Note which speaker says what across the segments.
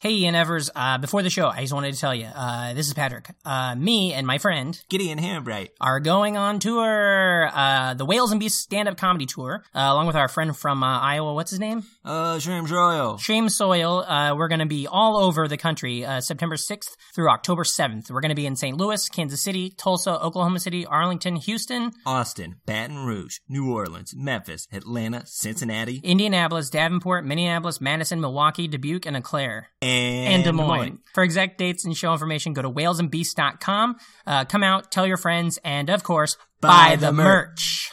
Speaker 1: Hey, Ian Evers. Uh, before the show, I just wanted to tell you uh, this is Patrick. Uh, me and my friend
Speaker 2: Gideon Hambright.
Speaker 1: are going on tour, uh, the Whales and Beasts stand up comedy tour, uh, along with our friend from uh, Iowa. What's his name?
Speaker 2: Uh, James Royal.
Speaker 1: Shame Soil. Uh, we're going to be all over the country uh, September 6th through October 7th. We're going to be in St. Louis, Kansas City, Tulsa, Oklahoma City, Arlington, Houston,
Speaker 2: Austin, Baton Rouge, New Orleans, Memphis, Atlanta, Cincinnati,
Speaker 1: Indianapolis, Davenport, Minneapolis, Madison, Milwaukee, Dubuque, and Eau Claire.
Speaker 2: and,
Speaker 1: and Des Moines. For exact dates and show information, go to whalesandbeasts.com. Uh, come out, tell your friends, and of course, buy, the, merch.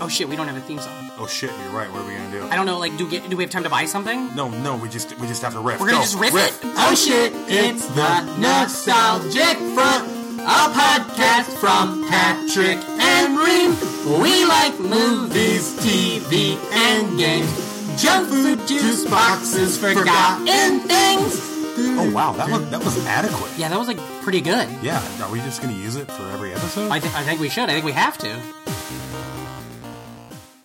Speaker 1: Oh shit, we don't have a theme song.
Speaker 3: Oh shit, you're right. What are we gonna do?
Speaker 1: I don't know, like, do get, do we have time to buy something?
Speaker 3: No, no, we just we just have to riff.
Speaker 1: We're gonna
Speaker 3: Go,
Speaker 1: just riff, it?
Speaker 2: Oh shit, it's the Nostalgic Front, a podcast from Patrick and Reem. We like movies, TV, and games, junk food, juice boxes, forgotten things.
Speaker 3: Oh wow, that was that was adequate.
Speaker 1: Yeah, that was, like, pretty good.
Speaker 3: Yeah, are we just gonna use it for every episode?
Speaker 1: I, th- I think we should. I think we have to.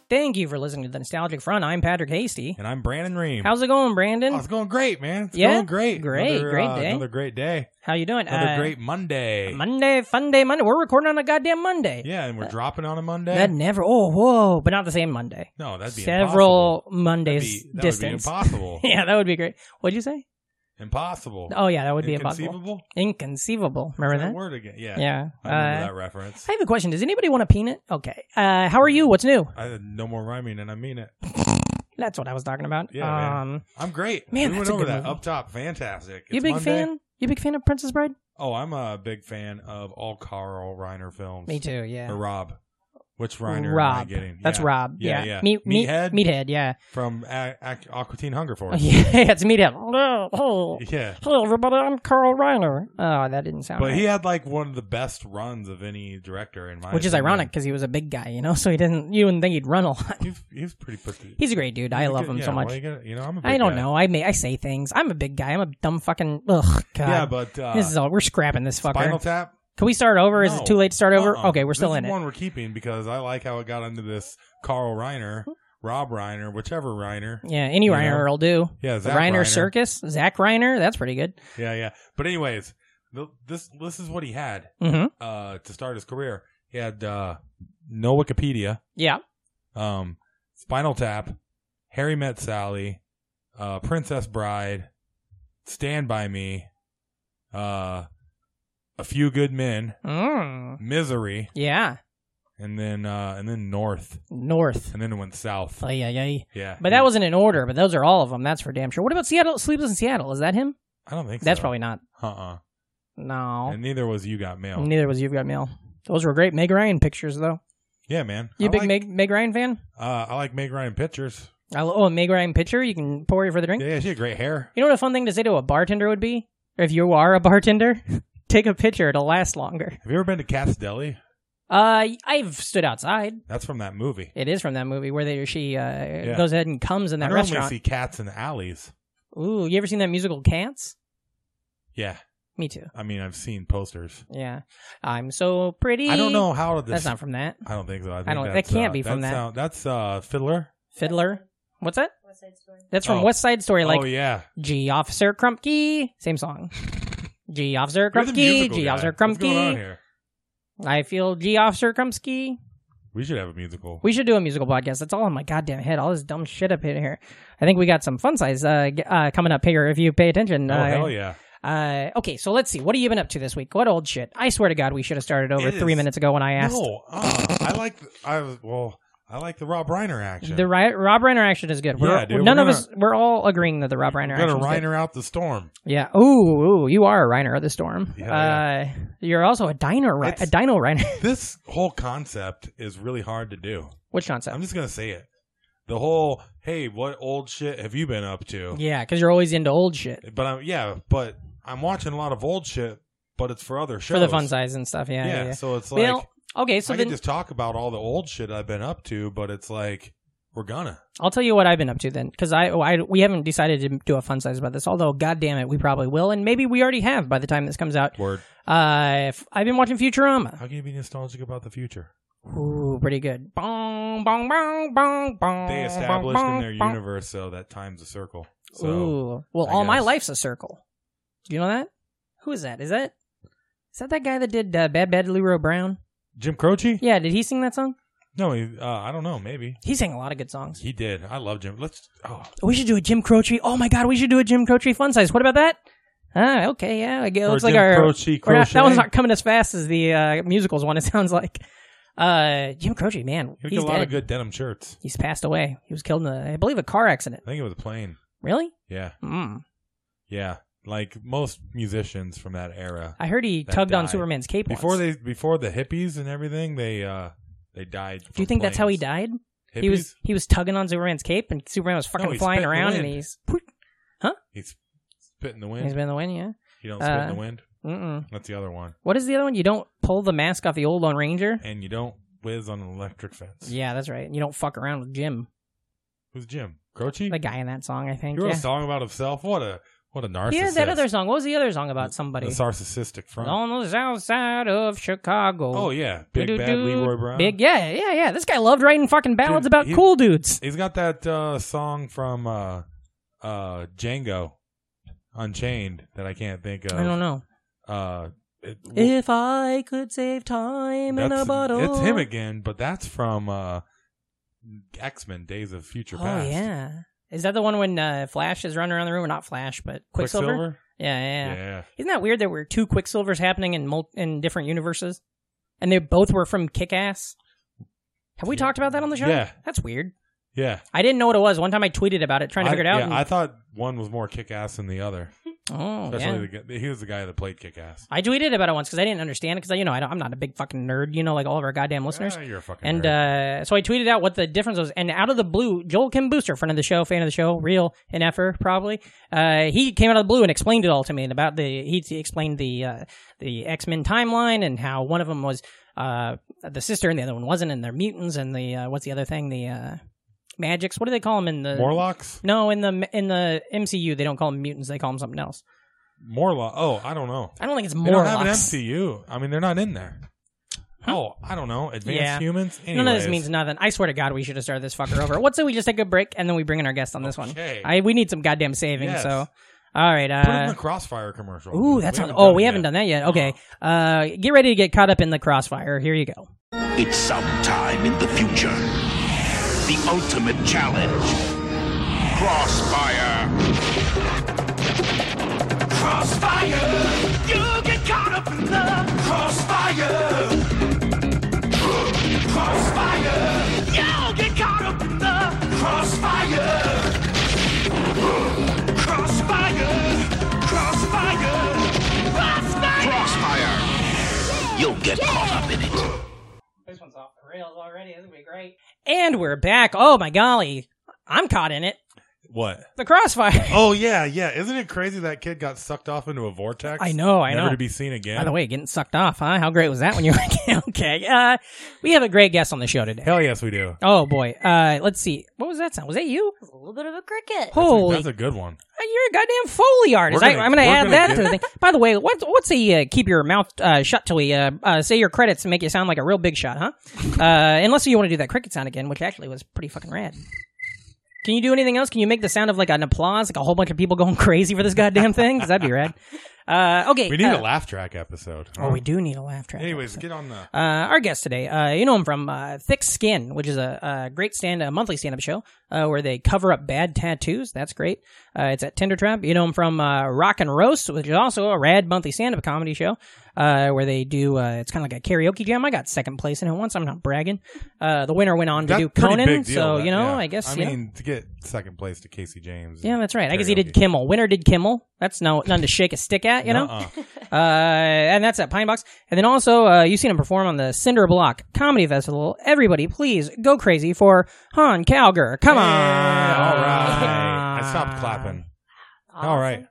Speaker 1: Thank you for listening to The Nostalgic Front. I'm Patrick Hasty.
Speaker 4: And I'm Brandon Ream.
Speaker 1: How's it going, Brandon?
Speaker 4: Oh, it's going great, man. It's
Speaker 1: Yeah?
Speaker 4: going great.
Speaker 1: Great,
Speaker 4: Another,
Speaker 1: great
Speaker 4: uh,
Speaker 1: day.
Speaker 4: Another great day.
Speaker 1: How you doing?
Speaker 4: Another
Speaker 1: Uh,
Speaker 4: great Monday.
Speaker 1: Monday, fun day, Monday. We're recording on a goddamn Monday.
Speaker 4: yeah, and we're dropping on a Monday.
Speaker 1: That never. Oh, whoa! But not the same Monday.
Speaker 4: no, that'd be
Speaker 1: Several
Speaker 4: impossible.
Speaker 1: Mondays
Speaker 4: That'd be- that
Speaker 1: distance.
Speaker 4: Would be impossible.
Speaker 1: yeah, that would be great. What'd you say?
Speaker 4: Impossible.
Speaker 1: Oh, yeah, that would be impossible.
Speaker 4: Inconceivable.
Speaker 1: Inconceivable. Remember
Speaker 4: That
Speaker 1: that?
Speaker 4: word again. Yeah.
Speaker 1: Yeah.
Speaker 4: I remember
Speaker 1: Uh,
Speaker 4: that reference.
Speaker 1: I have a question. Does anybody want a peanut? Okay. Uh, how are you? What's new?
Speaker 4: I, had no more rhyming, and I mean it.
Speaker 1: That's what I was talking about.
Speaker 4: Yeah, man. I'm great.
Speaker 1: Man,
Speaker 4: we
Speaker 1: that's
Speaker 4: went
Speaker 1: a
Speaker 4: over
Speaker 1: good
Speaker 4: that
Speaker 1: movie.
Speaker 4: up top. Fantastic.
Speaker 1: you a
Speaker 4: It's
Speaker 1: big
Speaker 4: Monday.
Speaker 1: fan? You a big fan of Princess Bride?
Speaker 4: Oh, I'm a big fan of all Carl Reiner films.
Speaker 1: Me too. Yeah.
Speaker 4: Or Rob. Which Reiner am I
Speaker 1: Rob.
Speaker 4: getting?
Speaker 1: That's
Speaker 4: Yeah.
Speaker 1: Rob.
Speaker 4: Yeah,
Speaker 1: Yeah.
Speaker 4: yeah.
Speaker 1: Meat, meat,
Speaker 4: Meathead?
Speaker 1: Meathead. Yeah.
Speaker 4: From a- Ac- Aqua Teen Hunger Force.
Speaker 1: yeah. It's Meathead. Hello. Hello.
Speaker 4: Yeah.
Speaker 1: Hello, everybody. I'm Carl Reiner. Oh, that didn't sound.
Speaker 4: But
Speaker 1: right.
Speaker 4: he had like one of the best runs of any director in my
Speaker 1: which is
Speaker 4: opinion.
Speaker 1: ironic because he was a big guy, you know. So he didn't. You wouldn't think he'd run a lot.
Speaker 4: He's, he's pretty put
Speaker 1: He's a great dude. I love him so much.
Speaker 4: You, gotta- you know, I'm a big
Speaker 1: I don't
Speaker 4: guy.
Speaker 1: know. I may I say things. I'm a big guy. I'm a dumb fucking. Ugh, God.
Speaker 4: Yeah, but uh,
Speaker 1: this is all. We're scrapping this fucker.
Speaker 4: Spinal Tap.
Speaker 1: Can we start over? Is
Speaker 4: No.
Speaker 1: it too late to start over?
Speaker 4: Uh-uh.
Speaker 1: Okay, we're
Speaker 4: This
Speaker 1: still
Speaker 4: is
Speaker 1: in it.
Speaker 4: One we're keeping because I like how it got under this Carl Reiner, Rob Reiner, whichever Reiner.
Speaker 1: Yeah, any
Speaker 4: You
Speaker 1: Reiner
Speaker 4: know?
Speaker 1: will do.
Speaker 4: Yeah,
Speaker 1: The
Speaker 4: Zach
Speaker 1: Reiner,
Speaker 4: Reiner.
Speaker 1: Circus, Zach Reiner. That's pretty good.
Speaker 4: Yeah, yeah. But anyways, th- this this is what he had
Speaker 1: hmm
Speaker 4: uh, to start his career. He had uh, no Wikipedia.
Speaker 1: Yeah,
Speaker 4: um, Spinal Tap, Harry Met Sally, uh, Princess Bride, Stand by Me, uh, A Few Good Men,
Speaker 1: mm.
Speaker 4: Misery,
Speaker 1: yeah.
Speaker 4: and then uh, and then North,
Speaker 1: North.
Speaker 4: and then it went south.
Speaker 1: Oh, yeah, yeah.
Speaker 4: Yeah,
Speaker 1: But that wasn't in order. But those are all of them. That's for damn sure. What about Seattle? Sleepless in Seattle. Is that him?
Speaker 4: I don't think
Speaker 1: That's
Speaker 4: so.
Speaker 1: probably not.
Speaker 4: uh
Speaker 1: No.
Speaker 4: and neither was You Got Mail.
Speaker 1: Neither was You've Got Mail. Those were great Meg Ryan pictures, though.
Speaker 4: yeah, man.
Speaker 1: You
Speaker 4: I
Speaker 1: a big
Speaker 4: like,
Speaker 1: Meg, Meg Ryan fan?
Speaker 4: Uh, I like Meg Ryan pictures.
Speaker 1: I lo- oh, a Meg Ryan pitcher. You can pour you for the drink.
Speaker 4: Yeah, yeah, she had great hair.
Speaker 1: You know what a fun thing to say to a bartender would be? If you are a bartender, take a pitcher. It'll last longer.
Speaker 4: Have you ever been to Cat's Deli?
Speaker 1: Uh, I've stood outside.
Speaker 4: That's from that movie.
Speaker 1: It is from that movie where they she uh, goes ahead and comes in
Speaker 4: I
Speaker 1: that
Speaker 4: normally
Speaker 1: restaurant.
Speaker 4: see cats in alleys.
Speaker 1: Ooh, you ever seen that musical Cats?
Speaker 4: Yeah,
Speaker 1: Me too.
Speaker 4: I mean, I've seen posters.
Speaker 1: Yeah, I'm so pretty.
Speaker 4: I don't know how to.
Speaker 1: That's not from that.
Speaker 4: I don't think so. I, think
Speaker 1: don't- that
Speaker 4: that's,
Speaker 1: can't
Speaker 4: uh,
Speaker 1: be from
Speaker 4: that's,
Speaker 1: that.
Speaker 4: uh, that's uh, Fiddler.
Speaker 1: Fiddler. What's that?
Speaker 5: West Side Story.
Speaker 1: That's from
Speaker 4: Oh.
Speaker 1: West Side Story. Like
Speaker 4: oh yeah,
Speaker 1: G Officer Crumpkey. Same song. G Officer
Speaker 4: You're the
Speaker 1: Crumpkey.
Speaker 4: musical
Speaker 1: G
Speaker 4: guy.
Speaker 1: Officer
Speaker 4: What's going on
Speaker 1: Crumpkey.
Speaker 4: here?
Speaker 1: I feel G Officer Crumpkey.
Speaker 4: We should have a musical.
Speaker 1: We should do a musical podcast. That's all in my goddamn head. All this dumb shit up in here. I think we got some fun size uh, g- uh, coming up here if you pay attention.
Speaker 4: oh
Speaker 1: uh,
Speaker 4: hell yeah!
Speaker 1: Uh, okay, so let's see. What have you been up to this week? What old shit? I swear to God, we should have started over
Speaker 4: It
Speaker 1: three
Speaker 4: is-
Speaker 1: minutes ago when I asked.
Speaker 4: No, uh, I like. The, I was well. I like the Rob Reiner action.
Speaker 1: The Ry- Rob Reiner action is good. We're,
Speaker 4: Yeah, dude,
Speaker 1: none
Speaker 4: we're
Speaker 1: of us we're all agreeing that the Rob Reiner
Speaker 4: We're
Speaker 1: action
Speaker 4: gonna
Speaker 1: is good.
Speaker 4: Reiner out the storm.
Speaker 1: Yeah. Ooh, ooh, you are a Reiner of the storm.
Speaker 4: Yeah,
Speaker 1: uh, you're also a diner, Ri- a
Speaker 4: It's-
Speaker 1: dino Reiner.
Speaker 4: This whole concept is really hard to do.
Speaker 1: Which concept?
Speaker 4: I'm just gonna say it. The whole hey, what old shit have you been up to?
Speaker 1: yeah, because you're always into old shit
Speaker 4: But I'm, yeah, but I'm watching a lot of old shit, but it's for other shows
Speaker 1: for the fun size and stuff. Yeah.
Speaker 4: Yeah,
Speaker 1: Yeah. yeah.
Speaker 4: so it's like.
Speaker 1: Well, okay, so
Speaker 4: I
Speaker 1: then
Speaker 4: can just talk about all the old shit I've been up to, but it's like we're gonna.
Speaker 1: I'll tell you what I've been up to then, because I, oh, I we haven't decided to do a fun size about this. Although, goddamn it, we probably will, and maybe we already have by the time this comes out.
Speaker 4: Word.
Speaker 1: Uh, f- I've been watching Futurama.
Speaker 4: How can you be nostalgic about the future?
Speaker 1: Ooh, pretty good. Bong, bong, bong, bong, bong.
Speaker 4: They established in their universe so that time's a circle. So
Speaker 1: Ooh. Well,
Speaker 4: I
Speaker 1: all my
Speaker 4: guess.
Speaker 1: life's a circle. Do you know that? Who is that? Is that is that that guy that did uh, Bad Bad Leroy Brown?
Speaker 4: Jim Croce?
Speaker 1: Yeah, did he sing that song?
Speaker 4: No, he, uh, I don't know. Maybe
Speaker 1: He sang a lot of good songs.
Speaker 4: he did. I love Jim. Let's. Oh,
Speaker 1: We should do a Jim Croce. Oh my god, we should do a Jim Croce fun size. What about that? Ah, okay, yeah. I guess It
Speaker 4: Or
Speaker 1: looks like
Speaker 4: Jim
Speaker 1: our
Speaker 4: Croce
Speaker 1: we're not- that one's
Speaker 4: crochet.
Speaker 1: not coming as fast as the uh, musicals one. It sounds like uh, Jim Croce, man,
Speaker 4: he did
Speaker 1: he's
Speaker 4: a lot
Speaker 1: dead.
Speaker 4: of good denim shirts.
Speaker 1: He's passed away. He was killed in, a, I believe, a car accident.
Speaker 4: I think it was a plane.
Speaker 1: Really?
Speaker 4: Yeah,
Speaker 1: Mm.
Speaker 4: yeah. Like most musicians from that era,
Speaker 1: I heard he
Speaker 4: That
Speaker 1: tugged on
Speaker 4: died.
Speaker 1: Superman's cape
Speaker 4: before
Speaker 1: once.
Speaker 4: they before the hippies and everything, they uh they died.
Speaker 1: Do you
Speaker 4: from
Speaker 1: think that's how he died?
Speaker 4: planes. Hippies?
Speaker 1: He was he was tugging on Superman's cape, and Superman was fucking
Speaker 4: he
Speaker 1: flying
Speaker 4: spit in the
Speaker 1: around, and
Speaker 4: wind.
Speaker 1: he's
Speaker 4: He's spit in the
Speaker 1: he's
Speaker 4: wind.
Speaker 1: been in the wind. Yeah.
Speaker 4: You don't spit in
Speaker 1: uh,
Speaker 4: the wind.
Speaker 1: Mm-mm.
Speaker 4: That's the other one.
Speaker 1: What is the other one? You don't pull the mask off the old Lone Ranger.
Speaker 4: And you don't whiz on an electric fence.
Speaker 1: Yeah, that's right. You don't fuck around with Jim,
Speaker 4: Who's Jim Croce?
Speaker 1: the guy in that song. I
Speaker 4: he
Speaker 1: think.
Speaker 4: wrote
Speaker 1: Yeah.
Speaker 4: a song about himself. What a what a narcissist.
Speaker 1: Yeah, that other song. What was the other song about somebody?
Speaker 4: A narcissistic front.
Speaker 1: On the south side of Chicago.
Speaker 4: Oh yeah, big bad
Speaker 1: Do-do-do.
Speaker 4: Leroy Brown.
Speaker 1: Big, yeah, yeah, yeah. This guy loved writing fucking ballads
Speaker 4: Dude,
Speaker 1: about
Speaker 4: he-
Speaker 1: cool dudes.
Speaker 4: He's got that uh, song from uh, uh, Django Unchained that I can't think of.
Speaker 1: I don't know.
Speaker 4: Uh, it-
Speaker 1: If I could save time in a
Speaker 4: that's-
Speaker 1: bottle.
Speaker 4: It's him again, but that's from uh, X Men: Days of Future
Speaker 1: Oh
Speaker 4: Past.
Speaker 1: yeah. Is that the one when uh, Flash is running around the room? Or not Flash, but Quicksilver.
Speaker 4: Quicksilver.
Speaker 1: Yeah, yeah, yeah.
Speaker 4: yeah.
Speaker 1: Isn't that weird? There were two Quicksilvers happening in mul- in different universes, and they both were from Kick Ass. Have we talked about that on the show?
Speaker 4: Yeah.
Speaker 1: that's weird.
Speaker 4: Yeah.
Speaker 1: I didn't know what it was. One time I tweeted about it, trying to figure it
Speaker 4: I,
Speaker 1: out.
Speaker 4: Yeah,
Speaker 1: and-
Speaker 4: I thought one was more kick ass than the other.
Speaker 1: oh, yeah.
Speaker 4: Especially the guy he was the guy that played kick ass.
Speaker 1: I tweeted about it once because I didn't understand it because you know I don't, I'm not a big fucking nerd, you know, like all of our goddamn listeners.
Speaker 4: you're a fucking
Speaker 1: and
Speaker 4: nerd.
Speaker 1: uh, so I tweeted out what the difference was. And out of the blue, Joel Kim Booster, friend of the show, fan of the show, real and effer probably, uh, he came out of the blue and explained it all to me. And about the he explained the uh, the X Men timeline and how one of them was uh, the sister and the other one wasn't, and they're mutants. And the uh, what's the other thing? The uh, magics. What do they call them in the
Speaker 4: Morlocks?
Speaker 1: No, in the in the MCU they don't call them mutants. They call them something else.
Speaker 4: Morlock. Oh, I don't know.
Speaker 1: I don't think it's
Speaker 4: They don't
Speaker 1: Morlocks.
Speaker 4: have an MCU. I mean, they're not in there. Oh, I don't know. Advanced
Speaker 1: Yeah.
Speaker 4: humans.
Speaker 1: None of this
Speaker 4: Anyways.
Speaker 1: means nothing. I swear to God, we should have started this fucker over. What say we just take a break and then we bring in our guest on this
Speaker 4: Okay.
Speaker 1: one? I we need some goddamn saving.
Speaker 4: Yes.
Speaker 1: So, all right.
Speaker 4: Put it in
Speaker 1: Uh,
Speaker 4: the Crossfire commercial.
Speaker 1: ooh, that's
Speaker 4: haven't
Speaker 1: oh,
Speaker 4: done
Speaker 1: we
Speaker 4: it
Speaker 1: haven't
Speaker 4: yet.
Speaker 1: done that yet. Okay, uh, get ready to get caught up in the crossfire. Here you go.
Speaker 5: It's sometime in the future. The ultimate challenge. Crossfire. Crossfire. You get caught up in the crossfire. Crossfire. You get caught up in the crossfire. Crossfire. Crossfire. Crossfire. Crossfire. You'll get caught up in it.
Speaker 1: This one's off the rails already. This will be great. And we're back. Oh my golly, I'm caught in it.
Speaker 4: What?
Speaker 1: The crossfire.
Speaker 4: Oh yeah, yeah. Isn't it crazy that kid got sucked off into a vortex?
Speaker 1: I know, I
Speaker 4: Never
Speaker 1: know.
Speaker 4: to be seen again.
Speaker 1: By the way, getting sucked off, huh? How great was that when you were okay? Uh, we have a great guest on the show today.
Speaker 4: hell yes, we do.
Speaker 1: Oh boy. Uh, let's see. What was that sound? Was that you?
Speaker 6: a little bit of a cricket.
Speaker 1: Holy
Speaker 4: That's a good one.
Speaker 1: Uh, You're a goddamn foley artist.
Speaker 4: We're gonna-
Speaker 1: I, I'm going to
Speaker 4: we're
Speaker 1: add
Speaker 4: gonna
Speaker 1: that
Speaker 4: get-
Speaker 1: to the thing. By the way, what, what's a uh, keep your mouth uh, shut till we uh, uh, say your credits and make you sound like a real big shot, huh? Uh, unless you want to do that cricket sound again, which actually was pretty fucking rad. Can you do anything else? Can you make the sound of like an applause, like a whole bunch of people going crazy for this goddamn thing? Because that'd be rad. Uh, okay.
Speaker 4: We need
Speaker 1: uh,
Speaker 4: a laugh track episode.
Speaker 1: Oh, we do need a laugh track.
Speaker 4: Anyways, get on the.
Speaker 1: Uh, our guest today, uh, you know him from uh, Thick Skin, which is a, a great stand, a monthly stand-up show uh, where they cover up bad tattoos. That's great. Uh, it's at Tinder Trap. You know him from uh, Rock and Roast, which is also a rad monthly stand-up comedy show uh, where they do. Uh, it's kind of like a karaoke jam. I got second place in it once. I'm not bragging. Uh, the winner went on to
Speaker 4: That's
Speaker 1: do
Speaker 4: pretty
Speaker 1: Conan,
Speaker 4: big deal,
Speaker 1: so
Speaker 4: that-
Speaker 1: you know,
Speaker 4: yeah.
Speaker 1: I guess.
Speaker 4: I
Speaker 1: you know.
Speaker 4: mean, to get second place to Casey James.
Speaker 1: yeah, that's right. I guess he did
Speaker 4: karaoke.
Speaker 1: Kimmel. Winner did Kimmel. That's no none to shake a stick at, you know.
Speaker 4: Nuh-uh.
Speaker 1: Uh, and that's at Pine Box. And then also, uh, you've seen him perform on the Cinder Block Comedy Festival. Everybody, please go crazy for Han Calger. Come on.
Speaker 4: Yeah, all right. I stopped clapping. All right.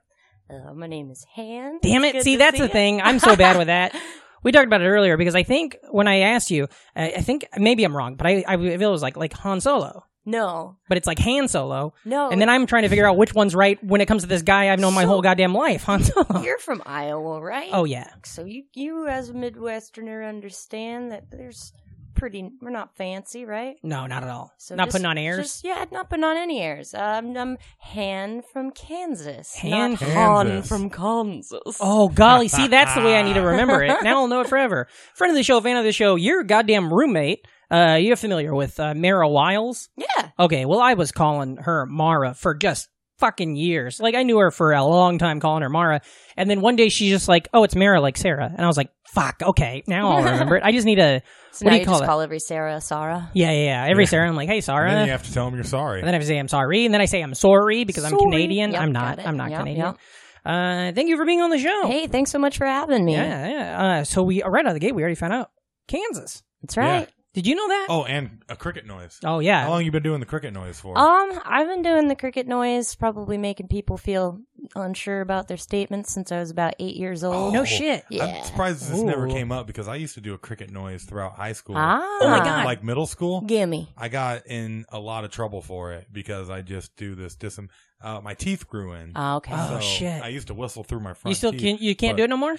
Speaker 6: Awesome. Uh, my name is Han.
Speaker 1: Damn
Speaker 6: It's
Speaker 1: it.
Speaker 6: good
Speaker 1: See,
Speaker 6: to
Speaker 1: that's the
Speaker 6: ya.
Speaker 1: thing. I'm so bad with that. We talked about it earlier because I think when I asked you, I I think maybe I'm wrong, but I, I feel it was like, like Han Solo,
Speaker 6: No,
Speaker 1: but it's like Han Solo.
Speaker 6: no.
Speaker 1: And then I'm trying to figure out which one's right when it comes to this guy I've known my
Speaker 6: Oh. So-
Speaker 1: whole goddamn life, Han Solo.
Speaker 6: You're from Iowa, right?
Speaker 1: Oh, yeah.
Speaker 6: So you, you as a Midwesterner understand that there's pretty. We're not fancy, right?
Speaker 1: No, not at all.
Speaker 6: So
Speaker 1: not
Speaker 6: just-
Speaker 1: putting on airs.
Speaker 6: just- yeah, not putting on any airs. Um, um, Han from Kansas.
Speaker 1: Han
Speaker 6: not
Speaker 1: from
Speaker 6: Han
Speaker 4: Kansas.
Speaker 6: from Kansas.
Speaker 1: Oh golly, see that's the way I need to remember it. Now I'll know it forever. Friend of the show, fan of the show, your goddamn roommate. Uh, you're familiar with uh, Mara Wiles?
Speaker 6: Yeah.
Speaker 1: Okay, well I was calling her Mara for just fucking years. Like I knew her for a long time, calling her Mara, and then one day she's just like, "Oh, it's Mara, like Sarah," and I was like, "Fuck, okay, now I'll remember it. I just need a
Speaker 6: So
Speaker 1: What
Speaker 6: now
Speaker 1: do
Speaker 6: you,
Speaker 1: you call
Speaker 6: just
Speaker 1: it?
Speaker 6: call every Sarah Sarah.
Speaker 1: yeah, yeah, yeah." Every
Speaker 4: Yeah.
Speaker 1: Sarah, I'm like, "Hey, Sarah,"
Speaker 4: And then you have to tell them you're sorry.
Speaker 1: And then I say I'm sorry, and then I say I'm sorry because I'm
Speaker 6: Sorry.
Speaker 1: Canadian.
Speaker 6: Yep,
Speaker 1: I'm
Speaker 6: got
Speaker 1: not.
Speaker 6: it.
Speaker 1: I'm not
Speaker 6: Yep,
Speaker 1: Canadian.
Speaker 6: yep.
Speaker 1: Uh, thank you for being on the show.
Speaker 6: Hey, thanks so much for having me.
Speaker 1: Yeah, yeah. Uh, so we right out of the gate, we already found out Kansas.
Speaker 6: That's right.
Speaker 1: Did you know that?
Speaker 4: Oh, and a cricket noise.
Speaker 1: Oh, yeah.
Speaker 4: How long you been doing the cricket noise for?
Speaker 6: Um, I've been doing the cricket noise, probably making people feel unsure about their statements since I was about eight years old.
Speaker 1: no shit.
Speaker 6: Oh. Yeah.
Speaker 4: I'm surprised this never
Speaker 1: Ooh.
Speaker 4: came up because I used to do a cricket noise throughout high school.
Speaker 6: Ah. Oh my
Speaker 4: Like-
Speaker 1: God.
Speaker 4: Like middle school.
Speaker 6: Gimme.
Speaker 4: I got in a lot of trouble for it because I just do this dis uh, my teeth grew in.
Speaker 6: Oh, okay.
Speaker 1: Oh,
Speaker 4: So
Speaker 1: shit.
Speaker 4: I used to whistle through my front
Speaker 1: You still
Speaker 4: teeth,
Speaker 1: can you can't
Speaker 4: but-
Speaker 1: do it no more?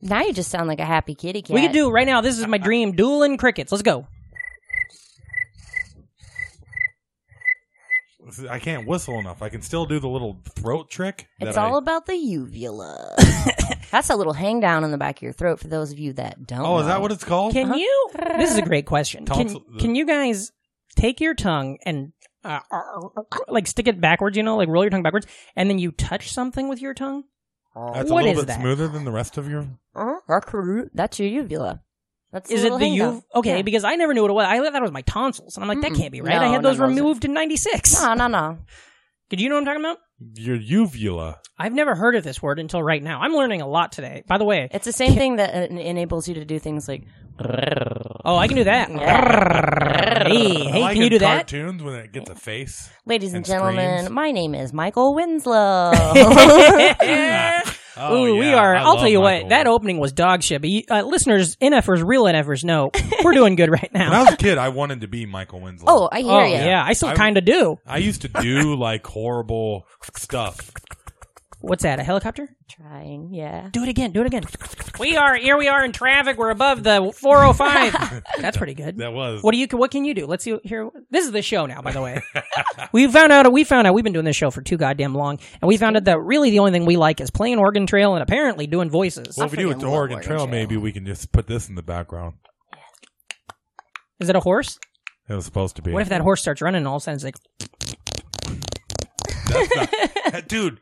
Speaker 6: now you just sound like a happy kitty cat.
Speaker 1: We could do it right now. This is my dream. Dueling crickets. Let's go.
Speaker 4: I can't whistle enough. I can still do the little throat trick.
Speaker 6: It's
Speaker 4: that I-
Speaker 6: all about the uvula. That's a little hang down on the back of your throat for those of you that don't.
Speaker 4: Oh, is
Speaker 6: know.
Speaker 4: that what it's called?
Speaker 6: uh-huh.
Speaker 1: Can you? This is a great question. Can,
Speaker 4: Tonsil-
Speaker 1: can you guys take your tongue and uh, like stick it backwards? You know, like roll your tongue backwards, and then you touch something with your tongue.
Speaker 4: That's
Speaker 1: What
Speaker 4: a little
Speaker 1: is
Speaker 4: bit
Speaker 1: that?
Speaker 4: smoother than the rest of your.
Speaker 6: That's your uvula. That's
Speaker 1: Is it
Speaker 6: little
Speaker 1: the
Speaker 6: hang
Speaker 1: you?
Speaker 6: down.
Speaker 1: Okay,
Speaker 6: Yeah.
Speaker 1: because I never knew what it was. I thought it was my tonsils, and I'm like, that
Speaker 6: Mm-mm.
Speaker 1: can't be right.
Speaker 6: No,
Speaker 1: I had
Speaker 6: no,
Speaker 1: those
Speaker 6: no, it's-
Speaker 1: removed in '96.
Speaker 6: No, no, no.
Speaker 1: Did you know what I'm talking about?
Speaker 4: Your uvula.
Speaker 1: I've never heard of this word until right now. I'm learning a lot today. By the way,
Speaker 6: It's the same thing that en- enables you to do things like.
Speaker 1: oh, I can do that. hey,
Speaker 4: I
Speaker 1: hey,
Speaker 4: like
Speaker 1: can you
Speaker 4: in
Speaker 1: do that?
Speaker 4: Cartoons when it gets a face.
Speaker 6: Ladies and,
Speaker 4: And
Speaker 6: gentlemen,
Speaker 4: screams.
Speaker 6: my name is Michael Winslow.
Speaker 4: Oh,
Speaker 1: Eh. Ooh, we
Speaker 4: yeah,
Speaker 1: are.
Speaker 4: I
Speaker 1: I'll
Speaker 4: love
Speaker 1: tell you
Speaker 4: Michael.
Speaker 1: what, that opening was dog shit. But you, uh, listeners, NFers, real NFers know we're doing good right
Speaker 4: When I
Speaker 1: now.
Speaker 4: was a kid, I wanted to be Michael Winslow.
Speaker 6: oh, I hear
Speaker 1: Oh,
Speaker 6: you.
Speaker 1: yeah. I still
Speaker 4: I-
Speaker 1: kind of do.
Speaker 4: I used to do like horrible stuff.
Speaker 1: What's that, a helicopter?
Speaker 6: Trying, yeah.
Speaker 1: Do it again. Do it again. We are, here we are in traffic. We're above the 405. That's pretty good.
Speaker 4: That was.
Speaker 1: What do you? What can you do? Let's see. Here, this is the show now. By the way, we found out. We found out. We've been doing this show for too goddamn long, and we found out that really the only thing we like is playing Oregon Trail and apparently doing voices.
Speaker 4: well, if we do it to
Speaker 6: love
Speaker 4: Oregon
Speaker 6: Oregon
Speaker 4: Trail,
Speaker 6: Trail.
Speaker 4: maybe we can just put this in the background.
Speaker 1: Is that a horse?
Speaker 4: It was supposed to be.
Speaker 1: What if that horse starts running and all of a sudden it's like?
Speaker 4: dude?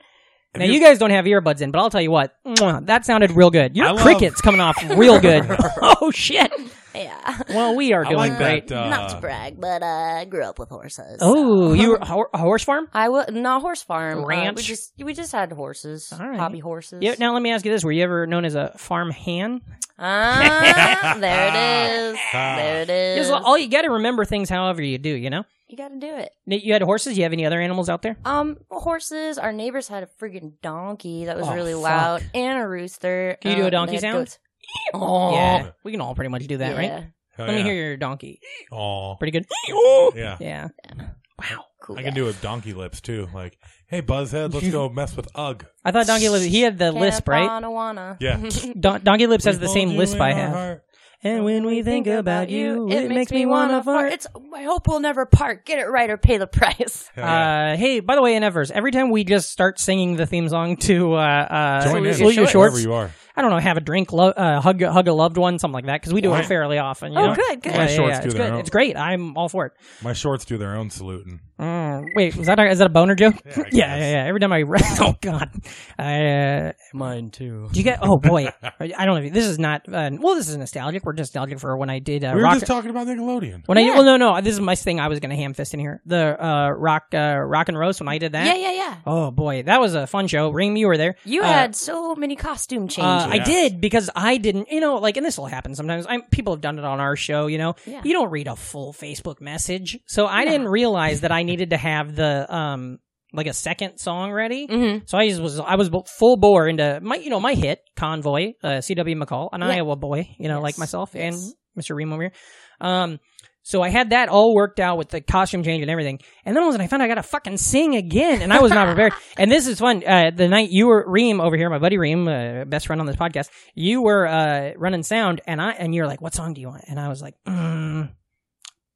Speaker 1: Now you guys don't have earbuds in, but I'll tell you what. mwah, That sounded real good. Your
Speaker 4: I love-
Speaker 1: crickets coming off real good. oh shit!
Speaker 6: Yeah.
Speaker 1: Well, we are
Speaker 4: I
Speaker 1: doing
Speaker 4: like
Speaker 1: great.
Speaker 4: that. Uh,
Speaker 6: Not to brag, but uh, I grew up with horses.
Speaker 1: Oh, you were a hor- a horse farm?
Speaker 6: I was not horse farm. uh,
Speaker 1: Ranch?
Speaker 6: we just we just had horses,
Speaker 1: All right.
Speaker 6: hobby horses.
Speaker 1: Yeah. Now let me ask you this: Were you ever known as a farm hand?
Speaker 6: Ah, there it is. There it is.
Speaker 1: Because all you got to remember things however you do. You know.
Speaker 6: you got to do it.
Speaker 1: You had horses. You have any other animals out there?
Speaker 6: Um, horses. Our neighbors had a friggin' donkey that was
Speaker 1: Oh,
Speaker 6: really
Speaker 1: fuck.
Speaker 6: loud, and a rooster.
Speaker 1: Can you do a
Speaker 6: Um,
Speaker 1: donkey
Speaker 6: they had
Speaker 1: sound?
Speaker 6: goats. Oh,
Speaker 1: Yeah, we can all pretty much do that, right? Let me hear your donkey.
Speaker 4: Oh,
Speaker 1: Pretty good.
Speaker 4: yeah.
Speaker 1: Yeah.
Speaker 6: Cool
Speaker 4: I can
Speaker 6: guy.
Speaker 4: do a donkey lips too. Like, hey, Buzzhead, let's go mess with Ugg.
Speaker 1: I thought Donkey Lips. He had the
Speaker 6: Canna
Speaker 1: lisp, right?
Speaker 6: wanna wanna.
Speaker 4: Yeah.
Speaker 1: Don- donkey Lips has
Speaker 4: We
Speaker 1: the
Speaker 4: hold
Speaker 1: same
Speaker 4: you
Speaker 1: lisp
Speaker 4: in
Speaker 1: I
Speaker 4: our
Speaker 1: have.
Speaker 4: heart.
Speaker 1: And when we think about you, it makes me wanna fart.
Speaker 6: It's. I hope we'll never part. Get it right or pay the price.
Speaker 4: Hell yeah.
Speaker 1: Uh, hey, by the way, in Evers, every time we just start singing the theme song to uh, uh,
Speaker 4: Join in,
Speaker 1: Salute Your
Speaker 4: wherever
Speaker 1: Shorts,
Speaker 4: you are.
Speaker 1: I don't know, have a drink, lo- uh, hug, hug a loved one, something like that, because we do
Speaker 4: Why-
Speaker 1: it fairly often. You
Speaker 6: Oh,
Speaker 1: know?
Speaker 6: good, good.
Speaker 1: Yeah, yeah,
Speaker 4: shorts
Speaker 1: yeah,
Speaker 4: do
Speaker 1: It's,
Speaker 4: their
Speaker 1: good.
Speaker 4: own.
Speaker 1: it's great. I'm all for it.
Speaker 4: My shorts do their own saluting.
Speaker 1: Mm, wait, was that a, is that a boner joke?
Speaker 4: Yeah,
Speaker 1: yeah,
Speaker 4: I guess.
Speaker 1: yeah, yeah. Every time I read, oh god, I, uh,
Speaker 6: Mine too.
Speaker 1: Do you get? Oh boy, I don't know. This is not. Uh, well, this is nostalgic. We're just nostalgic for when I did uh,
Speaker 4: we were
Speaker 1: rock.
Speaker 4: just talking about Nickelodeon.
Speaker 1: when
Speaker 6: Yeah.
Speaker 1: I well, no, no. This is my thing. I was gonna ham fist in here. The uh, rock, uh, rock and roast. When I did that.
Speaker 6: Yeah, yeah, yeah.
Speaker 1: Oh boy, that was a fun show. Ring, you were there.
Speaker 6: You
Speaker 1: Uh,
Speaker 6: had so many costume changes.
Speaker 1: Uh, I did because I didn't, you know, like, and this will happen sometimes. I'm, people have done it on our show, you know.
Speaker 6: Yeah.
Speaker 1: You don't read a full Facebook message, so I didn't realize that I needed to have the um like a second song ready.
Speaker 6: Mhm.
Speaker 1: So I just was I was bo- full bore into my you know my hit convoy, uh, C.W. McCall, an
Speaker 6: Yeah.
Speaker 1: Iowa boy, you know, like
Speaker 6: Yes.
Speaker 1: myself
Speaker 6: Yes.
Speaker 1: and Mr. Ream over here. Um, So I had that all worked out with the costume change and everything. And then all of a sudden I found I got to fucking sing again. And I was not prepared. and this is fun. Uh, the night you were, Reem over here, my buddy Reem, uh, best friend on this podcast, you were uh, running sound. And I and you're like, what song do you want? And I was like, mm,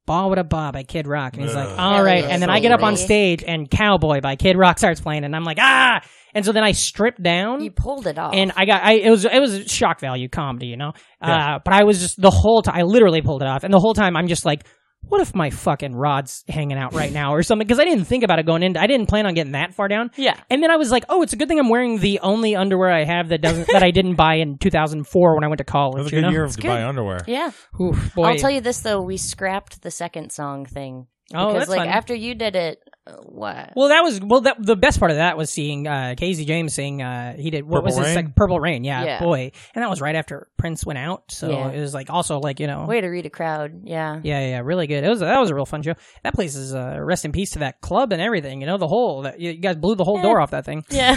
Speaker 1: Ball with a Bob by Kid Rock. And he's like,
Speaker 4: Ugh.
Speaker 1: all right.
Speaker 6: That's
Speaker 1: And then
Speaker 6: so
Speaker 1: I get up on
Speaker 6: gross.
Speaker 1: stage and Cowboy by Kid Rock starts playing. And I'm like, ah. And so then I stripped down.
Speaker 6: You pulled it off.
Speaker 1: And I got, I, it was, it was shock value comedy, you know? Uh, but I was just, the whole time, I literally pulled it off. And the whole time I'm just like, what if my fucking rod's hanging out right now or something? Cause I didn't think about it going in. I didn't plan on getting that far down.
Speaker 6: Yeah.
Speaker 1: And then I was like, oh, it's a good thing I'm wearing the only underwear I have that doesn't, that I didn't buy in 2004 when I went to college.
Speaker 4: That was a
Speaker 1: you
Speaker 4: good
Speaker 1: know?
Speaker 4: year to buy
Speaker 6: good.
Speaker 4: underwear.
Speaker 6: yeah.
Speaker 1: Oof, boy.
Speaker 6: I'll tell you this though, we scrapped the second song thing
Speaker 1: Oh,
Speaker 6: because
Speaker 1: that's
Speaker 6: like
Speaker 1: fun.
Speaker 6: after you did it, uh, what?
Speaker 1: Well, that was well. That the best part of that was seeing uh, Casey James sing. Uh, he did what
Speaker 4: Purple
Speaker 1: was his
Speaker 4: Rain?
Speaker 1: sec- Purple Rain? Yeah,
Speaker 6: Yeah.
Speaker 1: boy. And that was right after Prince went out, so
Speaker 6: Yeah.
Speaker 1: it was like also like you know.
Speaker 6: Way to read a crowd. Yeah.
Speaker 1: Yeah, yeah, really good. It was that was a real fun show. That place is uh, rest in peace to that club and everything. You know the whole that you guys blew the whole
Speaker 6: Eh.
Speaker 1: door off that thing.
Speaker 6: Yeah.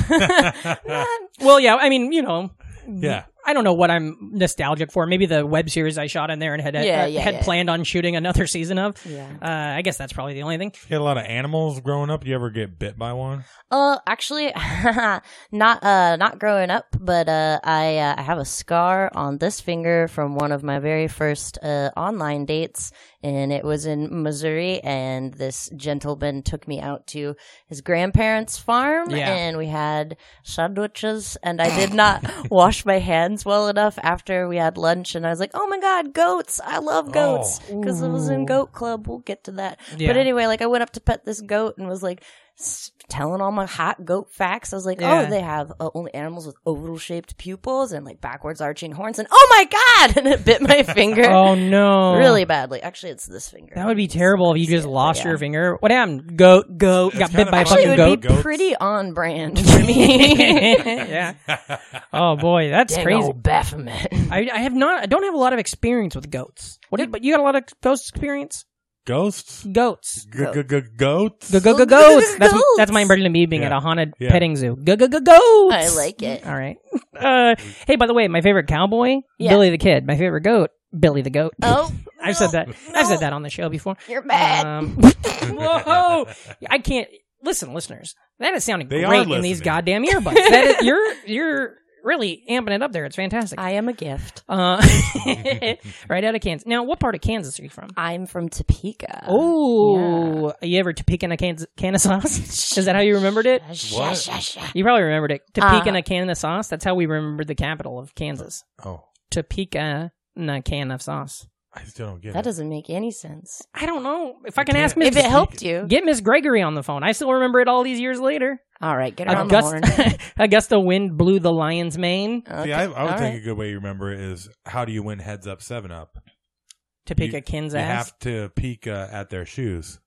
Speaker 1: Well, yeah, I mean you know
Speaker 4: Yeah.
Speaker 1: I don't know what I'm nostalgic for. Maybe the web series I shot in there and had
Speaker 6: Yeah,
Speaker 1: uh,
Speaker 6: yeah,
Speaker 1: had
Speaker 6: yeah.
Speaker 1: planned on shooting another season of.
Speaker 6: Yeah.
Speaker 1: Uh, I guess that's probably the only thing.
Speaker 4: You had a lot of animals growing up. You ever get bit by one?
Speaker 6: uh, actually, not uh, not growing up, but uh, I uh, I have a scar on this finger from one of my very first uh, online dates, and it was in Missouri. And this gentleman took me out to his grandparents' farm,
Speaker 1: Yeah.
Speaker 6: and we had sandwiches. And I did not wash my hands well enough after we had lunch, and I was like, "Oh my god, goats! I love goats because it was in Goat Club. We'll get to that."
Speaker 1: Yeah.
Speaker 6: But anyway, like I went up to pet this goat and was like s- telling all my hot goat facts. I was like,
Speaker 1: Yeah.
Speaker 6: oh, they have uh, only animals with oval shaped pupils and like backwards arching horns. And oh my god! And it bit my finger
Speaker 1: Oh no,
Speaker 6: really badly. Actually, it's this finger.
Speaker 1: That would be terrible if you just lost
Speaker 6: yeah.
Speaker 1: your finger. What happened? Goat, goat, got bit
Speaker 4: kinda
Speaker 1: by a
Speaker 4: funny.
Speaker 6: Actually,
Speaker 1: fucking
Speaker 6: it
Speaker 1: goat.
Speaker 6: would be
Speaker 4: Goats.
Speaker 6: pretty on brand for me.
Speaker 1: yeah. Oh boy, that's
Speaker 6: Dang
Speaker 1: crazy.
Speaker 6: old Baphomet.
Speaker 1: I, I have not. I don't have a lot of experience with goats. What? Did, but you got a lot of ghost experience.
Speaker 4: Ghosts?
Speaker 1: Goats.
Speaker 4: Goats?
Speaker 1: Go go go goats. That's that's my version of me being at
Speaker 4: Yeah.
Speaker 1: a haunted
Speaker 4: Yeah.
Speaker 1: petting zoo. Go go go goats.
Speaker 6: I like it.
Speaker 1: All right. Uh, hey, by the way, my favorite cowboy,
Speaker 6: Yeah.
Speaker 1: Billy the Kid. My favorite goat, Billy the Goat.
Speaker 6: Oh,
Speaker 1: I've said that. I've
Speaker 6: no.
Speaker 1: said that on the show before.
Speaker 6: you're bad.
Speaker 1: Um, whoa! I can't listen, listeners. That is sounding
Speaker 4: They are
Speaker 1: great in these
Speaker 4: listening.
Speaker 1: goddamn earbuds. that is, you're you're really amping it up there. It's fantastic.
Speaker 6: I am a gift.
Speaker 1: uh, right out of Kansas. Now, what part of Kansas are you from?
Speaker 6: I'm from Topeka.
Speaker 1: Oh, you ever Topeka in a Kansas, can of sauce? is that how you remembered it?
Speaker 6: Sha, sha, sha.
Speaker 1: You probably remembered it. Topeka
Speaker 6: Uh,
Speaker 1: in a can of sauce. That's how we remembered the capital of Kansas.
Speaker 4: Oh,
Speaker 1: Topeka in a can of sauce.
Speaker 4: I still don't get
Speaker 6: That
Speaker 4: it.
Speaker 6: doesn't make any sense.
Speaker 1: I don't know if I can
Speaker 4: can't-
Speaker 1: ask Miss.
Speaker 6: If it helped you,
Speaker 1: Get Miss Gregory on the phone. I still remember it all these years later.
Speaker 6: all right, get her on the horn.
Speaker 1: Augusta, Augusta wind blew the lion's mane.
Speaker 6: Okay.
Speaker 4: See, I, I would
Speaker 6: all
Speaker 4: think
Speaker 6: right.
Speaker 4: a good way to remember it is how do you win heads up, seven up?
Speaker 1: Topeka
Speaker 4: You-
Speaker 1: Kin's
Speaker 4: You
Speaker 1: ass.
Speaker 4: have to peek uh, at their shoes.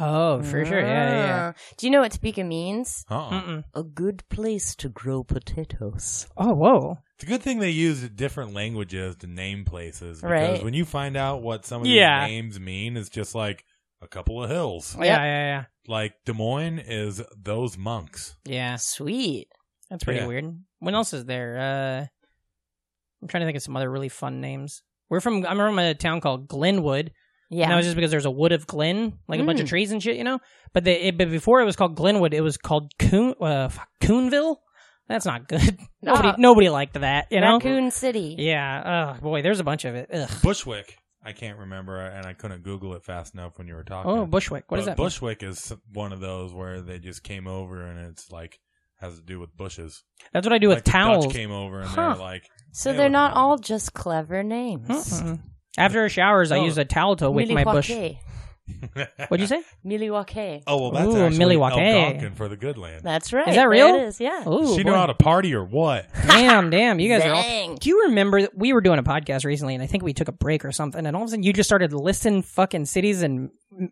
Speaker 1: Oh, for sure. Yeah,
Speaker 6: Ah. Do you know what Topeka means?
Speaker 4: Uh-uh.
Speaker 1: yeah. yeah. Mm-mm.
Speaker 6: A good place to grow potatoes.
Speaker 1: Oh, whoa.
Speaker 4: It's a good thing they use different languages to name places. Because
Speaker 6: Right.
Speaker 4: when you find out what some of
Speaker 1: Yeah.
Speaker 4: these names mean, it's just like a couple of hills.
Speaker 1: Yeah, yeah,
Speaker 4: Like Des Moines is those monks.
Speaker 1: yeah. Yeah.
Speaker 6: Sweet.
Speaker 1: That's pretty
Speaker 4: Yeah.
Speaker 1: weird. What else is there? Uh, I'm trying to think of some other really fun names. We're from, I'm from a town called Glenwood.
Speaker 6: Yeah.
Speaker 1: And that was just because there's a wood of Glen, like a bunch of
Speaker 6: Mm.
Speaker 1: trees and shit, you know? But they, it, but before it was called Glenwood, it was called Coon, uh, fuck, Coonville. That's not good. nobody,
Speaker 6: Oh.
Speaker 1: nobody liked Ah. that, you know?
Speaker 6: Raccoon City.
Speaker 1: Yeah. Oh, boy, there's a bunch of it. Ugh.
Speaker 4: Bushwick. I can't remember, and I couldn't Google it fast enough when you were talking.
Speaker 1: Oh, Bushwick. What
Speaker 4: But
Speaker 1: is that? mean?
Speaker 4: Bushwick is one of those where they just came over, and it's like has to do with bushes.
Speaker 1: That's what I do with
Speaker 4: like the Dutch
Speaker 1: towels.
Speaker 4: came over, and
Speaker 1: Huh.
Speaker 4: they're like,
Speaker 6: So
Speaker 4: Hey,
Speaker 6: they're
Speaker 4: look.
Speaker 6: not all just clever names.
Speaker 1: Mm-mm. After showers, I
Speaker 4: Oh.
Speaker 1: use a towel to wick my bush.
Speaker 6: Milwaukee.
Speaker 1: What'd you say?
Speaker 6: Milwaukee.
Speaker 4: "Oh, well, that's
Speaker 1: Ooh,
Speaker 4: actually
Speaker 1: Milwaukee.
Speaker 4: Algonquin for the good land."
Speaker 6: That's right.
Speaker 1: Is that
Speaker 6: There
Speaker 1: real?
Speaker 6: it is, yeah.
Speaker 1: Ooh,
Speaker 4: she
Speaker 1: boy.
Speaker 4: know how to party or what?
Speaker 1: damn, damn, you guys are all.
Speaker 6: Dang.
Speaker 1: Do you remember that we were doing a podcast recently, and I think we took a break or something, and all of a sudden you just started listing fucking cities in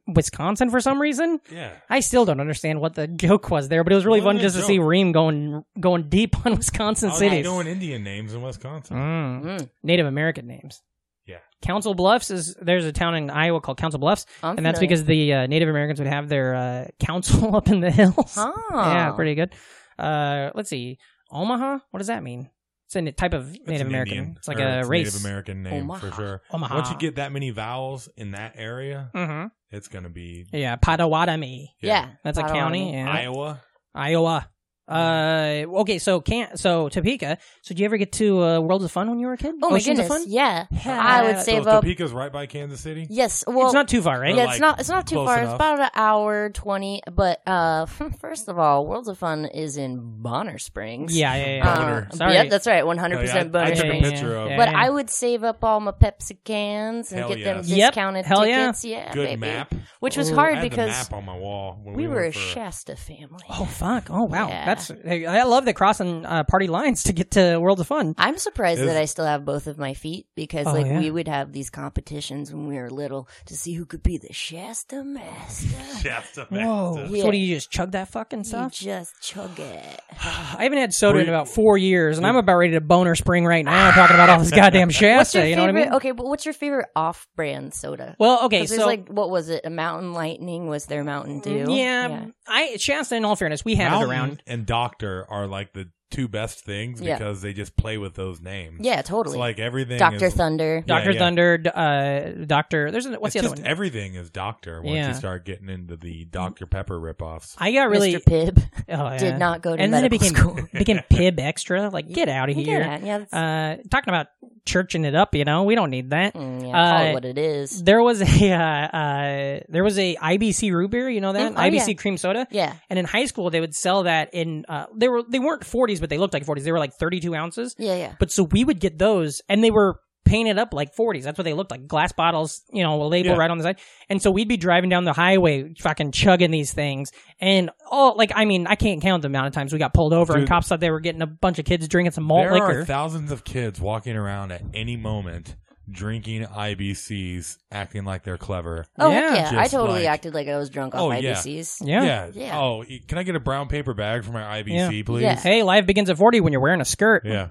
Speaker 1: Wisconsin for some reason?
Speaker 4: Yeah,
Speaker 1: I still don't understand what the joke was there, but it was really
Speaker 4: What
Speaker 1: fun
Speaker 4: a
Speaker 1: just to see
Speaker 4: joke.
Speaker 1: Reem going going deep on Wisconsin
Speaker 4: I was
Speaker 1: cities.
Speaker 4: doing Indian names in Wisconsin.
Speaker 1: Mm.
Speaker 6: Mm.
Speaker 1: Native American names.
Speaker 4: Yeah.
Speaker 1: Council Bluffs is there's a town in Iowa called Council Bluffs,
Speaker 6: I'm
Speaker 1: and that's
Speaker 6: familiar.
Speaker 1: because the uh, Native Americans would have their uh, council up in the hills.
Speaker 6: Oh.
Speaker 1: Yeah, pretty good. Uh, let's see, Omaha. What does that mean? It's a type of Native
Speaker 4: an
Speaker 1: American.
Speaker 4: Indian,
Speaker 1: It's like
Speaker 4: or
Speaker 1: a
Speaker 4: it's
Speaker 1: race.
Speaker 4: Native American name for
Speaker 6: Omaha.
Speaker 4: sure.
Speaker 1: Omaha.
Speaker 4: Once you get that many vowels in that area,
Speaker 1: Mm-hmm.
Speaker 4: it's gonna be
Speaker 1: Yeah, Potawatomi.
Speaker 6: Yeah.
Speaker 1: That's a
Speaker 6: Potawatomi.
Speaker 1: county. Yeah.
Speaker 4: Iowa. Mm.
Speaker 1: Iowa. Uh, okay, so can't so Topeka. So did you ever get to uh, Worlds of Fun when you were a kid?
Speaker 6: Oh my
Speaker 1: Oceans
Speaker 6: goodness.
Speaker 1: Of fun?
Speaker 6: Yeah.
Speaker 1: Yeah.
Speaker 6: I would
Speaker 1: So
Speaker 4: So
Speaker 6: save
Speaker 4: is
Speaker 6: up.
Speaker 4: Topeka's right by Kansas City.
Speaker 6: Yes. Well,
Speaker 1: it's not too far, right?
Speaker 4: Or
Speaker 6: yeah,
Speaker 4: like,
Speaker 6: it's not. It's not too
Speaker 4: close
Speaker 6: far.
Speaker 4: enough.
Speaker 6: It's about an hour twenty. But uh, first of all, Worlds of Fun is in Bonner Springs.
Speaker 1: yeah, yeah, yeah.
Speaker 4: Boner.
Speaker 6: Uh,
Speaker 1: Sorry.
Speaker 6: Yep, that's right. One hundred
Speaker 4: Oh, yeah, I-
Speaker 6: percent
Speaker 4: I
Speaker 6: Bonner
Speaker 4: took a
Speaker 1: Yeah,
Speaker 6: Springs.
Speaker 4: picture
Speaker 1: yeah,
Speaker 4: of-
Speaker 1: yeah,
Speaker 6: But
Speaker 1: yeah.
Speaker 6: I would save up all my Pepsi cans and
Speaker 4: Hell
Speaker 6: get them
Speaker 4: yes.
Speaker 1: Yep.
Speaker 6: discounted
Speaker 1: Hell yeah.
Speaker 6: tickets. Yeah,
Speaker 4: Good
Speaker 6: baby.
Speaker 4: map.
Speaker 6: Which was
Speaker 1: Ooh,
Speaker 4: I
Speaker 6: hard
Speaker 4: had the
Speaker 6: because
Speaker 4: map on my wall. When
Speaker 6: we were a
Speaker 4: for-
Speaker 6: Shasta family.
Speaker 1: Oh fuck! Oh wow!
Speaker 6: Yeah.
Speaker 1: That's I I love the crossing uh, party lines to get to Worlds of Fun.
Speaker 6: I'm surprised
Speaker 4: Is-
Speaker 6: that I still have both of my feet because,
Speaker 1: Oh,
Speaker 6: like,
Speaker 1: yeah.
Speaker 6: we would have these competitions when we were little to see who could be the Shasta master.
Speaker 4: Shasta
Speaker 1: Whoa!
Speaker 4: Baptist.
Speaker 6: Yeah.
Speaker 1: So what do you just chug that fucking
Speaker 6: you
Speaker 1: stuff?
Speaker 6: just chug it.
Speaker 1: I haven't had soda
Speaker 4: Were
Speaker 1: in
Speaker 4: you-
Speaker 1: about four years, and I'm about ready to boner spring right now talking about all this goddamn
Speaker 6: What's your
Speaker 1: Shasta. You know
Speaker 6: favorite?
Speaker 1: what I mean?
Speaker 6: Okay, but what's your favorite off-brand soda?
Speaker 1: Well, okay,
Speaker 6: 'Cause there's
Speaker 1: so Mm,
Speaker 6: like, what was it? A Mountain Lightning was their Mountain Dew.
Speaker 1: yeah, I Shasta. In all fairness, we had it
Speaker 4: Mountain
Speaker 1: around.
Speaker 4: and Doctor are like the two best things
Speaker 6: Yeah.
Speaker 4: because they just play with those names.
Speaker 6: yeah,
Speaker 4: It's
Speaker 6: totally.
Speaker 4: like everything.
Speaker 6: Doctor
Speaker 4: is,
Speaker 6: Thunder.
Speaker 4: Yeah,
Speaker 1: Doctor
Speaker 4: yeah.
Speaker 1: Thunder, d- uh, Doctor. There's an, what's
Speaker 4: it's
Speaker 1: the
Speaker 4: just
Speaker 1: other one?
Speaker 4: Everything is Doctor once
Speaker 1: Yeah. Mm-hmm.
Speaker 4: you start getting into the Dr Pepper ripoffs.
Speaker 1: I got really
Speaker 6: Mr. Pibb
Speaker 1: oh, yeah.
Speaker 6: did not go to
Speaker 1: and then it
Speaker 6: medical
Speaker 1: became
Speaker 6: school.
Speaker 1: became Pib Extra. Like, get out of here.
Speaker 6: Yeah, yeah, that's,
Speaker 1: Uh, talking about churching it up, you know, we don't need that.
Speaker 6: mm, yeah, call
Speaker 1: uh,
Speaker 6: it what it is.
Speaker 1: There was a uh, uh, there was a IBC root beer, you know that
Speaker 6: Mm, oh,
Speaker 1: IBC
Speaker 6: yeah.
Speaker 1: cream soda.
Speaker 6: Yeah,
Speaker 1: And in high school, they would sell that in uh, they were they weren't forties, but they looked like forties. They were like thirty two ounces.
Speaker 6: yeah, yeah.
Speaker 1: But so we would get those, and they were painted up like 40s. That's what they looked like. Glass bottles, you know, a label
Speaker 4: Yeah.
Speaker 1: right on the side. And so we'd be driving down the highway, fucking chugging these things. And all, like, I mean, I can't count the amount of times we got pulled over and
Speaker 4: Dude.
Speaker 1: cops thought they were getting a bunch of kids drinking some malt
Speaker 4: there
Speaker 1: liquor.
Speaker 4: are thousands of kids walking around at any moment drinking IBCs, acting like they're clever.
Speaker 6: Oh
Speaker 1: Yeah.
Speaker 6: yeah, I
Speaker 4: Just
Speaker 6: totally
Speaker 4: like-
Speaker 6: acted like I was drunk on
Speaker 4: Oh,
Speaker 6: my
Speaker 4: yeah.
Speaker 6: IBCs.
Speaker 1: yeah.
Speaker 6: Yeah.
Speaker 4: Oh, y- can I get a brown paper bag for my IBC, please?
Speaker 6: Yeah.
Speaker 1: Hey, life begins at 40 when you're wearing a skirt.
Speaker 4: Yeah.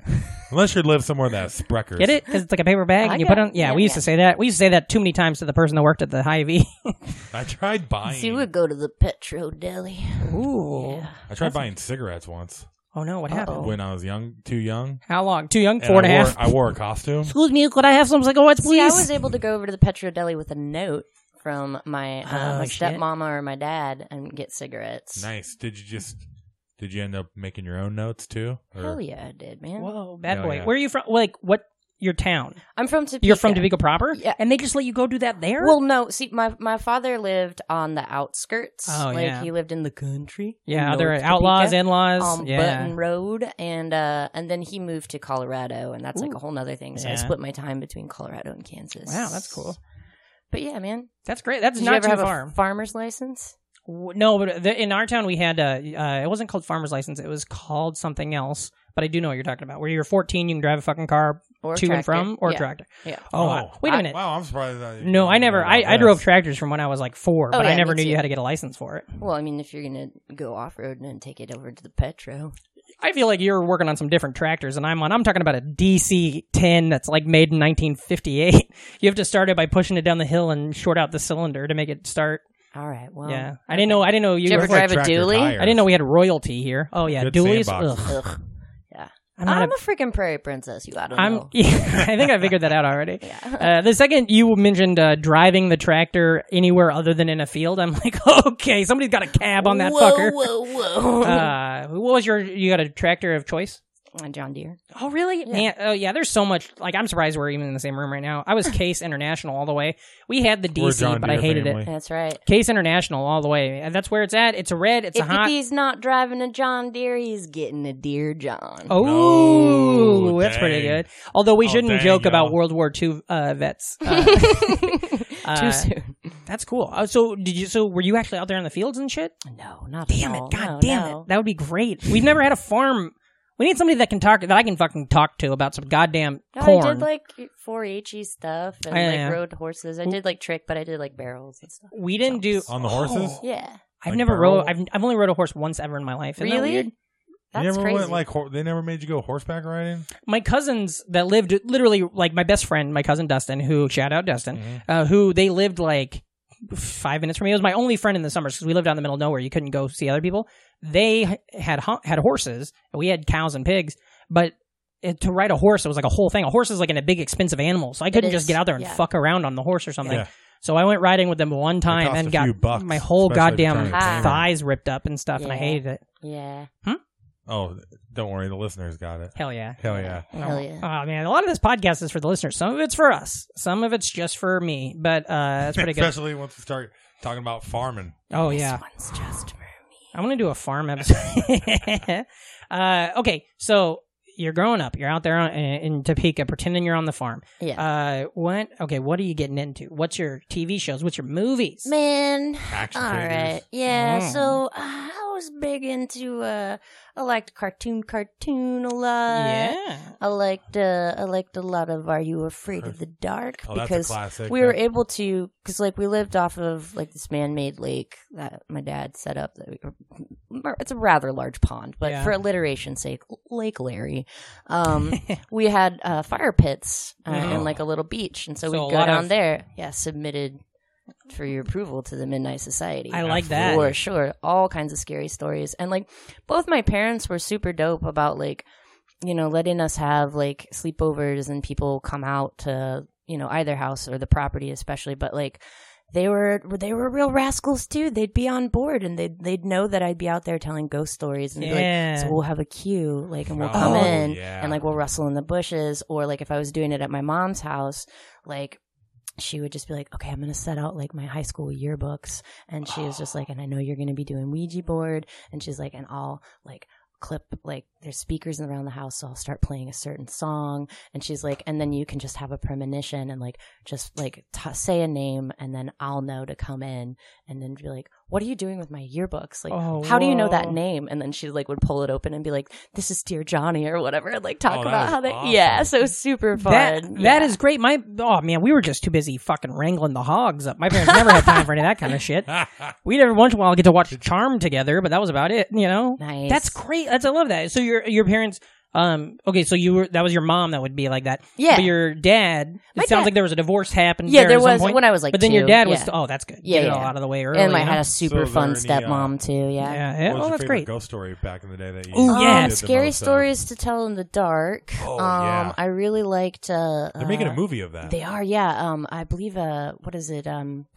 Speaker 4: Unless you live somewhere that's Spreckers.
Speaker 1: Get it? Because it's like a paper bag
Speaker 6: I
Speaker 1: and you put on.
Speaker 6: got-
Speaker 1: Yeah,
Speaker 6: yeah,
Speaker 1: we used
Speaker 6: yeah.
Speaker 1: to say that. We used to say that too many times to the person that worked at the high V.
Speaker 4: I tried buying.
Speaker 6: So you would go to the Petro Deli.
Speaker 1: Ooh.
Speaker 4: I tried buying cigarettes once
Speaker 1: Oh no, what happened?
Speaker 6: Uh-oh.
Speaker 4: when I was young, too young.
Speaker 1: How long? Too young?
Speaker 4: And
Speaker 1: Four and a
Speaker 4: I
Speaker 1: half.
Speaker 4: wore, I wore a costume.
Speaker 1: Excuse me, could I have some cigarettes,
Speaker 6: See, I
Speaker 1: please?
Speaker 6: was able to go over to the Petro Deli with a note from my, uh,
Speaker 1: Oh,
Speaker 6: my
Speaker 1: shit.
Speaker 6: stepmama or my dad and get cigarettes.
Speaker 4: Nice. Did you just? Did you end up making your own notes too? Or-
Speaker 6: Hell yeah, I did, man.
Speaker 1: Whoa, bad
Speaker 4: Yeah,
Speaker 1: boy.
Speaker 4: Oh, yeah.
Speaker 1: Where are you from? Like, what? Your town?
Speaker 6: I'm from Topeka.
Speaker 1: You're from Tobago proper?
Speaker 6: Yeah.
Speaker 1: And they just let you go do that there?
Speaker 6: Well, no. See, my my father lived on the outskirts.
Speaker 1: Oh,
Speaker 6: like
Speaker 1: yeah.
Speaker 6: he lived in the country.
Speaker 1: yeah,
Speaker 6: North
Speaker 1: they're
Speaker 6: Topeka, Um,
Speaker 1: outlaws, in-laws.
Speaker 6: on
Speaker 1: yeah.
Speaker 6: Button Road, and uh, and then he moved to Colorado, and that's like
Speaker 1: Ooh.
Speaker 6: a whole nother thing. So I
Speaker 1: Yeah.
Speaker 6: split my time between Colorado and Kansas.
Speaker 1: Wow, that's cool.
Speaker 6: But yeah, man,
Speaker 1: That's great. That's
Speaker 6: did you
Speaker 1: not
Speaker 6: ever
Speaker 1: too
Speaker 6: have
Speaker 1: far.
Speaker 6: a farmer's license?
Speaker 1: W- no, but the, in our town we had uh, uh, it wasn't called farmer's license. It was called something else. But I do know what you're talking about. Where you're 14, you can drive a fucking car
Speaker 6: Or a
Speaker 1: to
Speaker 6: tractor.
Speaker 1: and from or
Speaker 6: Yeah.
Speaker 1: a tractor.
Speaker 6: Yeah.
Speaker 1: Oh, wow. wait a minute.
Speaker 4: wow, I'm surprised. I,
Speaker 1: no, I never. I, I drove tractors from when I was like four,
Speaker 6: Oh,
Speaker 1: but I
Speaker 6: yeah,
Speaker 1: never
Speaker 6: me
Speaker 1: knew you
Speaker 6: too.
Speaker 1: had to get a license for it.
Speaker 6: Well, I mean, if you're gonna go off road and then take it over to the Petro,
Speaker 1: I feel like you're working on some different tractors, and I'm on. I'm talking about a DC 10 that's like made in 1958. You have to start it by pushing it down the hill and short out the cylinder to make it start.
Speaker 6: all right. Well,
Speaker 1: yeah, I didn't know. I didn't know you.
Speaker 6: Did you ever
Speaker 1: were-
Speaker 6: drive a dually?
Speaker 1: I didn't know we had royalty here. Oh yeah,
Speaker 4: Good
Speaker 1: dualies.
Speaker 4: sandbox.
Speaker 1: Ugh.
Speaker 6: Ugh.
Speaker 1: I'm
Speaker 6: I'm,
Speaker 1: not.
Speaker 6: a, freaking prairie princess. You, I don't
Speaker 1: a, I'm. e
Speaker 6: know.
Speaker 1: Yeah, I think I figured that out already.
Speaker 6: Yeah.
Speaker 1: Uh, the second you mentioned uh, driving the tractor anywhere other than in a field, I'm like, okay, somebody's got a cab on that
Speaker 6: whoa,
Speaker 1: fucker.
Speaker 6: Whoa, whoa,
Speaker 1: Uh, what was your? You got a tractor of choice?
Speaker 6: John Deere.
Speaker 1: Oh really? Yeah. Man, oh yeah. There's so much. Like I'm surprised we're even in the same room right now. I was Case International all the way. We had the
Speaker 4: We're a
Speaker 1: DC,
Speaker 4: John
Speaker 1: but I
Speaker 4: Deere
Speaker 1: hated
Speaker 4: family.
Speaker 1: it.
Speaker 6: That's right.
Speaker 1: Case International all the way. And that's where it's at. It's a red. It's
Speaker 6: If
Speaker 1: a hot.
Speaker 6: he's not driving a John Deere, he's getting a Deer John.
Speaker 1: Oh,
Speaker 4: No,
Speaker 1: that's pretty
Speaker 4: dang.
Speaker 1: good. Although we
Speaker 4: Oh,
Speaker 1: shouldn't
Speaker 4: dang,
Speaker 1: joke about
Speaker 4: y'all.
Speaker 1: World War II uh, vets. Uh, uh,
Speaker 6: Too soon.
Speaker 1: That's cool. Uh, so did you? So were you actually out there in the fields and shit?
Speaker 6: No, not
Speaker 1: Damn
Speaker 6: at
Speaker 1: it!
Speaker 6: all.
Speaker 1: God
Speaker 6: No,
Speaker 1: damn
Speaker 6: no.
Speaker 1: it! That would be great. We've never had a farm. We need somebody that can talk that I can fucking talk to about some goddamn
Speaker 6: No,
Speaker 1: corn.
Speaker 6: I did like 4-H stuff and
Speaker 1: Yeah,
Speaker 6: like
Speaker 1: yeah.
Speaker 6: rode horses. I did like trick, but I did like barrels and stuff.
Speaker 1: we didn't do
Speaker 4: on the
Speaker 1: Oh.
Speaker 4: horses.
Speaker 6: Yeah,
Speaker 1: I've
Speaker 4: Um, Like
Speaker 1: never
Speaker 4: burrow?
Speaker 1: rode. I've I've only rode a horse once ever in my life. Isn't that
Speaker 6: really?
Speaker 1: weird?
Speaker 6: That's
Speaker 4: you never
Speaker 6: crazy.
Speaker 4: went like hor- they never made you go horseback riding.
Speaker 1: My cousins that lived literally like my best friend, my cousin Dustin, who shout out Dustin,
Speaker 6: Mm-hmm.
Speaker 4: Mm.
Speaker 1: uh, who they lived like five minutes from me. It was my only friend in the summers because we lived out in the middle of nowhere. You couldn't go see other people. They had ho- had horses. and We had cows and pigs, but it- to ride a horse, it was like a whole thing. A horse is like in a big expensive animal, so I couldn't
Speaker 6: is,
Speaker 1: just get out there and
Speaker 6: yeah.
Speaker 1: fuck around on the horse or something.
Speaker 4: Yeah.
Speaker 1: So I went riding with them one time
Speaker 4: cost a
Speaker 1: and got
Speaker 4: few bucks,
Speaker 1: my whole
Speaker 4: especially if you're
Speaker 1: goddamn
Speaker 6: trying to tame 'em.
Speaker 1: thighs ripped up and stuff, and I
Speaker 6: Yeah.
Speaker 1: hated it.
Speaker 6: Yeah.
Speaker 4: Oh, don't worry, the listeners got it.
Speaker 1: Hell yeah.
Speaker 4: Hell yeah.
Speaker 6: Hell yeah.
Speaker 1: Oh man, a lot of this podcast is for the listeners. Some of it's for us. Some of it's just for me. But uh that's pretty good.
Speaker 4: Especially once we start talking about farming.
Speaker 1: Oh yeah. Uh,
Speaker 6: This one's just for me.
Speaker 1: I want to do a farm episode. uh okay, so you're growing up. You're out there on, in, in Topeka pretending you're on the farm.
Speaker 6: Yeah.
Speaker 1: Uh what okay, what are you getting into? What's your TV shows? What's your movies?
Speaker 6: Man.
Speaker 4: Action
Speaker 6: All right.
Speaker 4: figures.
Speaker 6: Yeah.
Speaker 1: Mm.
Speaker 6: So uh, I was big into, uh, I liked cartoon, cartoon a lot.
Speaker 1: yeah.
Speaker 6: I liked, uh, I liked a lot of Are You Afraid of the Dark?
Speaker 4: Oh, that's a
Speaker 6: because
Speaker 4: classic.
Speaker 6: we were able to, because like we lived off of like this man made lake that my dad set up. That we, it's a rather large pond, but
Speaker 1: Yeah.
Speaker 6: for alliteration's sake, Lake Larry. Um, we had uh, fire pits uh,
Speaker 4: Oh.
Speaker 6: and like a little beach, and so,
Speaker 1: So a
Speaker 6: we'd go
Speaker 1: lot
Speaker 6: down
Speaker 1: of-
Speaker 6: there. Yeah, submitted for your approval to the Midnight Society.
Speaker 1: I like that.
Speaker 6: for sure, all kinds of scary stories, and like both my parents were super dope about like you know letting us have like sleepovers and people come out to you know either house or the property especially, but like. They were they were real rascals too. They'd be on board and they'd they'd know that I'd be out there telling ghost stories and they'd be
Speaker 1: Yeah.
Speaker 6: like, so we'll have a queue like and we'll
Speaker 4: Oh,
Speaker 6: come in
Speaker 4: yeah.
Speaker 6: and like we'll rustle in the bushes or like if I was doing it at my mom's house, like she would just be like, "Okay, I'm gonna set out like my high school yearbooks," and she was just like, "And I know you're gonna be doing Ouija board," and she's like, "And I'll like." clip like there's speakers around the house so i'll start playing a certain song and she's like and then you can just have a premonition and like just like t- say a name and then i'll know to come in and then be like what are you doing with my yearbooks like
Speaker 1: Oh,
Speaker 6: how do you know that
Speaker 1: whoa.
Speaker 6: name and then she like would pull it open and be like this is dear johnny or whatever and like talk
Speaker 4: Oh, that
Speaker 6: about
Speaker 4: is
Speaker 6: how they
Speaker 4: awesome.
Speaker 6: yeah so it's super fun
Speaker 1: That, that
Speaker 6: Yeah.
Speaker 1: is great. My oh man, we were just too busy fucking wrangling the hogs up. My parents never had time for any of that kind of shit. We'd every once in a while get to watch Charm together, but that was about it. You know,
Speaker 6: Nice.
Speaker 1: That's great. That's I love that. So your your parents. Um. Okay. So you were that was your mom that would be like that.
Speaker 6: Yeah.
Speaker 1: But your dad. It
Speaker 6: My
Speaker 1: sounds
Speaker 6: dad-
Speaker 1: like there was a divorce happened.
Speaker 6: Yeah,
Speaker 1: there,
Speaker 6: there
Speaker 1: at some
Speaker 6: was-
Speaker 1: point.
Speaker 6: when I was, like,
Speaker 1: But then your
Speaker 6: two.
Speaker 1: dad was.
Speaker 6: Yeah.
Speaker 1: Oh, that's good.
Speaker 6: Yeah,
Speaker 1: Get it
Speaker 6: yeah.
Speaker 1: all out of the way early.
Speaker 6: and like
Speaker 1: you know?
Speaker 6: had a super
Speaker 4: So
Speaker 6: fun
Speaker 4: there any, uh,
Speaker 6: stepmom too yeah,
Speaker 1: yeah.
Speaker 4: What
Speaker 1: yeah.
Speaker 4: was
Speaker 1: Oh,
Speaker 4: your
Speaker 1: that's
Speaker 4: favorite
Speaker 1: great.
Speaker 4: ghost story back in the day that you
Speaker 1: Ooh, yeah.
Speaker 4: did
Speaker 6: Um,
Speaker 4: the
Speaker 6: scary
Speaker 4: most of?
Speaker 6: stories to tell in the dark.
Speaker 4: Oh,
Speaker 6: um,
Speaker 4: yeah.
Speaker 6: I really liked. Uh,
Speaker 4: They're making
Speaker 6: uh,
Speaker 4: a movie of that.
Speaker 6: They are, yeah. Um, I believe. Uh, what is it? Um,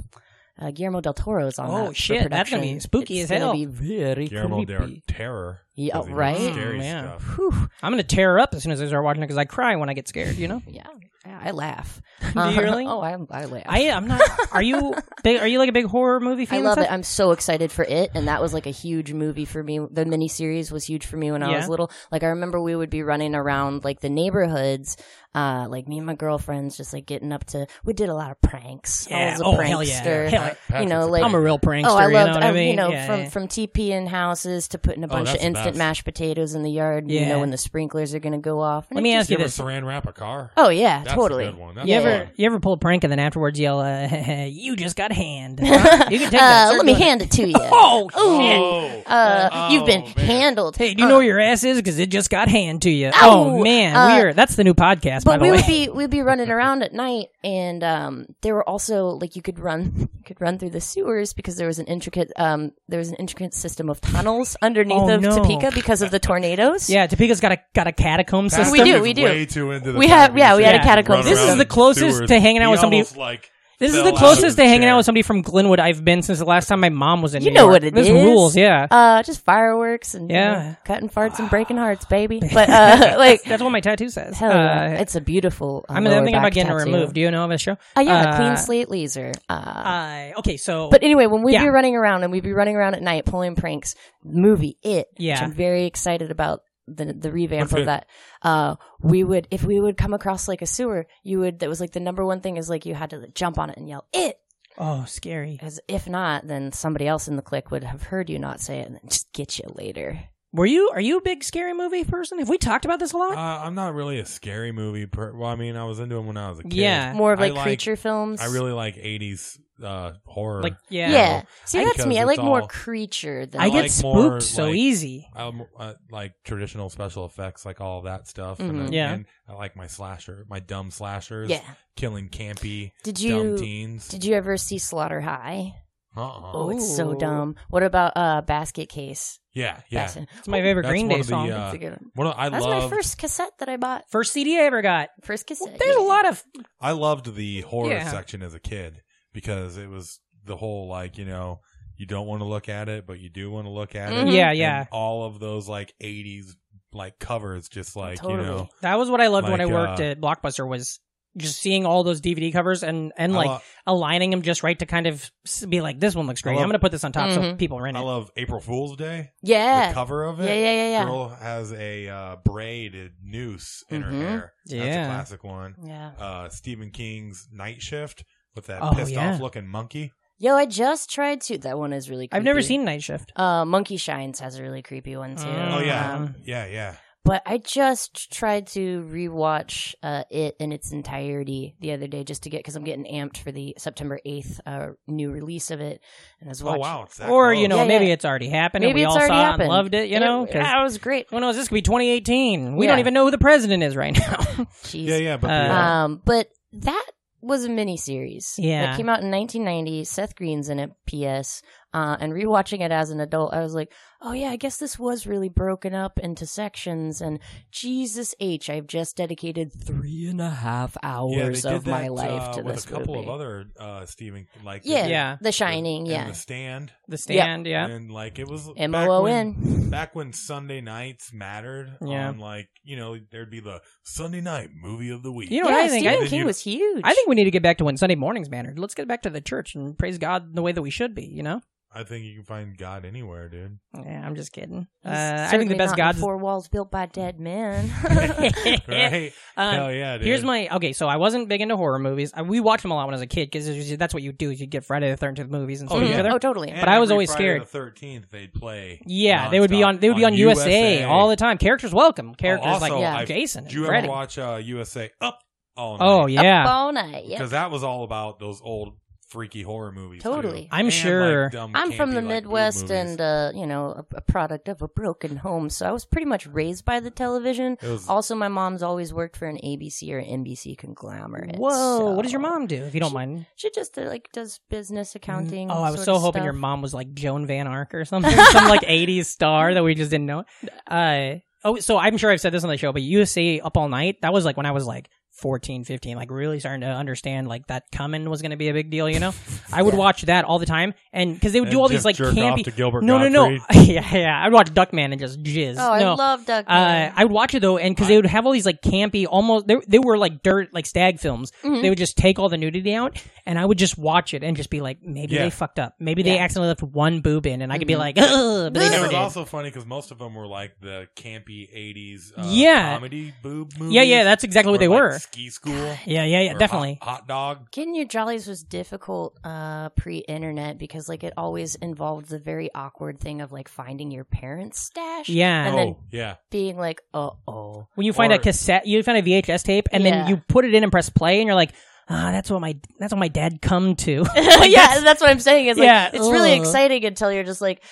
Speaker 6: uh, Guillermo del Toro's on.
Speaker 1: Oh,
Speaker 6: that for
Speaker 1: shit, that's gonna be
Speaker 6: production.
Speaker 1: spooky
Speaker 6: It's
Speaker 1: as
Speaker 6: gonna
Speaker 1: hell.
Speaker 6: Be very
Speaker 4: Guillermo del
Speaker 6: creepy.
Speaker 4: Terror.
Speaker 6: Yeah,
Speaker 4: was the
Speaker 6: right?
Speaker 4: Scary
Speaker 1: Mm, yeah.
Speaker 4: stuff.
Speaker 6: Whew.
Speaker 1: I'm gonna tear up as soon as I start watching it because I cry when I get scared. You know.
Speaker 6: Yeah, yeah, I laugh.
Speaker 1: Do you really?
Speaker 6: Oh, I, I laugh.
Speaker 1: I I'm not. Are you? Big, are you like a big horror movie fan?
Speaker 6: I
Speaker 1: and
Speaker 6: love
Speaker 1: stuff?
Speaker 6: it. I'm so excited for it, and that was like a huge movie for me. The miniseries was huge for me when I
Speaker 1: Yeah.
Speaker 6: was little. Like I remember we would be running around like the neighborhoods, uh, like me and my girlfriends, just like getting up to. We did a lot of pranks. I
Speaker 1: Yeah.
Speaker 6: was a
Speaker 1: Oh,
Speaker 6: prankster.
Speaker 1: hell yeah. Hell yeah.
Speaker 6: You know,
Speaker 4: Patrick's a
Speaker 6: like
Speaker 1: I'm a real prankster.
Speaker 6: Oh, I
Speaker 1: you know
Speaker 6: loved,
Speaker 1: what I
Speaker 6: um,
Speaker 1: mean?
Speaker 6: you know,
Speaker 1: Yeah,
Speaker 6: from
Speaker 1: yeah.
Speaker 6: from TPing houses to putting a bunch of
Speaker 4: Oh, that's the
Speaker 6: instant
Speaker 4: best.
Speaker 6: mashed potatoes in the yard. and You
Speaker 1: Yeah.
Speaker 6: know when the sprinklers are going to go off. And
Speaker 1: Let
Speaker 6: it
Speaker 1: me
Speaker 6: just-
Speaker 1: ask you
Speaker 4: You ever
Speaker 1: this.
Speaker 4: saran wrap a car?
Speaker 6: Oh yeah,
Speaker 4: That's a
Speaker 6: totally.
Speaker 4: good one. That's
Speaker 1: You
Speaker 6: Yeah.
Speaker 1: ever
Speaker 4: fun.
Speaker 1: you ever pull a prank and then afterwards yell, uh, "You just got hand." Huh? You can take that.
Speaker 6: Uh,
Speaker 1: Start
Speaker 6: let me
Speaker 1: doing it.
Speaker 6: hand it to you.
Speaker 1: Oh, shit.
Speaker 4: Oh,
Speaker 6: Uh, you've been
Speaker 4: man.
Speaker 6: handled.
Speaker 1: Hey, do you know where your ass is? Because it just got hand to you.
Speaker 6: Uh. Ow,
Speaker 1: oh man,
Speaker 6: uh,
Speaker 1: we're that's the new podcast. by
Speaker 6: But
Speaker 1: the
Speaker 6: we
Speaker 1: way.
Speaker 6: would be we'd be running around at night, and um, there were also like you could run you could run through the sewers because there was an intricate um, there was an intricate system of tunnels underneath
Speaker 1: Oh,
Speaker 6: of
Speaker 1: no.
Speaker 6: Topeka because of the tornadoes.
Speaker 1: yeah, Topeka's got a got a catacomb
Speaker 4: Patrick
Speaker 1: system.
Speaker 6: we do,
Speaker 4: is
Speaker 6: we do.
Speaker 4: Way too into the
Speaker 6: We have-
Speaker 4: fact
Speaker 6: yeah,
Speaker 4: that
Speaker 6: we
Speaker 4: he's
Speaker 1: had a
Speaker 4: just
Speaker 6: catacomb
Speaker 4: run
Speaker 1: system. This is
Speaker 4: around
Speaker 1: the closest
Speaker 4: sewers.
Speaker 1: to hanging out
Speaker 4: He
Speaker 1: with somebody-
Speaker 4: almost, like,
Speaker 1: This is
Speaker 4: fell
Speaker 1: the
Speaker 4: out of his
Speaker 1: closest to hanging
Speaker 4: chair.
Speaker 1: out with somebody from Glenwood I've been since the last time my mom was in.
Speaker 6: You
Speaker 1: New
Speaker 6: know
Speaker 1: York.
Speaker 6: what it
Speaker 1: This
Speaker 6: is.
Speaker 1: rules, yeah.
Speaker 6: Uh, just fireworks and
Speaker 1: Yeah.
Speaker 6: yeah, cutting farts and breaking hearts, baby. But uh, like,
Speaker 1: that's what my tattoo says.
Speaker 6: hell yeah.
Speaker 1: Uh,
Speaker 6: it's a beautiful. Uh,
Speaker 1: I'm,
Speaker 6: lower
Speaker 1: I'm thinking about
Speaker 6: back
Speaker 1: getting it
Speaker 6: tattoo.
Speaker 1: removed. Do you know of a show?
Speaker 6: Oh yeah, a
Speaker 1: Uh,
Speaker 6: clean slate laser. Uh,
Speaker 1: Uh, okay, so
Speaker 6: but anyway, when we'd
Speaker 1: yeah.
Speaker 6: be running around and we'd be running around at night pulling pranks, movie it,
Speaker 1: Yeah.
Speaker 6: which I'm very excited about the the revamp
Speaker 4: Okay.
Speaker 6: of that. Uh, we would if we would come across like a sewer, you would that was like the number one thing is like you had to like, jump on it and yell it
Speaker 1: oh, scary.
Speaker 6: because if not, then somebody else in the clique would have heard you not say it and then just get you later.
Speaker 1: Were you are you a big scary movie person? Have we talked about this a lot?
Speaker 4: Uh, I'm not really a scary movie. Per- well, I mean, I was into them when I was a kid.
Speaker 1: yeah,
Speaker 6: More of
Speaker 4: I
Speaker 6: like,
Speaker 4: like-
Speaker 6: creature films.
Speaker 4: I really like 80s uh, horror.
Speaker 1: like yeah.
Speaker 6: yeah. See, that's
Speaker 4: Because
Speaker 6: me. I
Speaker 4: it's
Speaker 6: like more
Speaker 4: all-
Speaker 6: creature than
Speaker 1: I get
Speaker 4: like
Speaker 1: spooked
Speaker 4: more,
Speaker 1: so
Speaker 4: like-
Speaker 1: easy.
Speaker 4: I m- uh, like traditional special effects, like all that stuff.
Speaker 6: Mhm.
Speaker 4: And, I,
Speaker 1: Mm-hmm. Yeah.
Speaker 4: and I like my slasher, my dumb slashers.
Speaker 6: Yeah.
Speaker 4: Killing campy,
Speaker 6: Did
Speaker 4: dumb
Speaker 6: you
Speaker 4: teens.
Speaker 6: did you ever see Slaughter High?
Speaker 4: Uh-uh.
Speaker 6: Oh, it's so
Speaker 1: Ooh.
Speaker 6: dumb. What about uh, Basket Case?
Speaker 4: Yeah, yeah.
Speaker 6: Basket-
Speaker 1: It's my favorite
Speaker 4: That's
Speaker 1: Green
Speaker 4: one
Speaker 1: Day
Speaker 4: of the,
Speaker 1: song.
Speaker 4: uh,
Speaker 6: oh, That's a good one.
Speaker 4: One of, I
Speaker 6: That's my
Speaker 4: loved,
Speaker 6: first cassette that I bought.
Speaker 1: First CD I ever got.
Speaker 6: First cassette.
Speaker 1: There's a
Speaker 6: yeah.
Speaker 1: lot of
Speaker 4: I loved the horror
Speaker 1: Yeah.
Speaker 4: section as a kid because it was the whole like you know you don't want to look at it but you do want to look at
Speaker 6: Mhm.
Speaker 4: it.
Speaker 1: yeah, Mm, yeah.
Speaker 4: And all of those like '80s like covers, just like
Speaker 6: Totally.
Speaker 4: you know,
Speaker 1: That was what I loved when I
Speaker 4: Like,
Speaker 1: worked
Speaker 4: uh,
Speaker 1: at Blockbuster was just seeing all those DVD covers and and
Speaker 4: I
Speaker 1: like
Speaker 4: lo-
Speaker 1: aligning them just right to kind of s- be like this one looks great.
Speaker 4: love-
Speaker 1: I'm gonna put this on top so
Speaker 6: Mhm.
Speaker 1: people rent
Speaker 4: I
Speaker 1: it.
Speaker 4: love April Fool's Day. The
Speaker 6: Yeah.
Speaker 4: cover of it.
Speaker 6: Yeah, yeah, yeah, yeah.
Speaker 4: Girl has a uh, braided noose in her
Speaker 6: Mhm.
Speaker 4: hair. That's
Speaker 1: Mm-hmm. Yeah.
Speaker 4: a classic one.
Speaker 6: Yeah.
Speaker 4: Uh, Stephen King's Night Shift with that
Speaker 1: Oh,
Speaker 4: pissed
Speaker 1: yeah.
Speaker 4: off looking monkey.
Speaker 6: Yo, I just tried to. That one is really. creepy.
Speaker 1: I've never seen Night Shift.
Speaker 6: Uh, Monkey Shines has a really creepy one too.
Speaker 1: Mm.
Speaker 4: Oh yeah,
Speaker 6: Um,
Speaker 4: yeah, yeah.
Speaker 6: but I just tried to rewatch uh, it in its entirety the other day just to get because I'm getting amped for the September 8th uh, new release of it. And I was
Speaker 4: Oh
Speaker 6: watching.
Speaker 4: wow, it's that
Speaker 1: Or
Speaker 4: close.
Speaker 1: you know
Speaker 6: Yeah,
Speaker 1: maybe
Speaker 6: yeah.
Speaker 1: it's already happened and
Speaker 6: Maybe
Speaker 1: we
Speaker 6: it's
Speaker 1: all
Speaker 6: already
Speaker 1: saw it
Speaker 6: happened.
Speaker 1: and loved it. You know,
Speaker 6: it,
Speaker 1: 'Cause
Speaker 6: that was great.
Speaker 1: who knows? This could be 2018. We
Speaker 6: Yeah.
Speaker 1: don't even know who the president is right now.
Speaker 6: Jeez.
Speaker 4: yeah, yeah. But the,
Speaker 1: Uh,
Speaker 4: uh,
Speaker 6: Um, but that was a miniseries.
Speaker 1: Yeah.
Speaker 6: It came out in 1990. Seth Green's in it, P.S. Uh, and rewatching it as an adult, I was like, oh, yeah, I guess this was really broken up into sections. And Jesus H, I've just dedicated three and a half
Speaker 4: yeah,
Speaker 6: hours
Speaker 4: they did
Speaker 6: of my
Speaker 4: that,
Speaker 6: life
Speaker 4: uh,
Speaker 6: to
Speaker 4: with
Speaker 6: this
Speaker 4: a couple
Speaker 6: movie.
Speaker 4: of other uh, Stephen like
Speaker 6: yeah,
Speaker 4: the,
Speaker 1: Yeah.
Speaker 6: The Shining,
Speaker 4: and
Speaker 6: yeah.
Speaker 4: the Stand
Speaker 1: the Stand. Yeah.
Speaker 4: and like it was back when-
Speaker 6: M.O.O.N..
Speaker 4: back when Sunday nights mattered.
Speaker 1: Yeah.
Speaker 4: on, like you know there'd be the Sunday night movie of the week.
Speaker 1: You know what
Speaker 6: yeah,
Speaker 1: I think?
Speaker 6: Stephen
Speaker 1: I,
Speaker 4: Then
Speaker 6: King
Speaker 4: you-
Speaker 6: was huge.
Speaker 1: I think we need to get back to when Sunday mornings mattered. Let's get back to the church and praise God the way that we should be. You know.
Speaker 4: I think you can find God anywhere, dude.
Speaker 1: Yeah, I'm just kidding. Uh,
Speaker 6: He's
Speaker 1: I think the
Speaker 6: certainly
Speaker 1: best
Speaker 6: not in
Speaker 1: God's
Speaker 6: four walls built by dead men.
Speaker 4: Right?
Speaker 1: Um,
Speaker 4: Hell yeah, dude.
Speaker 1: Here's my okay. So I wasn't big into horror movies. I, we watched them a lot when I was a kid because that's what you do. Is you get Friday the Thirteenth movies and
Speaker 4: Oh,
Speaker 1: stuff
Speaker 4: yeah.
Speaker 1: together.
Speaker 6: oh, totally.
Speaker 4: And
Speaker 1: but I was
Speaker 4: every
Speaker 1: always
Speaker 4: Friday
Speaker 1: scared.
Speaker 4: The Thirteenth, they'd play.
Speaker 1: Yeah, they would be on. They would be on USA, all the time. Characters welcome. Characters
Speaker 4: also,
Speaker 1: like
Speaker 6: Yeah.
Speaker 4: Oh, I've-
Speaker 1: Jason.
Speaker 4: Did you
Speaker 1: and
Speaker 4: ever
Speaker 1: Freddy.
Speaker 4: watch uh, USA Up All Night?
Speaker 1: Oh yeah,
Speaker 6: Up all night. Yeah.
Speaker 4: because that was all about those old freaky horror movies. too.
Speaker 6: Totally.
Speaker 1: I'm
Speaker 4: And,
Speaker 1: sure-
Speaker 4: like, dumb,
Speaker 6: I'm from
Speaker 4: campy,
Speaker 6: the
Speaker 4: like, boob
Speaker 6: Midwest
Speaker 4: movies.
Speaker 6: and, uh, you know, a, a product of a broken home. So I was pretty much raised by the television.
Speaker 4: It was-
Speaker 6: Also, my mom's always worked for an ABC or NBC conglomerate.
Speaker 1: Whoa,
Speaker 6: so-
Speaker 1: what does your mom do? If you don't mind.
Speaker 6: She just uh, like does business accounting.
Speaker 1: Oh, I was
Speaker 6: sort
Speaker 1: so
Speaker 6: of
Speaker 1: hoping your
Speaker 6: stuff.
Speaker 1: mom was like Joan Van Ark or something, some like '80s star that we just didn't know. Uh, oh, so I'm sure I've said this on the show, but USA Up All Night. That was like when I was like 14, 15, like really starting to understand like that coming was going to be a big deal. You know, I would watch that all the time, and because they would do
Speaker 4: And
Speaker 1: all
Speaker 4: just
Speaker 1: these like
Speaker 4: jerk off
Speaker 1: campy.
Speaker 4: to Gilbert
Speaker 1: no, no, no. yeah, yeah. I'd watch Duckman and just jizz.
Speaker 6: Oh, I
Speaker 1: no.
Speaker 6: love Doug.
Speaker 1: Uh,
Speaker 6: Mann.
Speaker 1: I would watch it though, and because they would have all these like campy, almost they, they were like dirt, like stag films. They would just take all the nudity out, and I would just watch it and just be like, maybe
Speaker 4: Yeah.
Speaker 1: they fucked up, maybe they
Speaker 6: Yeah.
Speaker 1: accidentally left one boob in, and I could be like, Ugh, but they
Speaker 4: It
Speaker 1: never
Speaker 4: was
Speaker 1: did.
Speaker 4: also funny because most of them were like the campy '80s, uh,
Speaker 1: Yeah.
Speaker 4: comedy boob movies.
Speaker 1: yeah, yeah, that's exactly what
Speaker 4: or,
Speaker 1: they
Speaker 4: like,
Speaker 1: were.
Speaker 4: Ski School,
Speaker 1: Yeah, yeah, yeah,
Speaker 4: or
Speaker 1: definitely.
Speaker 4: Hot, hot dog.
Speaker 6: Getting your jollies was difficult uh, pre-internet because like it always involved the very awkward thing of like finding your parents' stash.
Speaker 1: Yeah.
Speaker 6: and
Speaker 4: oh
Speaker 6: then
Speaker 4: yeah,
Speaker 6: being like, uh oh.
Speaker 1: When you find
Speaker 4: or-
Speaker 1: a cassette, you find a VHS tape, and
Speaker 6: Yeah.
Speaker 1: then you put it in and press play, and you're like, ah, that's what my that's what my dad come to.
Speaker 6: yeah, that's, what I'm saying. Is like
Speaker 1: Yeah,
Speaker 6: it's really
Speaker 1: ugh. Oh,
Speaker 6: exciting until you're just like,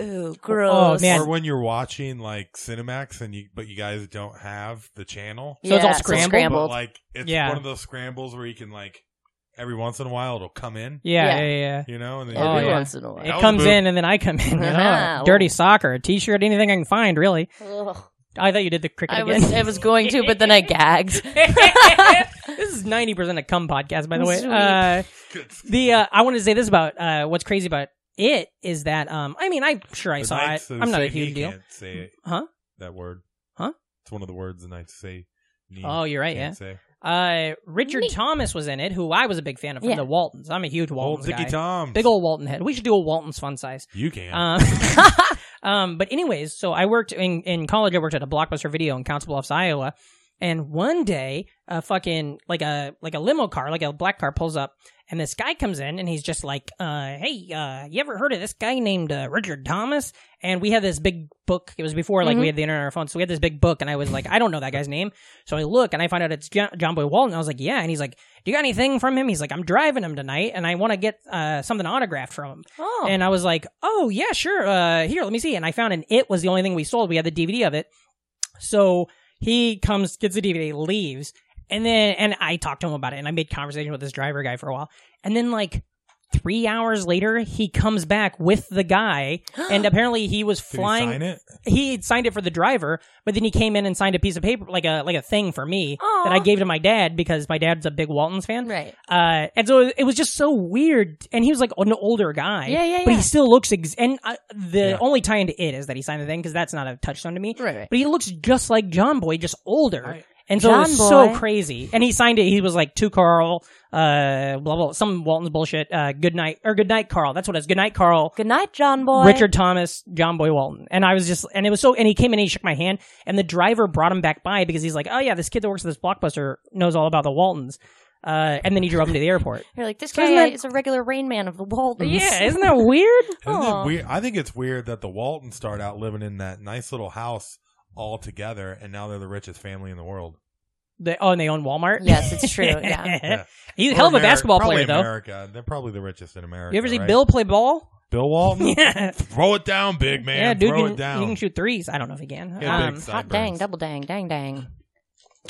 Speaker 6: ooh, gross.
Speaker 1: man.
Speaker 4: or when you're watching like Cinemax and you, but you guys don't have the channel.
Speaker 1: So it's all scrambled?
Speaker 4: But, like it's
Speaker 1: Yeah.
Speaker 4: one of those scrambles where you can like every once in a while it'll come in,
Speaker 1: yeah,
Speaker 6: Yeah.
Speaker 1: yeah, yeah.
Speaker 4: you know, and then
Speaker 1: Oh,
Speaker 4: you'll be
Speaker 6: Every
Speaker 1: yeah.
Speaker 4: like,
Speaker 6: once in a
Speaker 1: It
Speaker 4: That
Speaker 6: while.
Speaker 4: was
Speaker 1: comes
Speaker 4: boob.
Speaker 1: in, and then I come in. You know,
Speaker 6: Well-
Speaker 1: dirty soccer, a t-shirt, anything I can find, really.
Speaker 6: Ugh.
Speaker 1: I thought you did the cricket
Speaker 6: I
Speaker 1: again.
Speaker 6: was I was going to, but then I gagged.
Speaker 1: this is ninety percent a cum podcast, by the way.
Speaker 6: Sweet.
Speaker 1: Uh, the uh, I want to say this about uh, what's crazy about it is that um, I mean, I'm sure I
Speaker 4: The
Speaker 1: saw
Speaker 4: Knights
Speaker 1: it.
Speaker 4: of
Speaker 1: I'm not a
Speaker 4: Say he
Speaker 1: huge deal. Mm,
Speaker 4: Can't say it,
Speaker 1: Huh?
Speaker 4: That word.
Speaker 1: Huh?
Speaker 4: It's one of the words the Knights say. he
Speaker 1: Oh, you're right. Yeah.
Speaker 4: can't say.
Speaker 1: Uh, Richard
Speaker 6: Neat.
Speaker 1: Thomas was in it, who I was a big fan of from
Speaker 6: Yeah.
Speaker 1: the Waltons. I'm a huge
Speaker 4: Old
Speaker 1: Waltons
Speaker 4: Dicky
Speaker 1: guy.
Speaker 4: Tom.
Speaker 1: Big old Walton head. We should do a Waltons fun size.
Speaker 4: You can.
Speaker 1: Um, um, but anyways, so I worked in, in college. I worked at a Blockbuster Video in Council Bluffs, Iowa. And one day, a fucking like a like a limo car, like a black car, pulls up, and this guy comes in, and he's just like, uh, "Hey, uh, you ever heard of this guy named uh, Richard Thomas?" And we had this big book. It was before like we had the internet on our phone, so we had this big book, and I was like, "I don't know that guy's name." So I look, and I find out it's John, John Boy Walton. I was like, "Yeah," and he's like, "Do you got anything from him?" He's like, "I'm driving him tonight, and I want to get uh, something autographed from him."
Speaker 6: oh,
Speaker 1: And I was like, oh, yeah, sure. Uh, here, let me see. And I found an It was the only thing we sold. We had the DVD of it. So he comes, gets the DVD, leaves. And then, and I talked to him about it and I made conversation with this driver guy for a while. And then, like, Three hours later, he comes back with the guy, and apparently he was
Speaker 4: Did
Speaker 1: flying.
Speaker 4: he sign it?
Speaker 1: he had signed it for the driver, but then he came in and signed a piece of paper, like a like a thing for me that I gave to my dad because my dad's a big Waltons fan,
Speaker 6: Right.
Speaker 1: Uh, and so it was just so weird. And he was like an older guy,
Speaker 6: Yeah, yeah,
Speaker 1: but
Speaker 6: yeah.
Speaker 1: he still looks. Ex- and uh, the
Speaker 4: Yeah.
Speaker 1: only tie into it is that he signed the thing because that's not a touchstone to me,
Speaker 6: Right, right.
Speaker 1: But he looks just like John Boy, just older.
Speaker 4: I-
Speaker 1: and so it was
Speaker 6: John
Speaker 1: so
Speaker 6: Boy.
Speaker 1: crazy. And he signed it. He was like to Carl, uh, blah blah, some Walton's bullshit. Uh, good night or good night, Carl. That's what it is. Good night, Carl.
Speaker 6: Good night, John Boy.
Speaker 1: Richard Thomas, John Boy Walton. And I was just, and it was so, and he came in and he shook my hand, and the driver brought him back by because he's like, oh yeah, this kid that works at this blockbuster knows all about the Waltons. Uh, and then he drove him to the airport.
Speaker 6: You're like, this
Speaker 1: So
Speaker 6: guy
Speaker 1: isn't that-
Speaker 6: is a regular Rain Man of the Waltons.
Speaker 1: yeah, isn't that weird?
Speaker 4: Isn't
Speaker 6: Aw.
Speaker 4: it weird? I think it's weird that the Waltons start out living in that nice little house all together, and now they're the richest family in the world.
Speaker 1: They, oh, and they own Walmart?
Speaker 6: Yes, it's true, yeah.
Speaker 4: Yeah.
Speaker 1: He's a
Speaker 4: Or
Speaker 1: hell of a
Speaker 4: Ameri-
Speaker 1: basketball
Speaker 4: probably
Speaker 1: player, though.
Speaker 4: America, they're probably the richest in America.
Speaker 1: You ever see
Speaker 4: right?
Speaker 1: Bill play ball?
Speaker 4: Bill Walton?
Speaker 1: yeah.
Speaker 4: Throw it down, big man.
Speaker 1: yeah, dude,
Speaker 4: Throw
Speaker 1: you
Speaker 4: it
Speaker 1: can,
Speaker 4: down.
Speaker 1: you can shoot threes. I don't know if he can.
Speaker 4: Yeah, big
Speaker 1: um,
Speaker 4: sideburns.
Speaker 6: Hot dang, double dang, dang dang.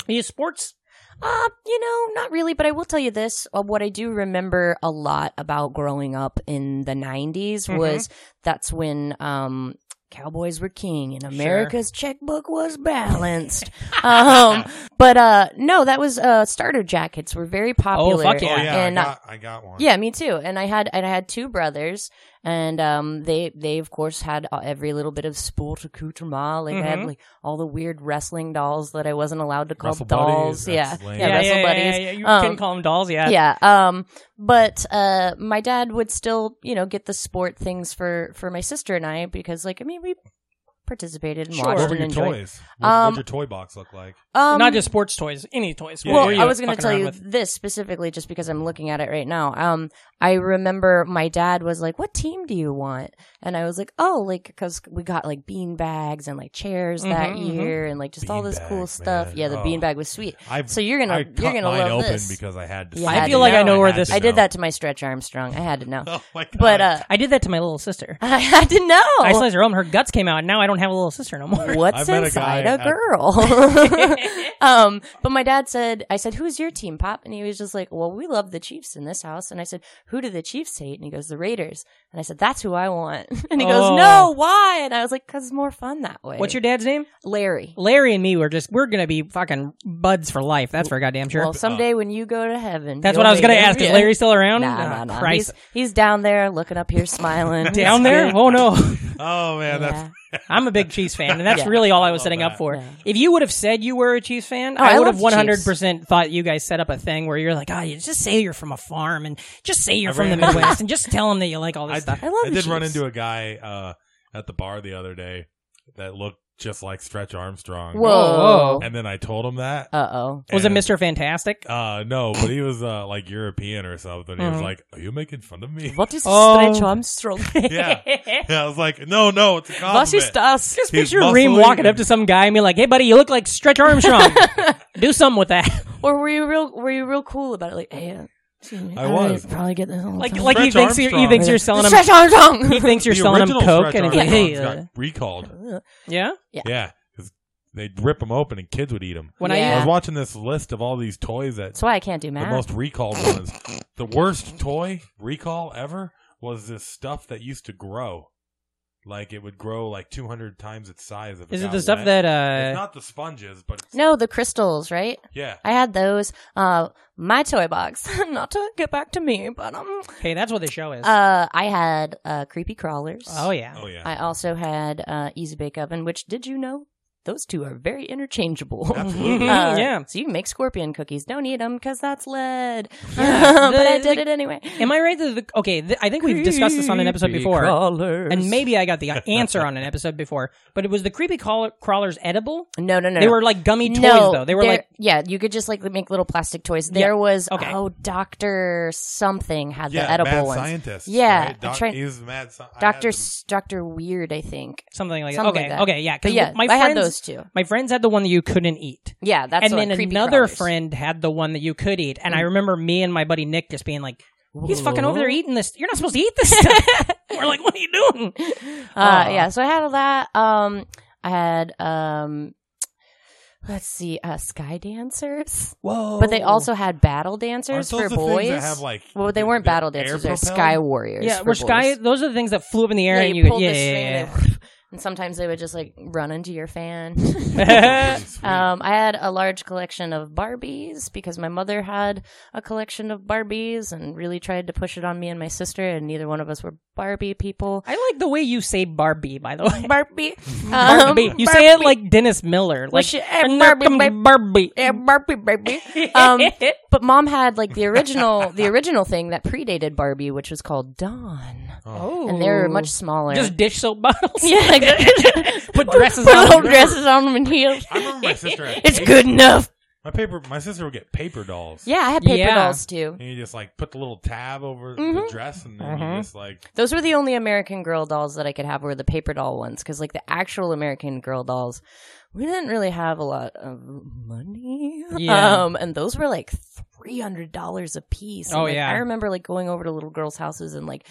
Speaker 1: he is sports.
Speaker 6: Uh, you know, not really, but I will tell you this. Uh, what I do remember a lot about growing up in the 90s
Speaker 4: Mm-hmm.
Speaker 6: was that's when um, cowboys were king and America's checkbook was balanced. um, but uh, no, that was uh, starter jackets were very popular.
Speaker 1: fuck
Speaker 4: Oh,
Speaker 1: yeah.
Speaker 4: yeah,
Speaker 6: And uh,
Speaker 4: I,
Speaker 6: I-
Speaker 4: got, I got one.
Speaker 6: Yeah, me too. And I had and I had two brothers, and um, they they of course had uh, every little bit of sport accoutrement. Like I had
Speaker 1: Mhm.
Speaker 6: like all the weird wrestling dolls that I wasn't allowed to call
Speaker 4: Mm-hmm. Wrestle buddies,
Speaker 6: dolls. yeah.
Speaker 4: that's lame.
Speaker 6: yeah,
Speaker 4: Yeah,
Speaker 6: wrestle buddies.
Speaker 1: yeah, yeah. You
Speaker 6: Um,
Speaker 1: can call them dolls, yeah.
Speaker 6: Yeah. Um, but uh, my dad would still, you know, get the sport things for for my sister and I because, like, I mean, we participated and watched
Speaker 4: What were
Speaker 6: and
Speaker 4: your
Speaker 6: enjoyed.
Speaker 4: toys? What,
Speaker 6: Um,
Speaker 4: what'd your toy box look like?
Speaker 6: Um,
Speaker 1: Not just sports toys, any toys.
Speaker 4: Yeah,
Speaker 1: What
Speaker 6: well,
Speaker 1: were you
Speaker 6: I was going
Speaker 1: fucking
Speaker 6: to tell
Speaker 1: around
Speaker 6: you
Speaker 1: with?
Speaker 6: this specifically just because I'm looking at it right now. Um, I remember my dad was like, "What team do you want?" And I was like, "Oh, like because we got like bean bags and like chairs that
Speaker 1: Mhm, mhm.
Speaker 6: year and like just all this
Speaker 4: Mm-hmm,
Speaker 6: cool
Speaker 4: Beanbags,
Speaker 6: stuff."
Speaker 4: man.
Speaker 6: Yeah, the
Speaker 4: Oh.
Speaker 6: bean bag was sweet.
Speaker 4: I've,
Speaker 6: So you're gonna
Speaker 4: I
Speaker 6: you're
Speaker 4: cut
Speaker 6: gonna
Speaker 4: mine
Speaker 6: love
Speaker 4: open
Speaker 6: this.
Speaker 4: because I had to.
Speaker 6: You
Speaker 4: see
Speaker 6: had
Speaker 4: it.
Speaker 6: I feel like
Speaker 1: I know where
Speaker 4: had
Speaker 1: this-
Speaker 4: to
Speaker 6: I
Speaker 4: know.
Speaker 6: did that to my stretch Armstrong. I had to know,
Speaker 4: Oh my god!
Speaker 6: but uh,
Speaker 1: I did that to my little sister.
Speaker 6: I had to know.
Speaker 1: I sliced her open. Her guts came out. And now I don't have a little sister no more.
Speaker 6: What's
Speaker 4: I've met a
Speaker 6: inside
Speaker 4: guy
Speaker 6: a,
Speaker 4: at-
Speaker 6: girl? um, but my dad said, I said, who's your team, Pop? And he was just like, well, we love the Chiefs in this house. And I said, who do the Chiefs hate? And he goes, the Raiders. And I said, that's who I want. And he goes,
Speaker 1: Oh.
Speaker 6: no, why? And I was like, cause it's more fun that way.
Speaker 1: What's your dad's name?
Speaker 6: Larry?
Speaker 1: Larry and me were just we're gonna be fucking buds for life. That's for goddamn sure.
Speaker 6: Well, someday when you go to heaven,
Speaker 1: That's
Speaker 6: you'll
Speaker 1: what I was gonna
Speaker 6: meet him.
Speaker 1: ask. Is
Speaker 6: Yeah.
Speaker 1: Larry still around?
Speaker 6: Nah,
Speaker 1: Ah,
Speaker 6: nah, nah.
Speaker 1: Christ.
Speaker 6: He's, he's down there looking up here smiling.
Speaker 1: down there? Oh no!
Speaker 4: oh man, that's
Speaker 6: Yeah.
Speaker 1: I'm a big Chiefs fan, and that's
Speaker 6: Yeah.
Speaker 1: really all I was
Speaker 4: Love
Speaker 1: setting
Speaker 4: that.
Speaker 1: up for.
Speaker 6: Yeah.
Speaker 1: If you would have said you were a Chiefs fan,
Speaker 6: Oh, I
Speaker 1: I would have
Speaker 6: love the
Speaker 1: 100
Speaker 6: Chiefs.
Speaker 1: percent thought you guys set up a thing where you're like, ah, you just say you're from a farm, and just say you're
Speaker 4: I
Speaker 1: from the
Speaker 4: ran into-
Speaker 1: Midwest, and just tell them that you like all this
Speaker 4: I,
Speaker 1: stuff.
Speaker 4: d-
Speaker 6: I love
Speaker 4: I
Speaker 6: the
Speaker 4: did run
Speaker 6: Chiefs.
Speaker 4: into a guy uh, at the bar the other day that looked just like Stretch Armstrong.
Speaker 6: Whoa.
Speaker 4: And then I told him that.
Speaker 6: Uh oh.
Speaker 1: Was it
Speaker 4: and-
Speaker 1: Mr. Fantastic?
Speaker 4: Uh, no, but he was uh, like European or something. He
Speaker 6: Mm-hmm.
Speaker 4: was like, "Are you making fun of me?"
Speaker 6: What is
Speaker 1: Oh.
Speaker 6: Stretch Armstrong?
Speaker 4: yeah. yeah, I was like, "No, no, it's a compliment."
Speaker 6: What is das?
Speaker 1: Just
Speaker 4: He's
Speaker 1: picture Reem
Speaker 4: muscly
Speaker 1: walking
Speaker 4: and-
Speaker 1: up to some guy and be like, "Hey, buddy, you look like Stretch Armstrong. Do something with that."
Speaker 6: Or were you real? Were you real cool about it? Like, hey, uh, excuse me,
Speaker 4: I
Speaker 6: really
Speaker 4: was.
Speaker 6: probably get this all the
Speaker 1: Like,
Speaker 6: time."
Speaker 1: like he
Speaker 4: Stretch
Speaker 1: thinks you're, he
Speaker 4: Armstrong.
Speaker 1: thinks you're selling him.
Speaker 6: Stretch Armstrong.
Speaker 1: He thinks you're
Speaker 4: The
Speaker 1: selling him
Speaker 4: original
Speaker 1: coke,
Speaker 4: Stretch
Speaker 1: and he's like,
Speaker 4: Armstrong
Speaker 1: "Hey, uh,
Speaker 4: got recalled."
Speaker 1: yeah."
Speaker 4: Yeah, because they'd rip them open and kids would eat them.
Speaker 1: When
Speaker 4: I
Speaker 6: Yeah.
Speaker 4: was watching this list of all these toys that
Speaker 6: That's why I can't do
Speaker 4: the
Speaker 6: math.
Speaker 4: most recalled ones. The worst toy recall ever was this stuff that used to grow. Like it would grow like 200 times its size. If
Speaker 1: I is it
Speaker 4: got
Speaker 1: the stuff
Speaker 4: wet.
Speaker 1: that
Speaker 4: It's
Speaker 1: uh
Speaker 4: not the sponges, but it's,
Speaker 6: no, the crystals, right?
Speaker 4: yeah.
Speaker 6: I had those. Uh, my toy box. Not to get back to me, but um,
Speaker 1: hey, that's what the show is.
Speaker 6: uh, I had uh, creepy crawlers.
Speaker 1: oh yeah.
Speaker 4: Oh yeah.
Speaker 6: I also had uh, easy bake oven. Which did you know? Those two are very interchangeable.
Speaker 4: Absolutely.
Speaker 6: Uh,
Speaker 1: Mm, yeah.
Speaker 6: So you can make scorpion cookies. Don't eat them because that's lead.
Speaker 1: Yeah.
Speaker 6: but I did
Speaker 1: Like-
Speaker 6: it anyway.
Speaker 1: Am I right that the okay, th- I think we've discussed this on an episode before. And maybe I got the answer on an episode before, but it was the creepy crawl- crawlers edible?
Speaker 6: No, no, no.
Speaker 1: They
Speaker 6: no.
Speaker 1: were like gummy toys
Speaker 6: no,
Speaker 1: though. They were
Speaker 6: there-
Speaker 1: like
Speaker 6: yeah, you could just like make little plastic toys. There was
Speaker 1: Okay.
Speaker 6: oh, Doctor something had
Speaker 4: yeah,
Speaker 6: the edible
Speaker 4: mad
Speaker 6: ones.
Speaker 4: scientist.
Speaker 6: Yeah,
Speaker 4: right?
Speaker 6: a
Speaker 4: Doc,
Speaker 6: tra-
Speaker 4: he's mad. sci- I had
Speaker 6: Doctor
Speaker 4: them.
Speaker 6: Doctor Weird, I think.
Speaker 1: something like
Speaker 6: Something
Speaker 1: okay,
Speaker 6: like that.
Speaker 1: okay, yeah,
Speaker 6: But
Speaker 1: cuz
Speaker 6: yeah,
Speaker 1: my
Speaker 6: I
Speaker 1: friends
Speaker 6: had those two.
Speaker 1: my friends had the one that you couldn't eat.
Speaker 6: Yeah, that's
Speaker 1: and
Speaker 6: what,
Speaker 1: then
Speaker 6: creepy Mm.
Speaker 1: another
Speaker 6: crawlers.
Speaker 1: friend had the one that you could eat, and I remember me and my buddy Nick just being like, "He's fucking over there eating this. You're not supposed to eat this stuff." We're like, "What are you doing?"
Speaker 6: Uh,
Speaker 1: Aw.
Speaker 6: yeah, so I had all that. Um, I had um, let's see, uh, Sky Dancers.
Speaker 4: Whoa!
Speaker 6: But they also had
Speaker 4: Oh.
Speaker 6: battle
Speaker 4: Aren't
Speaker 6: dancers
Speaker 4: those
Speaker 6: for
Speaker 4: the
Speaker 6: boys.
Speaker 4: Things that have like
Speaker 6: well, they weren't
Speaker 4: they're
Speaker 6: battle
Speaker 4: air
Speaker 6: dancers; they're
Speaker 4: propelled?
Speaker 6: sky warriors.
Speaker 1: Yeah,
Speaker 6: for
Speaker 1: we're sky.
Speaker 6: boys.
Speaker 1: Those are the things that flew up in the air
Speaker 6: Yeah,
Speaker 1: and
Speaker 6: you,
Speaker 1: you,
Speaker 6: pulled
Speaker 1: yeah,
Speaker 6: the string,
Speaker 1: yeah,
Speaker 6: and, it- and sometimes they would just like run into your fan.
Speaker 1: yeah.
Speaker 4: Pretty sweet.
Speaker 6: Um, I had a large collection of Barbies because my mother had a collection of Barbies and really tried to push it on me and my sister, and neither one of us were Barbie people.
Speaker 1: I like the way you say Barbie, by the way.
Speaker 6: Barbie, um,
Speaker 1: Barbie. you say it
Speaker 6: Barbie.
Speaker 1: like Dennis Miller. Like
Speaker 6: she- eh,
Speaker 1: "And there
Speaker 6: Barbie,
Speaker 1: comes
Speaker 6: babe."
Speaker 1: Barbie.
Speaker 6: Yeah, Barbie, Barbie. Um, but mom had like the original, the original thing that predated Barbie, which was called Dawn,
Speaker 1: Oh.
Speaker 6: and they were much smaller.
Speaker 1: Just dish soap bottles.
Speaker 6: yeah, like,
Speaker 1: Put dresses
Speaker 6: put
Speaker 1: on
Speaker 6: little
Speaker 1: them.
Speaker 6: dresses on them and heels.
Speaker 4: I remember my sister. Had
Speaker 6: It's
Speaker 4: paper-
Speaker 6: good enough.
Speaker 4: My paper. My sister would get paper dolls.
Speaker 6: Yeah, I had paper
Speaker 1: Yeah.
Speaker 6: dolls too.
Speaker 4: And you just like put the little tab over the
Speaker 6: Mhm.
Speaker 4: dress, and then
Speaker 1: Mhm.
Speaker 4: you just like
Speaker 6: Those were the only American Girl dolls that I could have were the paper doll ones because like the actual American Girl dolls, we didn't really have a lot of money.
Speaker 1: Yeah.
Speaker 6: Um, and those were like three hundred dollars a piece. And,
Speaker 1: Oh,
Speaker 6: like,
Speaker 1: yeah.
Speaker 6: I remember like going over to little girls' houses and like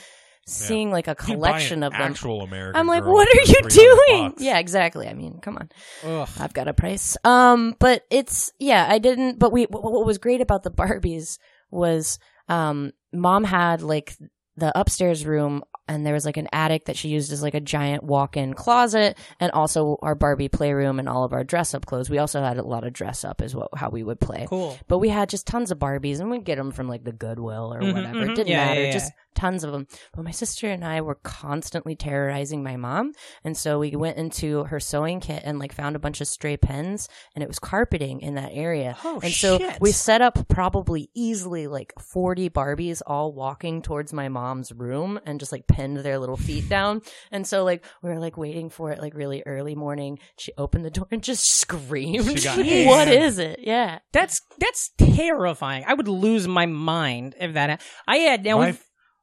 Speaker 6: seeing like a
Speaker 4: you'd buy an
Speaker 6: collection of them.
Speaker 4: actual American.
Speaker 6: I'm like,
Speaker 4: Girl
Speaker 6: what
Speaker 4: for
Speaker 6: are you
Speaker 4: 300
Speaker 6: doing?
Speaker 4: bucks.
Speaker 6: Yeah, exactly. I mean, come on.
Speaker 1: Ugh.
Speaker 6: I've got a price. Um, but it's yeah, I didn't. But we, what, what was great about the Barbies was, um, mom had like the upstairs room, and there was like an attic that she used as like a giant walk-in closet, and also our Barbie playroom and all of our dress-up clothes. We also had a lot of dress-up, is what how we would play.
Speaker 1: Cool.
Speaker 6: But we had just tons of Barbies, and we'd get them from like the Goodwill or
Speaker 4: Mm-hmm,
Speaker 1: Mhm,
Speaker 6: whatever.
Speaker 1: mhm.
Speaker 6: It didn't
Speaker 1: Yeah,
Speaker 6: matter.
Speaker 1: yeah, yeah.
Speaker 6: Just tons of them. But my sister and I were constantly terrorizing my mom, and so we went into her sewing kit and like found a bunch of stray pens, and it was carpeting in that area.
Speaker 1: Oh,
Speaker 6: and so
Speaker 1: shit.
Speaker 6: we set up probably easily like forty Barbies all walking towards my mom's room, and just like pinned their little feet down. And so like we were like waiting for it like really early morning. She opened the door and just screamed.
Speaker 4: She got
Speaker 6: what
Speaker 4: hammered.
Speaker 6: is it? Yeah.
Speaker 1: That's that's terrifying. I would lose my mind if that. I oh, had now.
Speaker 4: My
Speaker 1: we've-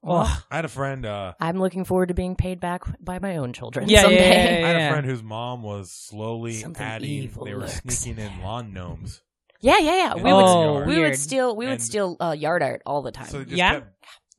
Speaker 1: Ugh.
Speaker 4: I had a friend. Uh,
Speaker 6: I'm looking forward to being paid back by my own children
Speaker 1: Yeah, yeah,
Speaker 6: someday.
Speaker 1: yeah, yeah.
Speaker 4: I had a friend whose mom was slowly
Speaker 6: Something
Speaker 4: adding.
Speaker 6: evil
Speaker 4: They were
Speaker 6: lurks
Speaker 4: sneaking in
Speaker 6: there.
Speaker 4: lawn gnomes,
Speaker 6: Yeah, yeah, yeah.
Speaker 4: In
Speaker 6: We
Speaker 4: the
Speaker 6: would
Speaker 1: oh,
Speaker 4: yard.
Speaker 6: we
Speaker 1: weird.
Speaker 6: would steal we would
Speaker 4: And-
Speaker 6: steal uh, yard art all the time.
Speaker 4: so they just
Speaker 1: Yeah?
Speaker 4: kept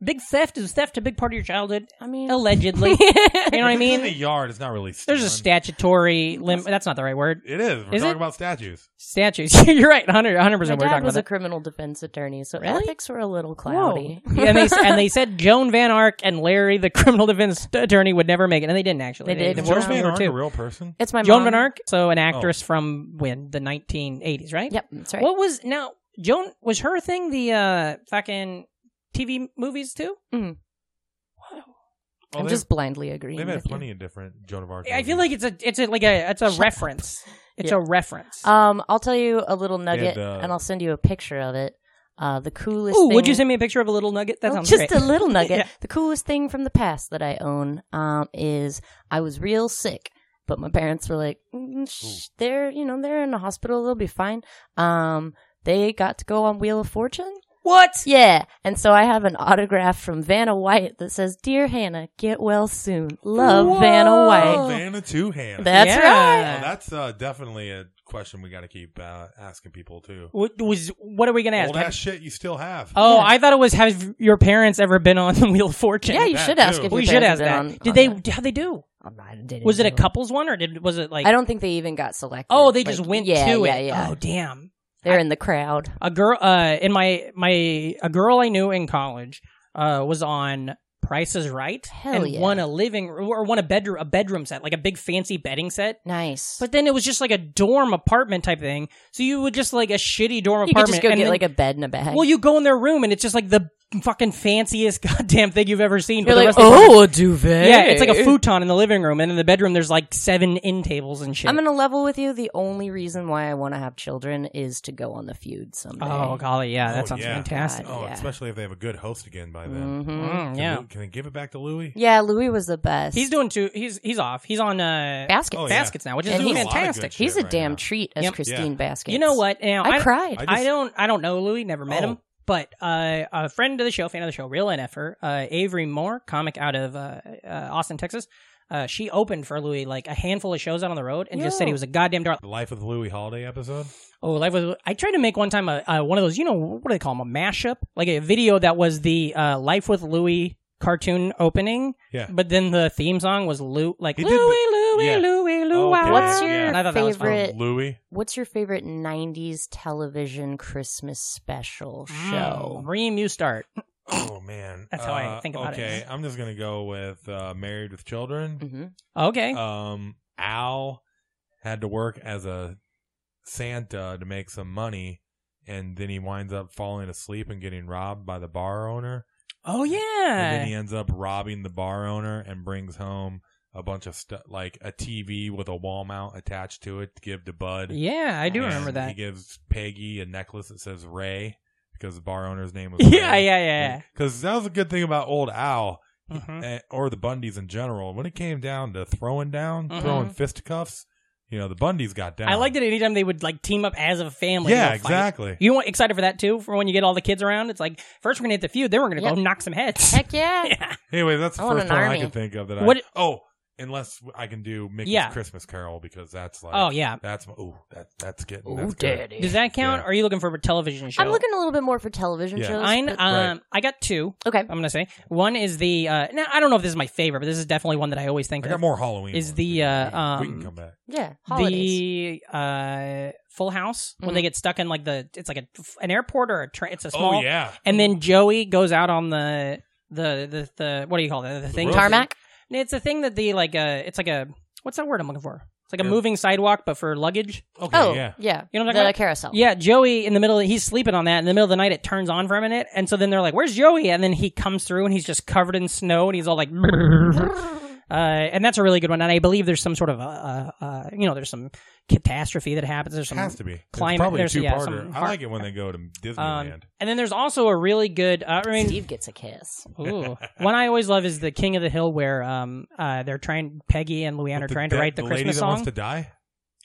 Speaker 1: big theft is theft a big part of your childhood,
Speaker 6: I mean,
Speaker 1: allegedly. you know what I
Speaker 4: If it's in the
Speaker 1: mean?
Speaker 4: yard. It's not really. Stealing.
Speaker 1: There's a statutory limit. That's not the right word.
Speaker 4: It is. We're
Speaker 1: Is
Speaker 4: talking
Speaker 1: it?
Speaker 4: about statues.
Speaker 1: Statues. You're right. 100 100
Speaker 6: my
Speaker 1: percent. We're
Speaker 6: dad
Speaker 1: talking
Speaker 6: was
Speaker 1: about
Speaker 6: a
Speaker 1: that.
Speaker 6: criminal defense attorney, so
Speaker 1: Really?
Speaker 6: ethics were a little cloudy.
Speaker 1: Whoa. and, they, and they said Joan Van Ark and Larry, the criminal defense attorney, would never make it, and they didn't actually.
Speaker 6: They didn't.
Speaker 1: divorced
Speaker 4: Joan
Speaker 1: when
Speaker 4: Van
Speaker 6: Divorce
Speaker 1: they were
Speaker 4: Ark
Speaker 1: two.
Speaker 4: a real Oh. person?
Speaker 6: It's my
Speaker 1: Joan
Speaker 6: mom.
Speaker 1: Van Ark, so an actress from when the 1980s, right?
Speaker 6: Yep, that's right.
Speaker 1: What was now Joan? Was her thing the uh, fucking TV movies too?
Speaker 6: Mm.
Speaker 1: Wow.
Speaker 4: Oh,
Speaker 6: I'm
Speaker 4: they've-
Speaker 6: just blindly agreeing.
Speaker 4: They've had
Speaker 6: with you.
Speaker 4: plenty of different Joan of Arc.
Speaker 1: I feel
Speaker 4: movies.
Speaker 1: like it's a it's a, like a it's a
Speaker 6: Shut
Speaker 1: reference. It's
Speaker 6: Yeah.
Speaker 1: a reference.
Speaker 6: Um, I'll tell you a little nugget,
Speaker 4: uh,
Speaker 6: and I'll send you a picture of it. Uh, the coolest.
Speaker 1: Ooh,
Speaker 6: thing...
Speaker 1: would you send me a picture of a little nugget? That
Speaker 6: Oh,
Speaker 1: sounds
Speaker 6: just
Speaker 1: great.
Speaker 6: a little nugget.
Speaker 1: Yeah.
Speaker 6: The coolest thing from the past that I own um, is I was real sick, but my parents were like, "Mm, shh, "They're you know they're in the hospital, they'll be fine." Um, they got to go on Wheel of Fortune.
Speaker 1: what?
Speaker 6: Yeah, and so I have an autograph from Vanna White that says, "Dear Hannah, get well soon. Love
Speaker 1: Whoa.
Speaker 6: Vanna
Speaker 4: Oh,
Speaker 6: White."
Speaker 4: Vanna two hand.
Speaker 6: That's
Speaker 1: Yeah.
Speaker 6: right.
Speaker 4: Oh, that's uh, definitely a question we got to keep uh, asking people too.
Speaker 1: What was what are we gonna ask?
Speaker 4: All that shit you still have.
Speaker 1: oh,
Speaker 6: Yeah.
Speaker 1: I thought it was have your parents ever been on the Wheel of Fortune?
Speaker 6: Yeah, you
Speaker 4: that
Speaker 6: should ask
Speaker 4: too.
Speaker 6: if
Speaker 1: we
Speaker 6: your
Speaker 1: should ask
Speaker 6: parents
Speaker 1: that.
Speaker 6: have been
Speaker 1: did
Speaker 6: on- on
Speaker 1: they?
Speaker 6: that.
Speaker 1: How they do?
Speaker 6: I'm not- I didn't
Speaker 1: Was it a
Speaker 6: do
Speaker 1: couple's one or did was it like?
Speaker 6: I don't think they even got selected.
Speaker 1: Oh, they just
Speaker 6: Like,
Speaker 1: went
Speaker 6: yeah,
Speaker 1: to
Speaker 6: yeah,
Speaker 1: it.
Speaker 6: Yeah,
Speaker 1: Oh, damn.
Speaker 6: they're in the crowd.
Speaker 1: a girl uh in my my a girl I knew in college uh was on Price is Right
Speaker 6: Hell
Speaker 1: and
Speaker 6: yeah.
Speaker 1: won a living or won a bedroom a bedroom set like a big fancy bedding set.
Speaker 6: Nice.
Speaker 1: But then it was just like a dorm apartment type thing. So you would just like a shitty dorm
Speaker 6: you could
Speaker 1: apartment.
Speaker 6: just go
Speaker 1: and
Speaker 6: get
Speaker 1: then-
Speaker 6: like a bed and a bag.
Speaker 1: well, you go in their room and it's just like the fucking fanciest goddamn thing you've ever seen. but the
Speaker 6: You're like,
Speaker 1: rest of the-
Speaker 6: oh, a duvet.
Speaker 1: yeah, it's like a futon in the living room, and in the bedroom there's like seven end tables and shit.
Speaker 6: I'm gonna level with you. The only reason why I want to have children is to go on the feud someday.
Speaker 1: oh golly, yeah, that
Speaker 4: Oh,
Speaker 1: sounds
Speaker 4: yeah.
Speaker 1: fantastic.
Speaker 4: Oh,
Speaker 6: yeah.
Speaker 4: especially if they have a good host again by then.
Speaker 6: hmm
Speaker 1: Mm,
Speaker 4: Can
Speaker 1: yeah,
Speaker 4: Lou- Can they give it back to Louis?
Speaker 6: Yeah, Louis was the best.
Speaker 1: he's doing two. He's he's off. He's on uh,
Speaker 6: baskets.
Speaker 4: Oh, yeah.
Speaker 1: baskets now, which is
Speaker 6: And he's-
Speaker 1: fantastic.
Speaker 4: He's
Speaker 6: He's a
Speaker 4: shit right
Speaker 6: damn
Speaker 4: now.
Speaker 6: treat as
Speaker 1: Yep.
Speaker 6: Christine
Speaker 4: Yeah.
Speaker 6: Baskets.
Speaker 1: You know what? Now
Speaker 6: I,
Speaker 1: I,
Speaker 6: cried.
Speaker 1: I don't. I don't know Louis. Never met
Speaker 4: Oh.
Speaker 1: him. But uh, a friend of the show, fan of the show, real NFer, uh, Avery Moore, comic out of uh, uh, Austin, Texas. Uh, she opened for Louis like a handful of shows out on the road, and just said he
Speaker 6: Yo.
Speaker 1: was a goddamn darling.
Speaker 4: The Life with Louis Holiday episode.
Speaker 1: Oh, life was. I tried to make one time a, uh, one of those. You know what do they call them? A mashup, like a video that was the uh, Life with Louis cartoon opening,
Speaker 4: Yeah.
Speaker 1: but then the theme song was Lou, like
Speaker 4: He
Speaker 1: Louis,
Speaker 4: did the-
Speaker 1: Louis,
Speaker 4: yeah. Oh,
Speaker 1: Louis, Louis, Blue
Speaker 4: Okay.
Speaker 1: Eyes.
Speaker 6: What's
Speaker 4: Yeah.
Speaker 6: your
Speaker 1: And I thought that was fun.
Speaker 6: favorite?
Speaker 4: Louis.
Speaker 6: What's your favorite '90s television Christmas special
Speaker 1: Mm,
Speaker 6: show?
Speaker 1: Reem, you start.
Speaker 4: Oh man,
Speaker 1: That's how I
Speaker 4: Uh,
Speaker 1: think about it.
Speaker 4: okay, I'm just gonna go with uh, Married with Children.
Speaker 6: hmm
Speaker 1: Okay.
Speaker 4: Um, Al had to work as a Santa to make some money, and then he winds up falling asleep and getting robbed by the bar owner.
Speaker 1: oh
Speaker 4: and then
Speaker 1: yeah.
Speaker 4: he ends up robbing the bar owner and brings home a bunch of stuff like a TV with a wall mount attached to it to give to Bud.
Speaker 1: Yeah, I do
Speaker 4: And
Speaker 1: remember
Speaker 4: He
Speaker 1: that.
Speaker 4: gives Peggy a necklace that says Ray because the bar owner's name was
Speaker 1: Yeah, yeah, yeah.
Speaker 4: Because that was a good thing about old Al
Speaker 1: yeah. Mhm.
Speaker 4: eh, or the Bundys in general. When it came down to throwing down,
Speaker 1: Mhm.
Speaker 4: throwing fistcuffs, you know the Bundys got down.
Speaker 1: I liked it anytime they would like team up as a family.
Speaker 4: Yeah,
Speaker 1: and go fight.
Speaker 4: exactly.
Speaker 1: You know what? Excited for that too. For when you get all the kids around, it's like first we're gonna hit the feud, then we're gonna
Speaker 6: Yep.
Speaker 1: go knock some heads.
Speaker 6: Heck yeah!
Speaker 4: Anyway, that's the
Speaker 6: I want
Speaker 4: first
Speaker 6: an
Speaker 4: one I
Speaker 6: army.
Speaker 4: can think of that. I,
Speaker 1: What-
Speaker 4: oh, unless I can do Mickey's
Speaker 1: Yeah.
Speaker 4: Christmas Carol because that's like
Speaker 1: oh yeah.
Speaker 4: That's ooh, that that's getting
Speaker 6: Ooh,
Speaker 4: that's good.
Speaker 1: Does that count?
Speaker 4: Yeah.
Speaker 1: Or are you looking for a television show?
Speaker 6: I'm looking a little bit more for television
Speaker 4: Yeah.
Speaker 6: shows.
Speaker 1: Mine, um,
Speaker 6: but-
Speaker 1: I got two.
Speaker 6: okay.
Speaker 1: I'm gonna say one is the. Uh, now I don't know if this is my favorite, but this is definitely one that I always think
Speaker 4: I
Speaker 1: of.
Speaker 4: got more Halloween.
Speaker 1: Is
Speaker 4: ones.
Speaker 1: the,
Speaker 4: We can-
Speaker 1: uh,
Speaker 4: we can
Speaker 1: um,
Speaker 4: come back?
Speaker 6: yeah. Holidays. Mm-hmm.
Speaker 1: The uh, Full House when they get stuck in like the it's like a, an airport or a train. It's a small.
Speaker 4: oh yeah,
Speaker 1: And then Joey goes out on the the the, the what do you call that? The thing
Speaker 4: road.
Speaker 6: Tarmac.
Speaker 1: It's a thing that the like uh it's like a what's that word I'm looking for? It's like a
Speaker 4: Yeah.
Speaker 1: moving sidewalk but for luggage.
Speaker 4: okay,
Speaker 6: Oh
Speaker 4: yeah.
Speaker 6: yeah.
Speaker 1: You know what I'm
Speaker 6: the
Speaker 1: talking about?
Speaker 6: carousel.
Speaker 1: Yeah, Joey in the middle he's sleeping on that in the middle of the night it turns on for a minute and so then they're like where's Joey and then he comes through and he's just covered in snow and he's all like uh, and that's a really good one and I believe there's some sort of uh, uh, uh you know there's some catastrophe that happens there's some
Speaker 4: Has to be.
Speaker 1: climate-
Speaker 4: it's probably a
Speaker 1: there's-
Speaker 4: two
Speaker 1: yeah,
Speaker 4: parter.
Speaker 1: some
Speaker 4: I
Speaker 1: heart-
Speaker 4: like it when they go to
Speaker 1: um,
Speaker 4: Disneyland.
Speaker 1: and then there's also a really good uh, I mean
Speaker 6: Steve gets a kiss.
Speaker 1: Ooh. One I always love is the King of the Hill, where um uh they're trying Peggy and Luann are
Speaker 4: With
Speaker 1: trying
Speaker 4: the,
Speaker 1: to write the,
Speaker 4: the lady
Speaker 1: Christmas
Speaker 4: that
Speaker 1: song.
Speaker 4: wants to die.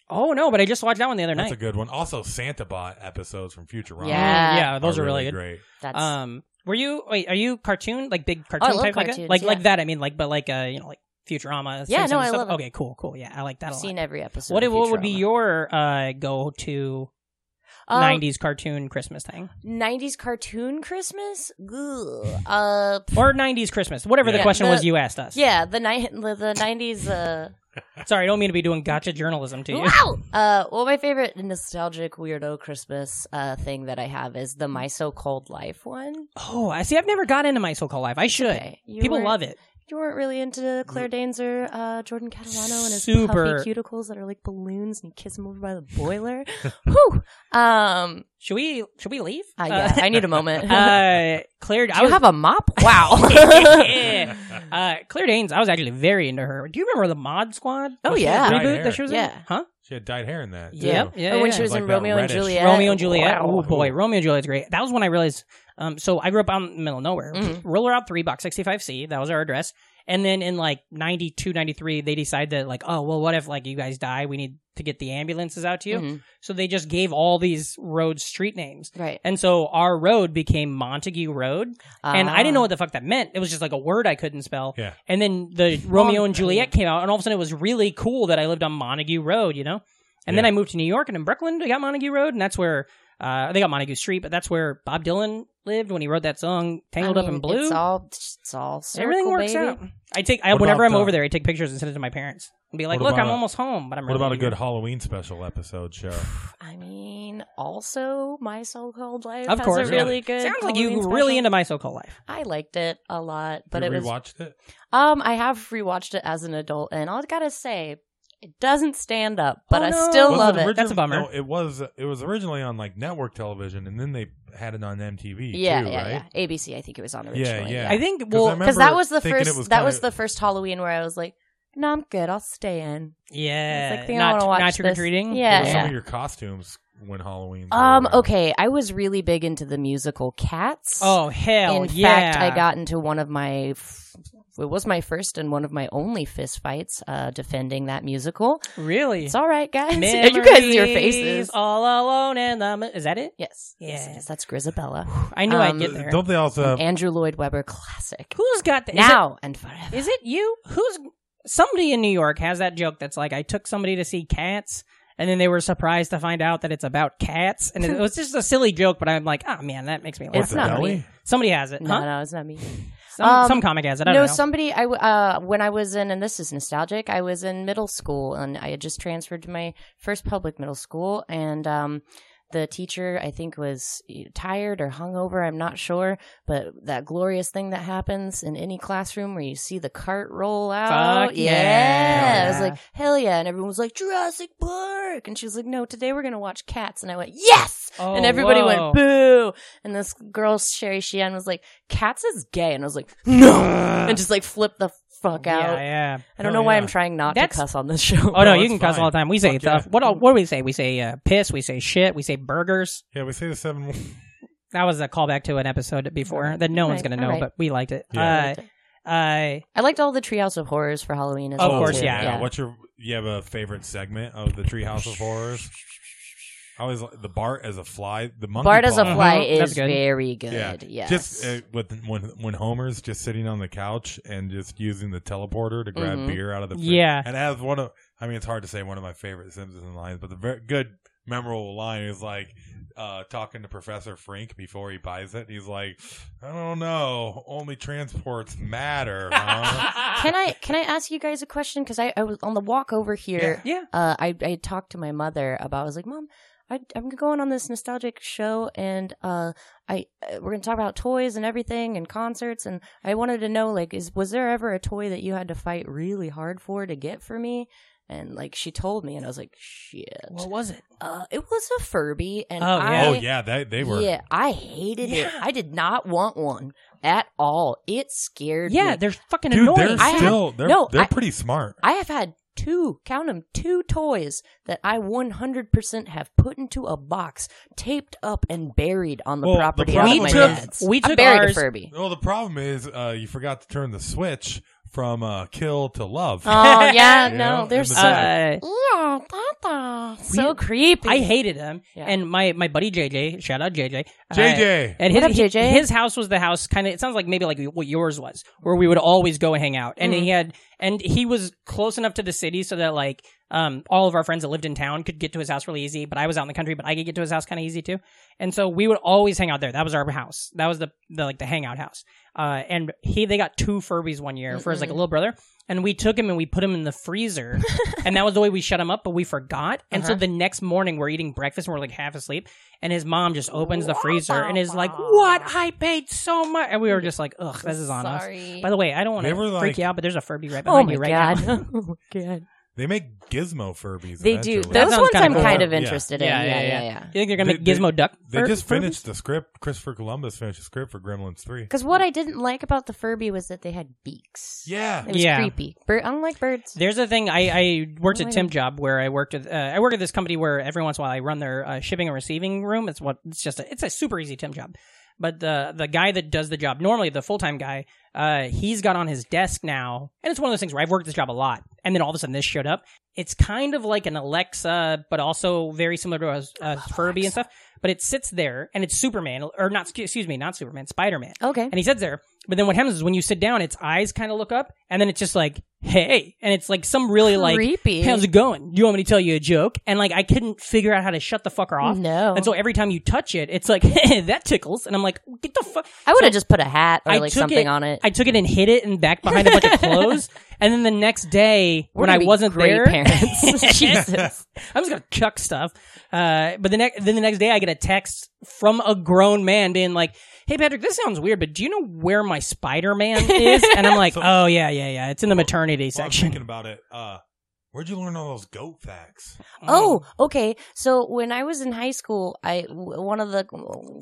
Speaker 1: Oh no, but I just watched that one the other
Speaker 4: That's a
Speaker 1: night.
Speaker 4: good one. Also, Santa Bot episodes from Futurama.
Speaker 6: Yeah.
Speaker 1: Mm, yeah, those are, really,
Speaker 4: great.
Speaker 1: good.
Speaker 6: That's
Speaker 1: Um, were you wait? Are you cartoon like big
Speaker 6: Oh, I
Speaker 1: cartoon
Speaker 6: love
Speaker 1: type like that?
Speaker 6: cartoons,
Speaker 1: like like
Speaker 6: yeah.
Speaker 1: that? I mean like but like uh you know like Futurama.
Speaker 6: Yeah,
Speaker 1: Simpsons
Speaker 6: no,
Speaker 1: and
Speaker 6: I
Speaker 1: stuff?
Speaker 6: love it.
Speaker 1: Okay, cool, cool. Yeah, I like that
Speaker 6: I've
Speaker 1: a lot.
Speaker 6: seen every episode.
Speaker 1: what
Speaker 6: of
Speaker 1: what would be
Speaker 6: Futurama.
Speaker 1: your uh go to
Speaker 6: Um,
Speaker 1: '90s cartoon Christmas thing
Speaker 6: 90s cartoon Christmas? Ugh. Uh, pff,
Speaker 1: or '90s Christmas? Whatever the
Speaker 4: Yeah.
Speaker 1: question
Speaker 6: The-
Speaker 1: was you asked us.
Speaker 6: yeah, the ni- the, the 90s. Uh,
Speaker 1: Sorry, I don't mean to be doing gotcha journalism to you.
Speaker 6: wow. Uh, well, my favorite nostalgic weirdo Christmas uh thing that I have is the My So Cold Life one.
Speaker 1: Oh, I see. I've never got into my so-called life. I should.
Speaker 6: okay. You
Speaker 1: People
Speaker 6: weren't-
Speaker 1: love it.
Speaker 6: You weren't really into Claire Danes or uh, Jordan Catalano and his
Speaker 1: Super.
Speaker 6: puffy cuticles that are like balloons and you kiss them over by the boiler. Whew. Um,
Speaker 1: Should we should we leave?
Speaker 6: uh, yeah, I need a moment.
Speaker 1: uh, Claire,
Speaker 6: Do
Speaker 1: I
Speaker 6: you
Speaker 1: was,
Speaker 6: have a mop? Wow.
Speaker 1: uh, Claire Danes. I was actually very into her. Do you remember the Mod Squad?
Speaker 6: Oh,
Speaker 1: Was she
Speaker 6: yeah.
Speaker 1: the
Speaker 4: Dyed
Speaker 1: reboot
Speaker 4: hair.
Speaker 1: that she was
Speaker 6: Yeah.
Speaker 1: in. Huh?
Speaker 4: She had dyed hair in that.
Speaker 1: Yeah,
Speaker 4: too.
Speaker 1: yeah.
Speaker 6: or when
Speaker 1: yeah.
Speaker 6: she was
Speaker 4: Like
Speaker 6: in
Speaker 4: that
Speaker 6: Romeo and
Speaker 4: reddish-
Speaker 6: Juliet.
Speaker 1: Romeo and Juliet.
Speaker 6: Wow.
Speaker 1: Oh boy, Romeo and Juliet's great. That was when I realized. Um, so I grew up out in the middle of nowhere.
Speaker 6: Mhm.
Speaker 1: Roller out three box sixty five C. That was our address. And then in like 92, 93, they decided that like, oh well, what if like you guys die? We need to get the ambulances out to you.
Speaker 6: Mhm.
Speaker 1: So they just gave all these roads street names.
Speaker 6: Right.
Speaker 1: And so our road became Montague Road. And I
Speaker 6: Um, Ah.
Speaker 1: didn't know what the fuck that meant. It was just like a word I couldn't spell.
Speaker 4: Yeah.
Speaker 1: And then the Romeo and Juliet came out, and all of a sudden it was really cool that I lived on Montague Road, you know? And then
Speaker 4: Yeah.
Speaker 1: I moved to New York, and in Brooklyn, they got Montague Road, and that's where uh, they got Montague Street, but that's where Bob Dylan lived when he wrote that song, Tangled Up in Blue.
Speaker 6: It's all, it's all circle,
Speaker 1: Everything works
Speaker 6: baby.
Speaker 1: out. I take, I,
Speaker 4: What
Speaker 1: whenever
Speaker 4: about,
Speaker 1: I'm over
Speaker 4: uh,
Speaker 1: there, I take pictures and send it to my parents and be like,
Speaker 4: what
Speaker 1: look, I'm
Speaker 4: about- uh,
Speaker 1: almost home, but I'm
Speaker 4: What
Speaker 1: really
Speaker 4: about a good
Speaker 1: here."
Speaker 4: Halloween special episode show?
Speaker 6: I mean, also my so-called life.
Speaker 1: Of
Speaker 6: has
Speaker 1: course.
Speaker 6: a
Speaker 1: yeah.
Speaker 6: really good.
Speaker 1: Sounds like you
Speaker 6: Halloween
Speaker 1: were really
Speaker 6: special.
Speaker 1: into my so called life.
Speaker 6: I liked it a lot, but
Speaker 4: you
Speaker 6: it was.
Speaker 4: rewatched it.
Speaker 6: Um, I have rewatched it as an adult, and I gotta say, it doesn't stand up, but
Speaker 1: Oh,
Speaker 6: I
Speaker 1: no.
Speaker 6: still
Speaker 1: Was
Speaker 6: love
Speaker 1: it
Speaker 6: it.
Speaker 1: orig- That's a bummer.
Speaker 4: No, it was it was originally on like network television, and then they had it on MTV.
Speaker 6: yeah,
Speaker 4: too,
Speaker 6: yeah,
Speaker 4: right?
Speaker 6: yeah. ABC, I think it was on
Speaker 4: Yeah,
Speaker 6: originally.
Speaker 4: yeah.
Speaker 1: I think,
Speaker 4: I
Speaker 1: well,
Speaker 4: remember
Speaker 6: because that was the
Speaker 4: thinking it
Speaker 6: first.
Speaker 4: was
Speaker 6: that
Speaker 4: kinda-
Speaker 6: was the first Halloween where I was like, "No, I'm good. I'll stay in."
Speaker 1: yeah.
Speaker 6: It's like, I think I
Speaker 1: not
Speaker 6: wanna watch
Speaker 1: not
Speaker 6: this.
Speaker 1: trick or treating.
Speaker 6: Yeah,
Speaker 4: What were some
Speaker 6: yeah.
Speaker 4: of your costumes when Halloween?
Speaker 6: Um, okay, I was really big into the musical Cats.
Speaker 1: Oh hell
Speaker 6: in
Speaker 1: yeah!
Speaker 6: fact, I got into one of my. f- It was my first and one of my only fist fights uh, defending that musical.
Speaker 1: really.
Speaker 6: It's all right, guys. you guys, your faces.
Speaker 1: Memories all alone in the. mo- Is that it?
Speaker 6: yes.
Speaker 1: Oh, Yeah.
Speaker 6: Yes, it is. That's Grisabella.
Speaker 1: I knew I'd
Speaker 6: Um,
Speaker 1: get there.
Speaker 4: Don't they also have
Speaker 6: Andrew Lloyd Webber classic.
Speaker 1: Who's got the?
Speaker 6: now and forever.
Speaker 1: Is it, is it you? Who's somebody in New York has that joke that's like I took somebody to see cats. And then they were surprised to find out that it's about cats, and it was just a silly joke. But I'm like, oh man, that makes me laugh.
Speaker 6: It's not
Speaker 4: Belly?
Speaker 6: me.
Speaker 1: Somebody has it,
Speaker 6: No,
Speaker 1: huh?
Speaker 6: no, it's not me.
Speaker 1: Some,
Speaker 6: Um,
Speaker 1: some comic has it. I
Speaker 6: no,
Speaker 1: don't know.
Speaker 6: somebody. I w- uh, when I was in, and this is nostalgic. I was in middle school, and I had just transferred to my first public middle school, and um, the teacher I think was e, tired or hungover. I'm not sure, but that glorious thing that happens in any classroom where you see the cart roll out.
Speaker 1: Fuck
Speaker 6: yeah,
Speaker 1: yeah.
Speaker 6: I was like, hell yeah, and everyone was like Jurassic Park, and she was like, no, today we're gonna watch Cats, and I went, yes,
Speaker 1: Oh,
Speaker 6: and everybody
Speaker 1: whoa.
Speaker 6: went boo, and this girl Sherry Sheehan was like, Cats is gay, and I was like, no and just like flip the fuck
Speaker 1: yeah,
Speaker 6: out.
Speaker 1: yeah.
Speaker 6: I don't
Speaker 4: Oh,
Speaker 6: know why
Speaker 4: yeah.
Speaker 6: I'm trying not
Speaker 1: That's-
Speaker 6: to cuss on this show.
Speaker 1: Oh no,
Speaker 4: No,
Speaker 1: you
Speaker 4: it's
Speaker 1: can cuss
Speaker 4: fine.
Speaker 1: all the time. We say
Speaker 4: Fuck yeah.
Speaker 1: stuff. What all, what do we say? We say uh, piss. We say shit. We say burgers.
Speaker 4: Yeah, we say the seven.
Speaker 1: That was a callback to an episode before that no one's
Speaker 6: Alright,
Speaker 1: gonna know,
Speaker 6: alright.
Speaker 1: but we liked it.
Speaker 4: Yeah.
Speaker 6: I liked it.
Speaker 1: Uh, uh,
Speaker 6: I liked all the Treehouse of Horrors for Halloween as
Speaker 1: Of
Speaker 6: well.
Speaker 1: course,
Speaker 6: too.
Speaker 1: yeah.
Speaker 4: Oh, What's your? You have a favorite segment of the Treehouse of Horrors? I always like the Bart as a fly. The monkey.
Speaker 6: Bart as a
Speaker 4: paw.
Speaker 6: fly
Speaker 1: Mhm, that's
Speaker 6: is
Speaker 1: good.
Speaker 6: very Uh-huh. good. Yes.
Speaker 4: Just uh, with when when Homer's just sitting on the couch and just using the teleporter to grab
Speaker 6: Mhm.
Speaker 4: beer out of the fridge.
Speaker 1: Yeah.
Speaker 4: And as one of, I mean, it's hard to say one of my favorite Simpson lines, but the very good memorable line is like uh, talking to Professor Frink before he buys it. He's like, I don't know, only transports matter. Huh?
Speaker 6: can I can I ask you guys a question? Because I, I was on the walk over here.
Speaker 1: Yeah.
Speaker 6: Uh, I I talked to my mother about. I was like, Mom, I, I'm going on this nostalgic show, and uh, I uh, we're gonna talk about toys and everything and concerts, and I wanted to know like, is was there ever a toy that you had to fight really hard for to get for me? And like she told me, and I was like, shit.
Speaker 1: what was it?
Speaker 6: Uh, it was a Furby, and
Speaker 1: Oh,
Speaker 6: I,
Speaker 1: yeah.
Speaker 4: oh yeah, they they were.
Speaker 6: yeah, I hated it. I did not want one at all. It scared me.
Speaker 1: Yeah, they're fucking
Speaker 4: Dude,
Speaker 1: annoying.
Speaker 4: they're
Speaker 6: I had-
Speaker 4: still they're
Speaker 6: no,
Speaker 4: they're
Speaker 6: I-
Speaker 4: pretty smart.
Speaker 6: I have had two, count them, two toys that I 100% have put into a box, taped up and buried on the
Speaker 4: Well, the
Speaker 6: property
Speaker 4: problem
Speaker 6: of my
Speaker 1: is-
Speaker 6: dad's.
Speaker 1: we
Speaker 6: I
Speaker 1: took
Speaker 6: buried
Speaker 1: ours-
Speaker 6: a Furby.
Speaker 4: Well, the problem is uh, you forgot to turn the switch from uh, kill to love.
Speaker 6: Oh, yeah,
Speaker 4: You know,
Speaker 6: no,
Speaker 4: in
Speaker 6: they're
Speaker 4: the
Speaker 6: so...
Speaker 1: uh,
Speaker 6: yeah, Tata. So
Speaker 1: We-
Speaker 6: creepy.
Speaker 1: I hated them.
Speaker 6: Yeah.
Speaker 1: And my my buddy JJ, shout out JJ. uh,
Speaker 4: JJ.
Speaker 1: and his,
Speaker 6: What up, JJ?
Speaker 1: his house was the house kind of it sounds like maybe like what yours was where we would always go and hang out and
Speaker 6: Mm-hmm.
Speaker 1: he had and he was close enough to the city so that like um all of our friends that lived in town could get to his house really easy but I was out in the country but I could get to his house kind of easy too and so we would always hang out there that was our house that was the, the like the hangout house uh and he they got two Furbies one year for his like a little brother and we took him and we put him in the freezer and that was the way we shut him up but we forgot and
Speaker 6: Uh-huh.
Speaker 1: so the next morning we're eating breakfast and we're like half asleep and his mom just opens the freezer and is like what i paid so much and we were just like ugh this is on
Speaker 6: Sorry.
Speaker 1: us by the way i don't want
Speaker 4: They
Speaker 1: to
Speaker 4: were
Speaker 1: freak
Speaker 4: like-
Speaker 1: you out but there's a furby right
Speaker 6: Oh
Speaker 1: behind
Speaker 6: my
Speaker 1: you right
Speaker 6: god!
Speaker 1: now
Speaker 6: oh my god!
Speaker 4: They make Gizmo Furbies.
Speaker 6: They do.
Speaker 4: eventually.
Speaker 1: That
Speaker 6: Those
Speaker 1: sounds
Speaker 6: ones
Speaker 1: kinda
Speaker 6: I'm
Speaker 1: cool.
Speaker 6: kind of
Speaker 4: Yeah.
Speaker 6: interested
Speaker 1: yeah
Speaker 6: in.
Speaker 1: yeah, yeah,
Speaker 6: yeah.
Speaker 1: you think they're gonna
Speaker 4: They-
Speaker 1: make Gizmo
Speaker 4: they-
Speaker 1: Duck?
Speaker 4: They
Speaker 1: fur-
Speaker 4: just
Speaker 1: Furbies?
Speaker 4: finished the script. Christopher Columbus finished the script for Gremlins Three.
Speaker 6: Because what I didn't like about the Furby was that they had beaks.
Speaker 4: Yeah,
Speaker 6: It was
Speaker 1: Yeah.
Speaker 6: creepy. Bir- I don't like birds.
Speaker 1: There's a thing I, I worked
Speaker 6: Oh
Speaker 1: at
Speaker 6: my
Speaker 1: Tim Job where I worked with uh, I work at this company where every once in a while I run their uh, shipping and receiving room. It's what it's just a, it's a super easy Tim job. But the the guy that does the job normally the full time guy uh, he's got on his desk now and it's one of those things where I've worked this job a lot and then all of a sudden this showed up. It's kind of like an Alexa but also very similar to a, a Furby and stuff. But it sits there and it's Superman or not excuse me not Superman Spider Man
Speaker 6: Okay.
Speaker 1: and he sits there. But then what happens is when you sit down, its eyes kind of look up, and then it's just like, "Hey," and it's like some really like,
Speaker 6: Creepy.
Speaker 1: "How's it going? Do you want me to tell you a joke?" And like I couldn't figure out how to shut the fucker off.
Speaker 6: No.
Speaker 1: And so every time you touch it, it's like, "Hey, that tickles," and I'm like, "Get the fuck."
Speaker 6: I would have just put a hat or
Speaker 1: I
Speaker 6: like
Speaker 1: took
Speaker 6: something
Speaker 1: it,
Speaker 6: on it.
Speaker 1: I took it and hid it and back behind a bunch of clothes. And then the next day,
Speaker 6: We're
Speaker 1: when
Speaker 6: gonna
Speaker 1: I
Speaker 6: be
Speaker 1: wasn't
Speaker 6: great
Speaker 1: there,
Speaker 6: parents. Jesus.
Speaker 1: I'm just gonna chuck stuff. Uh, but the next, then the next day, I get a text from a grown man being like, "Hey Patrick, this sounds weird, but do you know where my Spider Man is?" And I'm like, "Oh yeah, yeah, yeah. It's in the maternity
Speaker 4: Well, I'm
Speaker 1: section."
Speaker 4: thinking about it. Uh, where'd you learn all those goat facts?
Speaker 6: Oh,
Speaker 1: Mm-hmm.
Speaker 6: okay. So when I was in high school, I w- one of the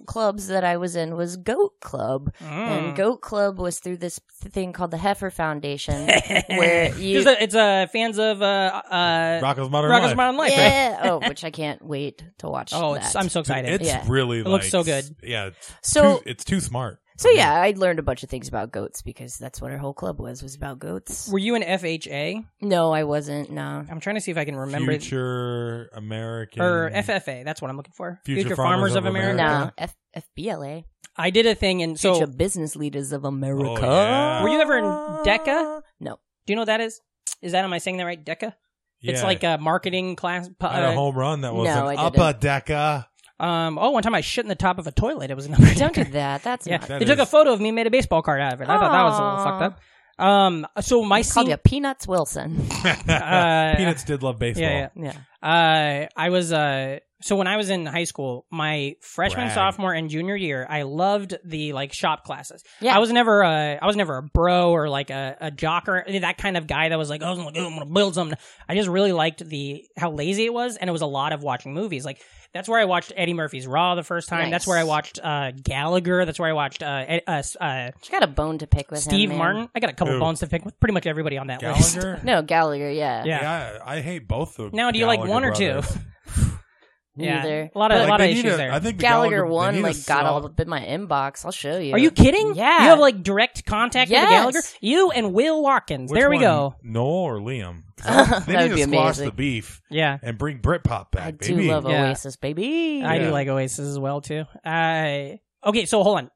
Speaker 6: clubs that I was in was Goat Club,
Speaker 1: Mm. Hmm.
Speaker 6: and Goat Club was through this thing called the Heifer Foundation, where you
Speaker 1: It's a, it's uh, fans of uh, uh,
Speaker 4: Rocko's Modern
Speaker 1: Rockers
Speaker 4: Life.
Speaker 1: Modern Life. right?
Speaker 6: yeah. oh, which I can't wait to watch.
Speaker 1: Oh, it's,
Speaker 6: that.
Speaker 1: I'm so excited.
Speaker 4: It's
Speaker 6: Yeah.
Speaker 4: really. It like,
Speaker 1: looks so good.
Speaker 4: Yeah. It's
Speaker 6: So-
Speaker 4: too, it's too smart.
Speaker 6: so yeah, I learned a bunch of things about goats because that's what our whole club was was about goats.
Speaker 1: Were you an FHA?
Speaker 6: No, I wasn't. No,
Speaker 1: I'm trying to see if I can remember.
Speaker 4: Future American
Speaker 1: or FFA. That's what I'm looking for.
Speaker 4: Future Farmers of America.
Speaker 6: no, F- FBLA,
Speaker 1: I did a thing, and so Oh,
Speaker 6: Future Business Leaders of America.
Speaker 4: yeah.
Speaker 1: were you ever in DECA?
Speaker 6: No.
Speaker 1: Do you know what that is? Is that am I saying that right? DECA. It's
Speaker 4: Yeah.
Speaker 1: like a marketing class. pu-
Speaker 4: I had a
Speaker 1: Uh,
Speaker 4: home run that was
Speaker 6: No,
Speaker 4: an
Speaker 6: I didn't.
Speaker 4: upper decker.
Speaker 1: Um, oh, one time I shit in the top of a toilet. It was number.
Speaker 6: Don't do that. That's
Speaker 1: Yeah,
Speaker 6: not
Speaker 1: they
Speaker 4: That
Speaker 1: took a
Speaker 4: is-
Speaker 1: photo of me, and made a baseball card out of it. I thought that was a little
Speaker 6: Aw.
Speaker 1: fucked up. Um, so my
Speaker 6: called
Speaker 1: scene,
Speaker 6: you Peanuts Wilson.
Speaker 1: uh,
Speaker 4: Peanuts did love baseball.
Speaker 1: yeah, yeah.
Speaker 6: yeah.
Speaker 1: Uh, I was uh, so when I was in high school, my freshman,
Speaker 4: Brag.
Speaker 1: sophomore, and junior year, I loved the like shop classes.
Speaker 6: Yeah.
Speaker 1: I was never uh, I was never a bro or like a, a jock or any- that kind of guy that was like, oh, I'm gonna build something. I just really liked the how lazy it was, and it was a lot of watching movies. Like that's where I watched Eddie Murphy's Raw the first time. That's
Speaker 6: Nice.
Speaker 1: where I watched uh, Gallagher. That's where I watched uh, Ed- uh, s- uh,
Speaker 6: She got a bone to pick with him,
Speaker 1: Steve
Speaker 6: man.
Speaker 1: Martin. I got a couple
Speaker 4: Who?
Speaker 1: bones to pick with pretty much everybody on that list.
Speaker 4: Gallagher.
Speaker 6: No, Gallagher, yeah.
Speaker 1: Yeah.
Speaker 4: Yeah, I hate both of them.
Speaker 1: Now, do you like one or two? Yeah,
Speaker 6: Neither.
Speaker 1: a lot of
Speaker 6: But
Speaker 1: a lot of
Speaker 4: they need
Speaker 1: issues
Speaker 4: a-
Speaker 1: there.
Speaker 4: I think the
Speaker 6: Gallagher,
Speaker 4: Gallagher
Speaker 6: one
Speaker 4: they need uh,
Speaker 6: like
Speaker 4: a
Speaker 6: got all
Speaker 4: solid-
Speaker 6: up in my inbox. I'll show you.
Speaker 1: Are you kidding?
Speaker 6: Yeah.
Speaker 1: You have like direct contact with
Speaker 6: Yes.
Speaker 1: Gallagher. You and Will Watkins.
Speaker 4: Which
Speaker 1: there we
Speaker 4: one,
Speaker 1: go.
Speaker 4: Noel or Liam? They
Speaker 6: That
Speaker 4: need
Speaker 6: would be
Speaker 4: to squash
Speaker 6: amazing.
Speaker 4: the beef
Speaker 1: Yeah.
Speaker 4: and bring Britpop back,
Speaker 6: I do
Speaker 4: baby.
Speaker 6: love
Speaker 1: Yeah.
Speaker 6: Oasis, baby.
Speaker 1: I do
Speaker 4: Yeah.
Speaker 1: like Oasis as well too. I okay, so hold on.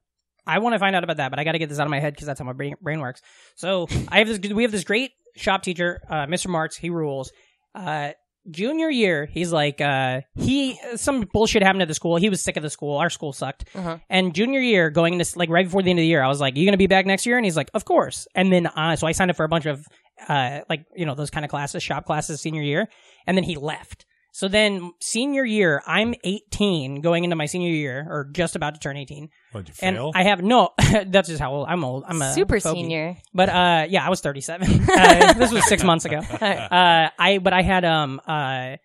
Speaker 1: I want to find out about that, but I got to get this out of my head because that's how my brain, brain works. So I have this. We have this great shop teacher, uh, Mr. Marks. He rules. Uh, junior year, he's like uh, he some bullshit happened at the school. He was sick of the school. Our school sucked.
Speaker 6: Uh-huh.
Speaker 1: And junior year, going into like right before the end of the year, I was like, "You gonna be back next year?" And he's like, "Of course." And then uh, so I signed up for a bunch of uh, like you know those kind of classes, shop classes, senior year. And then he left. So then, senior year, I'm 18, going into my senior year, or just about to turn 18,
Speaker 4: What'd you
Speaker 1: and
Speaker 4: fail?
Speaker 1: I have no. that's just how old I'm old. I'm a
Speaker 6: Super
Speaker 1: phobie.
Speaker 6: senior.
Speaker 1: but uh, yeah, I was 37. uh, this was six months ago.
Speaker 6: Alright.
Speaker 1: Uh, I but I had um uh, I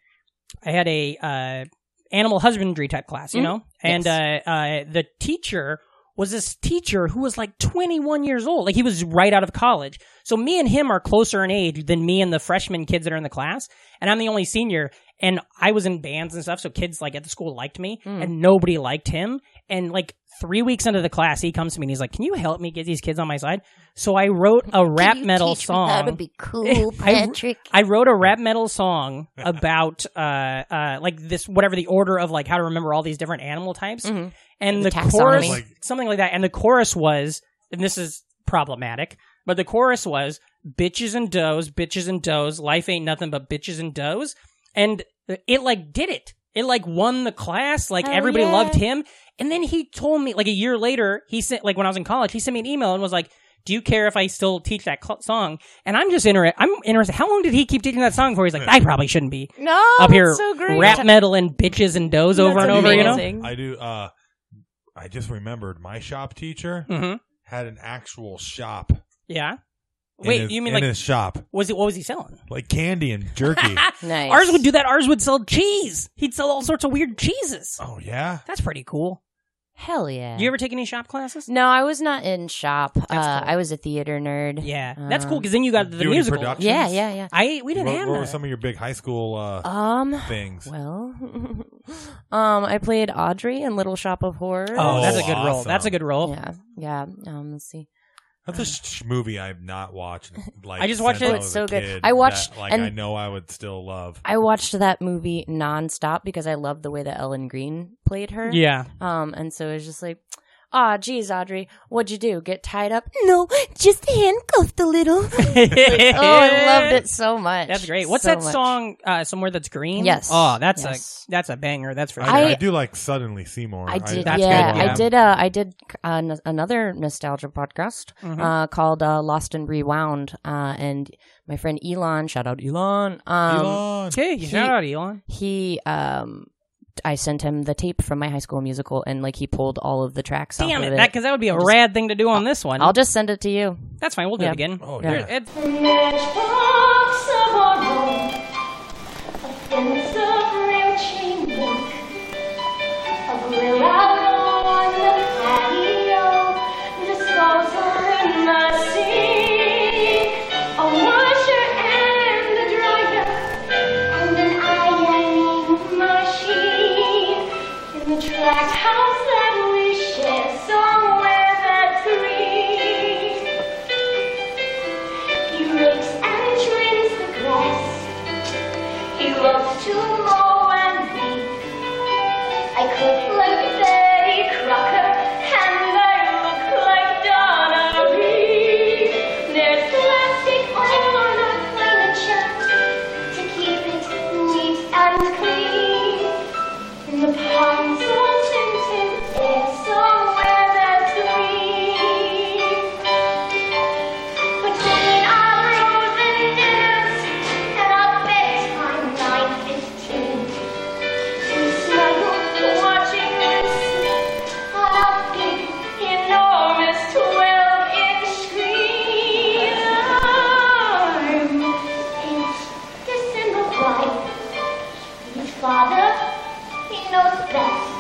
Speaker 1: had a uh animal husbandry type class, you
Speaker 6: Mhm.
Speaker 1: know, and uh, uh the teacher was this teacher who was like 21 years old, like he was right out of college. So me and him are closer in age than me and the freshman kids that are in the class, and I'm the only senior. And I was in bands and stuff, so kids like at the school liked me,
Speaker 6: Mm.
Speaker 1: and nobody liked him. And like three weeks into the class, he comes to me and he's like, "Can you help me get these kids on my side?" So I wrote a rap
Speaker 6: Can you
Speaker 1: metal
Speaker 6: teach me
Speaker 1: song.
Speaker 6: How to be cool,
Speaker 1: I-
Speaker 6: Patrick.
Speaker 1: I wrote a rap metal song about uh, uh, like this whatever the order of like how to remember all these different animal types,
Speaker 6: Mhm.
Speaker 1: and the,
Speaker 6: The
Speaker 1: chorus
Speaker 6: taxonomy.
Speaker 4: Like-
Speaker 1: something like that. And the chorus was, and this is problematic, but the chorus was bitches and does, bitches and does. Life ain't nothing but bitches and does, and it like did it. It like won the class. Like
Speaker 6: Hell
Speaker 1: everybody
Speaker 6: yeah.
Speaker 1: loved him. And then he told me like a year later, he sent like when I was in college, he sent me an email and was like. Do you care if I still teach that cl- song? And I'm just interested. I'm interested. How long did he keep teaching that song for? He's like, I probably shouldn't be
Speaker 6: no,
Speaker 1: up here
Speaker 6: so great.
Speaker 1: rap metal and bitches and does over and
Speaker 6: That's
Speaker 1: over.
Speaker 6: amazing.
Speaker 4: I do. Uh, I just remembered my shop teacher
Speaker 1: You know? hmm
Speaker 4: had an actual shop.
Speaker 1: Yeah.
Speaker 4: in
Speaker 1: Wait,
Speaker 4: his-
Speaker 1: you mean
Speaker 4: in
Speaker 1: like
Speaker 4: his shop,
Speaker 1: was it? What was he selling?
Speaker 4: like candy and jerky?
Speaker 6: nice.
Speaker 1: Ours would do that. Ours would sell cheese. He'd sell all sorts of weird cheeses.
Speaker 4: oh yeah,
Speaker 1: That's pretty cool.
Speaker 6: Hell yeah.
Speaker 1: Do you ever take any shop classes?
Speaker 6: no, I was not in shop. Uh,
Speaker 1: cool.
Speaker 6: I was a theater nerd.
Speaker 1: Yeah, that's
Speaker 6: Um,
Speaker 1: cool because then you got the
Speaker 4: Do any
Speaker 1: musical.
Speaker 4: productions?
Speaker 6: Yeah, yeah, yeah.
Speaker 1: I we didn't
Speaker 4: what,
Speaker 1: have
Speaker 4: what were
Speaker 1: that.
Speaker 4: some of your big high school uh,
Speaker 6: Um,
Speaker 4: things?
Speaker 6: well, um, I played Audrey in Little Shop of Horrors.
Speaker 1: Oh, that's a
Speaker 4: Oh,
Speaker 1: good role.
Speaker 4: awesome.
Speaker 1: That's a good role.
Speaker 6: yeah, yeah. Um, let's see.
Speaker 4: That's a sh- movie I've not watched. Like
Speaker 1: I just watched
Speaker 4: since
Speaker 1: it.
Speaker 4: I
Speaker 1: It's
Speaker 4: was
Speaker 6: so
Speaker 4: a
Speaker 6: good.
Speaker 4: kid
Speaker 6: I watched-
Speaker 4: that, like
Speaker 6: and-
Speaker 4: I know I would still love.
Speaker 6: I watched that movie nonstop because I loved the way that Ellen Green played her.
Speaker 1: Yeah.
Speaker 6: Um, and so it was just like, ah, geez, Audrey, what'd you do? Get tied up? No, just handcuffed a little. oh, I loved it so much.
Speaker 1: That's great. What's
Speaker 6: So
Speaker 1: that
Speaker 6: much.
Speaker 1: song? Uh, Somewhere that's green.
Speaker 6: Yes.
Speaker 1: Oh, that's
Speaker 6: Yes.
Speaker 1: a that's a banger. That's for sure.
Speaker 4: I,
Speaker 6: I-
Speaker 4: I do like suddenly Seymour.
Speaker 6: I did,
Speaker 1: that's
Speaker 6: yeah,
Speaker 1: good, yeah.
Speaker 6: I did. Uh, I did uh, n- another nostalgia podcast
Speaker 1: Mhm.
Speaker 6: uh, called uh, Lost and Rewound, uh, and my friend Elon, shout out Elon. Um,
Speaker 4: Elon.
Speaker 1: Hey,
Speaker 6: He-
Speaker 1: shout out Elon.
Speaker 6: He, um, I sent him the tape from my high school musical, and like he pulled all of the tracks.
Speaker 1: Damn
Speaker 6: off
Speaker 1: it,
Speaker 6: of
Speaker 1: that because that would be a rad thing to do on this one.
Speaker 6: I'll just send it to you.
Speaker 1: That's fine. We'll do
Speaker 6: Yeah.
Speaker 1: it again.
Speaker 4: Oh,
Speaker 1: There-
Speaker 4: yeah.
Speaker 1: it's-
Speaker 7: matchbox of our own, a fence of real chain link, a grill out on the patio, disposal in my sink, a washer and a dryer, and an ironing machine in the tract house that we share somewhere that's green. He rakes and trims the grass. He loves to mow and weed. I cook like Betty Crocker, and I look like Donna Reed. There's plastic all on our furniture to keep it neat and clean. In the palms of he knows best.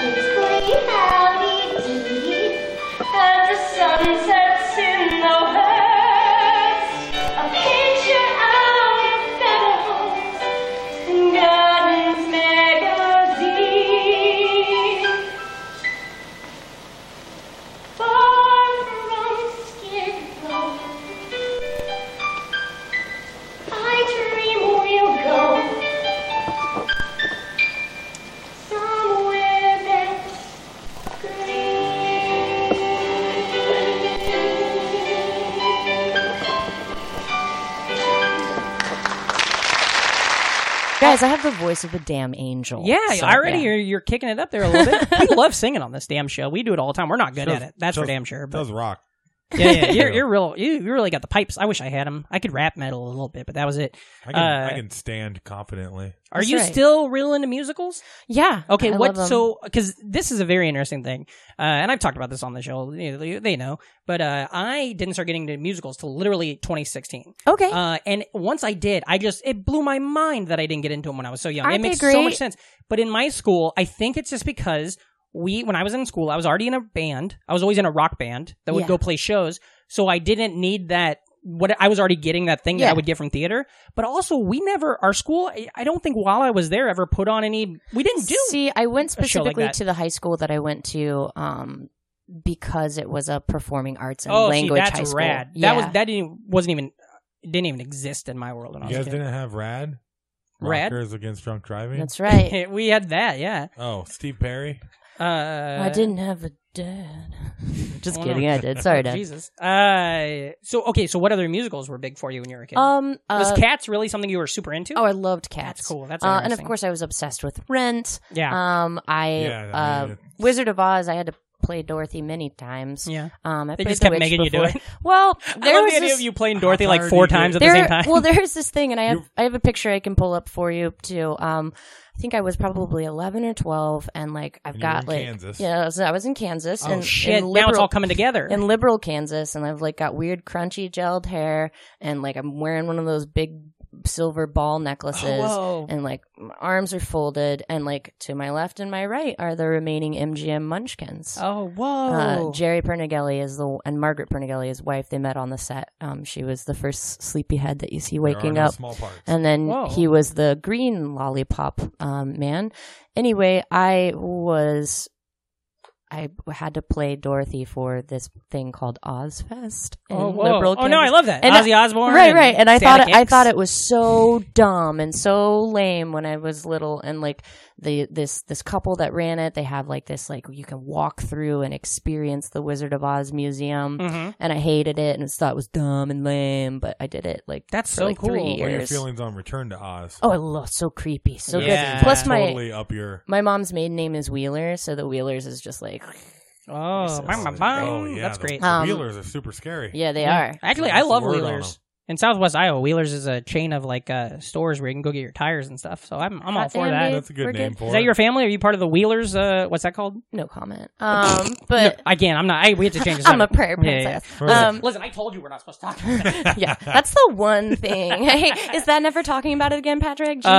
Speaker 7: Kids play howdy-dee at the sunsets in the west. A picture out in Meadows, Gardens Magazine. Far from Skid Row, I dream we'll go somewhere that's green.
Speaker 6: Guys, I have the voice of a damn angel.
Speaker 1: Yeah,
Speaker 6: So,
Speaker 1: already
Speaker 6: yeah.
Speaker 1: You're, you're kicking it up there a little bit. we love singing on this damn show. We do it all the time. We're not good
Speaker 4: Does-
Speaker 1: at it. That's for
Speaker 4: does-
Speaker 1: damn sure. But
Speaker 4: Does rock.
Speaker 1: yeah, yeah, you're, you're real. You, you really got the pipes. I wish I had them. I could rap metal a little bit, but that was it.
Speaker 4: I can,
Speaker 1: Uh,
Speaker 4: I can stand confidently.
Speaker 1: Are
Speaker 6: That's
Speaker 1: you
Speaker 6: right.
Speaker 1: still real into musicals?
Speaker 6: Yeah.
Speaker 1: Okay,
Speaker 6: I
Speaker 1: what?
Speaker 6: love 'em.
Speaker 1: So, because this is a very interesting thing, uh, and I've talked about this on the show. you know, They they know, but uh, I didn't start getting into musicals till literally 2016.
Speaker 6: Okay.
Speaker 1: Uh, and once I did, I just it blew my mind that I didn't get into them when I was so young.
Speaker 6: Aren't
Speaker 1: it makes
Speaker 6: they
Speaker 1: so
Speaker 6: great?
Speaker 1: much sense. But in my school, I think it's just because we, when I was in school, I was already in a band. I was always in a rock band that would
Speaker 6: Yeah.
Speaker 1: go play shows, so I didn't need that. What I was already getting that thing that I
Speaker 6: Yeah.
Speaker 1: would get from theater, but also we never our school. I- I don't think while I was there ever put on any. We didn't do.
Speaker 6: See, I went
Speaker 1: a show like
Speaker 6: specifically
Speaker 1: that.
Speaker 6: to the high school that I went to um, because it was a performing arts and
Speaker 1: oh,
Speaker 6: language
Speaker 1: see, that's
Speaker 6: high school.
Speaker 1: rad.
Speaker 6: Yeah.
Speaker 1: That was that didn't wasn't even didn't even exist in my world when I
Speaker 4: You
Speaker 1: was a
Speaker 4: guys
Speaker 1: kid.
Speaker 4: didn't have Rad?
Speaker 1: Rad?
Speaker 4: Rockers Against Drunk Driving?
Speaker 6: That's right.
Speaker 1: we had that, yeah.
Speaker 4: oh, Steve Perry?
Speaker 1: Uh,
Speaker 6: I didn't have a dad. Just
Speaker 1: Oh, no.
Speaker 6: kidding. I did. Sorry, dad.
Speaker 1: Jesus. Uh, so okay, so what other musicals were big for you when you were a kid?
Speaker 6: Um,
Speaker 1: was
Speaker 6: uh,
Speaker 1: Cats really something you were super into?
Speaker 6: oh, I loved cats.
Speaker 1: That's cool. That's
Speaker 6: Uh, and of
Speaker 1: interesting.
Speaker 6: course, I was obsessed with Rent.
Speaker 1: yeah,
Speaker 6: Um, I
Speaker 4: Yeah, I
Speaker 6: uh,
Speaker 4: mean, it's-
Speaker 6: Wizard of Oz. I had to play Dorothy many times.
Speaker 1: yeah.
Speaker 6: Um, I
Speaker 1: They
Speaker 6: played
Speaker 1: just
Speaker 6: the
Speaker 1: kept
Speaker 6: witch
Speaker 1: making you do
Speaker 6: before.
Speaker 1: it.
Speaker 6: Well,
Speaker 1: I
Speaker 6: there
Speaker 1: love
Speaker 6: was
Speaker 1: the idea
Speaker 6: this- Oh,
Speaker 1: of you playing Dorothy
Speaker 4: How
Speaker 1: like
Speaker 4: tired
Speaker 1: four
Speaker 4: do you
Speaker 1: times
Speaker 4: get?
Speaker 1: at the same
Speaker 6: there-
Speaker 1: time.
Speaker 6: Well, there's this thing, and I have
Speaker 4: You-
Speaker 6: I have a picture I can pull up for you too. Um, I think I was probably 11 or 12, and like I've
Speaker 4: And you were
Speaker 6: got
Speaker 4: in
Speaker 6: like
Speaker 4: Kansas.
Speaker 6: yeah, I was, I was in Kansas.
Speaker 4: Oh,
Speaker 6: and,
Speaker 1: Shit,
Speaker 6: and
Speaker 1: now it's
Speaker 6: liberal-
Speaker 1: all coming together.
Speaker 6: in liberal Kansas, and I've like got weird crunchy gelled hair, and like I'm wearing one of those big silver ball necklaces,
Speaker 1: Oh, Whoa.
Speaker 6: and like my arms are folded, and like to my left and my right are the remaining MGM Munchkins.
Speaker 1: oh,
Speaker 6: Uh,
Speaker 1: whoa.
Speaker 6: Jerry Pernigelli is the and Margaret Pernigelli, his wife. They met on the set. Um, she was the first sleepyhead that you see
Speaker 4: there are
Speaker 6: waking
Speaker 4: no
Speaker 6: up.
Speaker 4: Small parts.
Speaker 6: And then
Speaker 1: Whoa.
Speaker 6: he was the green lollipop um, man. Anyway, I was. I had to play Dorothy for this thing called Ozfest. in
Speaker 1: oh, whoa.
Speaker 6: liberal
Speaker 1: oh no, I
Speaker 6: Kansas.
Speaker 1: love that.
Speaker 6: And I-
Speaker 1: Ozzy Osbourne.
Speaker 6: Right, right. And I
Speaker 1: Santa
Speaker 6: thought it, I
Speaker 1: Kicks.
Speaker 6: thought it was so dumb and so lame when I was little. And like the this this couple that ran it, they have like this like you can walk through and experience the Wizard of Oz museum.
Speaker 1: Mhm.
Speaker 6: And I hated it and thought it was dumb and lame, but I did it like
Speaker 1: That's
Speaker 6: for
Speaker 1: so
Speaker 6: like
Speaker 1: cool.
Speaker 6: three
Speaker 1: What
Speaker 4: What are your
Speaker 6: years.
Speaker 4: feelings on Return to Oz?
Speaker 6: Oh, I love so creepy, so
Speaker 1: Yeah.
Speaker 6: good.
Speaker 1: Yeah.
Speaker 6: Plus my
Speaker 4: totally up your.
Speaker 6: my mom's maiden name is Wheeler, so the Wheelers is just like
Speaker 1: Oh,
Speaker 6: Yes,
Speaker 1: bang,
Speaker 6: yes.
Speaker 1: bang, bang.
Speaker 4: Oh, yeah,
Speaker 1: that's
Speaker 4: the-
Speaker 1: great.
Speaker 4: The
Speaker 6: Um,
Speaker 4: wheelers are super scary.
Speaker 6: yeah, they
Speaker 1: Yeah.
Speaker 6: are.
Speaker 1: Actually, I
Speaker 4: That's the
Speaker 1: love
Speaker 4: word on
Speaker 1: Wheelers. In Southwest Iowa, Wheelers is a chain of like uh, stores where you can go get your tires and stuff. So I'm I'm all
Speaker 6: Hot
Speaker 1: for
Speaker 6: damn,
Speaker 1: that.
Speaker 6: dude.
Speaker 4: That's a good
Speaker 6: We're
Speaker 4: name
Speaker 6: good.
Speaker 4: for
Speaker 1: Is that
Speaker 4: it.
Speaker 1: your family? Are you part of the Wheelers? Uh, what's that called?
Speaker 6: No comment. Um, but
Speaker 1: No, again, I'm not. I, we have to change. the
Speaker 6: I'm a
Speaker 1: subject.
Speaker 6: prayer
Speaker 1: Yeah, yeah, yeah.
Speaker 6: princess.
Speaker 4: Perfect.
Speaker 6: Um,
Speaker 1: Listen, I told you we're not supposed to talk about that.
Speaker 6: yeah, that's the one thing. is that never talking about it again, Patrick? Jesus.
Speaker 1: Uh,
Speaker 4: I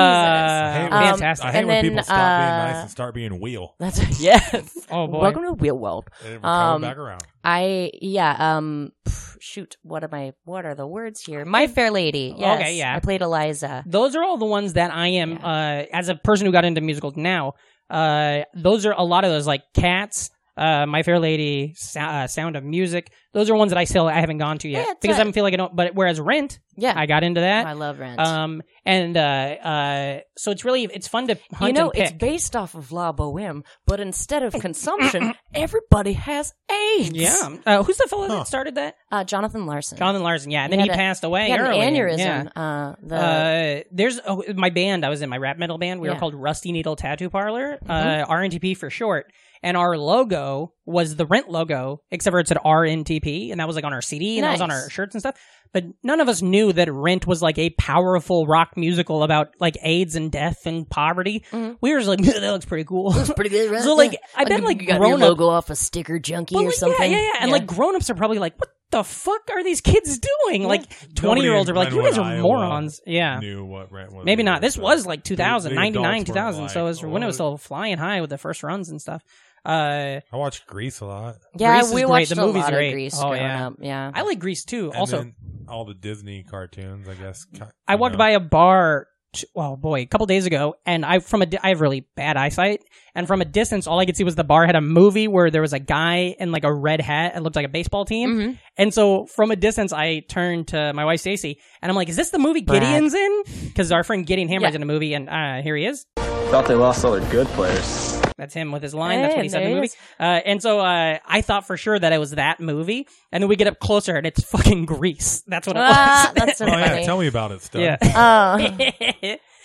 Speaker 4: hate,
Speaker 1: Um,
Speaker 4: fantastic. I
Speaker 1: fantastic.
Speaker 4: hate
Speaker 6: and
Speaker 4: when
Speaker 6: then,
Speaker 4: people stop being
Speaker 6: uh,
Speaker 4: nice and start being wheel.
Speaker 6: that's yes.
Speaker 1: Oh boy.
Speaker 6: Welcome to Wheel World.
Speaker 4: And we're
Speaker 6: um,
Speaker 4: coming back around.
Speaker 6: I yeah um pff, shoot what am I what are the words here? My Fair Lady. Yes.
Speaker 1: Okay, yeah.
Speaker 6: I played Eliza.
Speaker 1: Those are all the ones that I am. Uh, as a person who got into musicals now, uh, those are a lot of those like Cats, uh, My Fair Lady, Sou- uh, Sound of Music. Those are ones that I still I haven't gone to yet
Speaker 6: Yeah, that's
Speaker 1: because I
Speaker 6: right.
Speaker 1: don't feel like I don't. But whereas Rent,
Speaker 6: Yeah,
Speaker 1: I got into
Speaker 6: I
Speaker 1: that.
Speaker 6: love Rent.
Speaker 1: Um, and uh, uh, so it's really it's fun to hunt
Speaker 6: you know,
Speaker 1: and pick.
Speaker 6: it's based off of La Boheme, but instead of consumption, everybody has AIDS.
Speaker 1: yeah. Uh, who's the fellow
Speaker 4: Huh.
Speaker 1: that started that?
Speaker 6: Uh, Jonathan Larson.
Speaker 1: Jonathan Larson. Yeah. And then
Speaker 6: He
Speaker 1: he,
Speaker 6: had a-
Speaker 1: passed away.
Speaker 6: he had an
Speaker 1: early.
Speaker 6: aneurysm.
Speaker 1: Yeah.
Speaker 6: Uh, the,
Speaker 1: Uh, there's oh, my band. I was in my rap metal band. We were
Speaker 6: Yeah. Mm-hmm.
Speaker 1: called Rusty Needle Tattoo Parlor, uh, RNTP for short. And our logo was the Rent logo, except for it said RNTP, and that was like on our CD and that was on
Speaker 6: Nice.
Speaker 1: our shirts and stuff. But none of us knew that Rent was like a powerful rock musical about like AIDS and death and poverty.
Speaker 6: Mm-hmm.
Speaker 1: We were just like, that looks pretty cool.
Speaker 6: pretty good, right?
Speaker 1: So, like, I bet,
Speaker 6: you
Speaker 1: like,
Speaker 6: got your
Speaker 1: grown up-
Speaker 6: logo off a sticker junkie
Speaker 1: But,
Speaker 6: or
Speaker 1: like,
Speaker 6: something.
Speaker 1: Yeah, yeah, yeah. And like grown ups are probably like, what the fuck are these kids doing? Like twenty year olds are
Speaker 4: in
Speaker 1: like, you
Speaker 4: Glenwood,
Speaker 1: guys are
Speaker 4: Iowa
Speaker 1: morons. Yeah.
Speaker 4: Knew what rent was.
Speaker 1: Maybe not. This
Speaker 4: So
Speaker 1: was like 2000,
Speaker 4: the
Speaker 1: 99,
Speaker 4: adults weren't
Speaker 1: 2000. so it was
Speaker 4: like,
Speaker 1: when it was
Speaker 4: "Oh."
Speaker 1: still flying high with the first runs and stuff. Uh,
Speaker 4: I watched Grease a lot.
Speaker 6: Yeah,
Speaker 1: Grease is
Speaker 6: we
Speaker 1: great.
Speaker 6: watched
Speaker 1: The
Speaker 6: a
Speaker 1: movies
Speaker 6: lot
Speaker 1: are
Speaker 6: of
Speaker 1: great.
Speaker 6: Grease
Speaker 1: Oh,
Speaker 6: growing
Speaker 1: yeah.
Speaker 6: up. Yeah.
Speaker 1: I like Grease too.
Speaker 4: And
Speaker 1: also,
Speaker 4: then all the Disney cartoons, I guess. ki-
Speaker 1: I
Speaker 4: you
Speaker 1: walked
Speaker 8: Uh-huh.
Speaker 4: know.
Speaker 1: by a bar. t- Well, boy, a couple days ago, and I from a di- I have really bad eyesight, and from a distance, all I could see was the bar had a movie where there was a guy in like a red hat and looked like a baseball team,
Speaker 6: Mm-hmm.
Speaker 1: and so from a distance, I turned to my wife Stacy, and I'm like, "Is this the movie
Speaker 6: Brad.
Speaker 1: Gideon's in?" Because our friend Gideon Hammer's
Speaker 6: Yeah.
Speaker 1: in a movie, and uh, here he is.
Speaker 8: Thought they lost all their good players.
Speaker 1: That's him with his line. That's what he
Speaker 6: Hey,
Speaker 1: said in the
Speaker 6: there he
Speaker 1: movie.
Speaker 6: is.
Speaker 1: Uh, and so uh, I thought for sure that it was that movie, and then we get up closer, and it's fucking Grease. That's what it
Speaker 6: Ah,
Speaker 1: was.
Speaker 6: that's so
Speaker 4: Oh yeah,
Speaker 6: funny.
Speaker 4: tell me about it, stuff.
Speaker 1: yeah.
Speaker 6: Oh,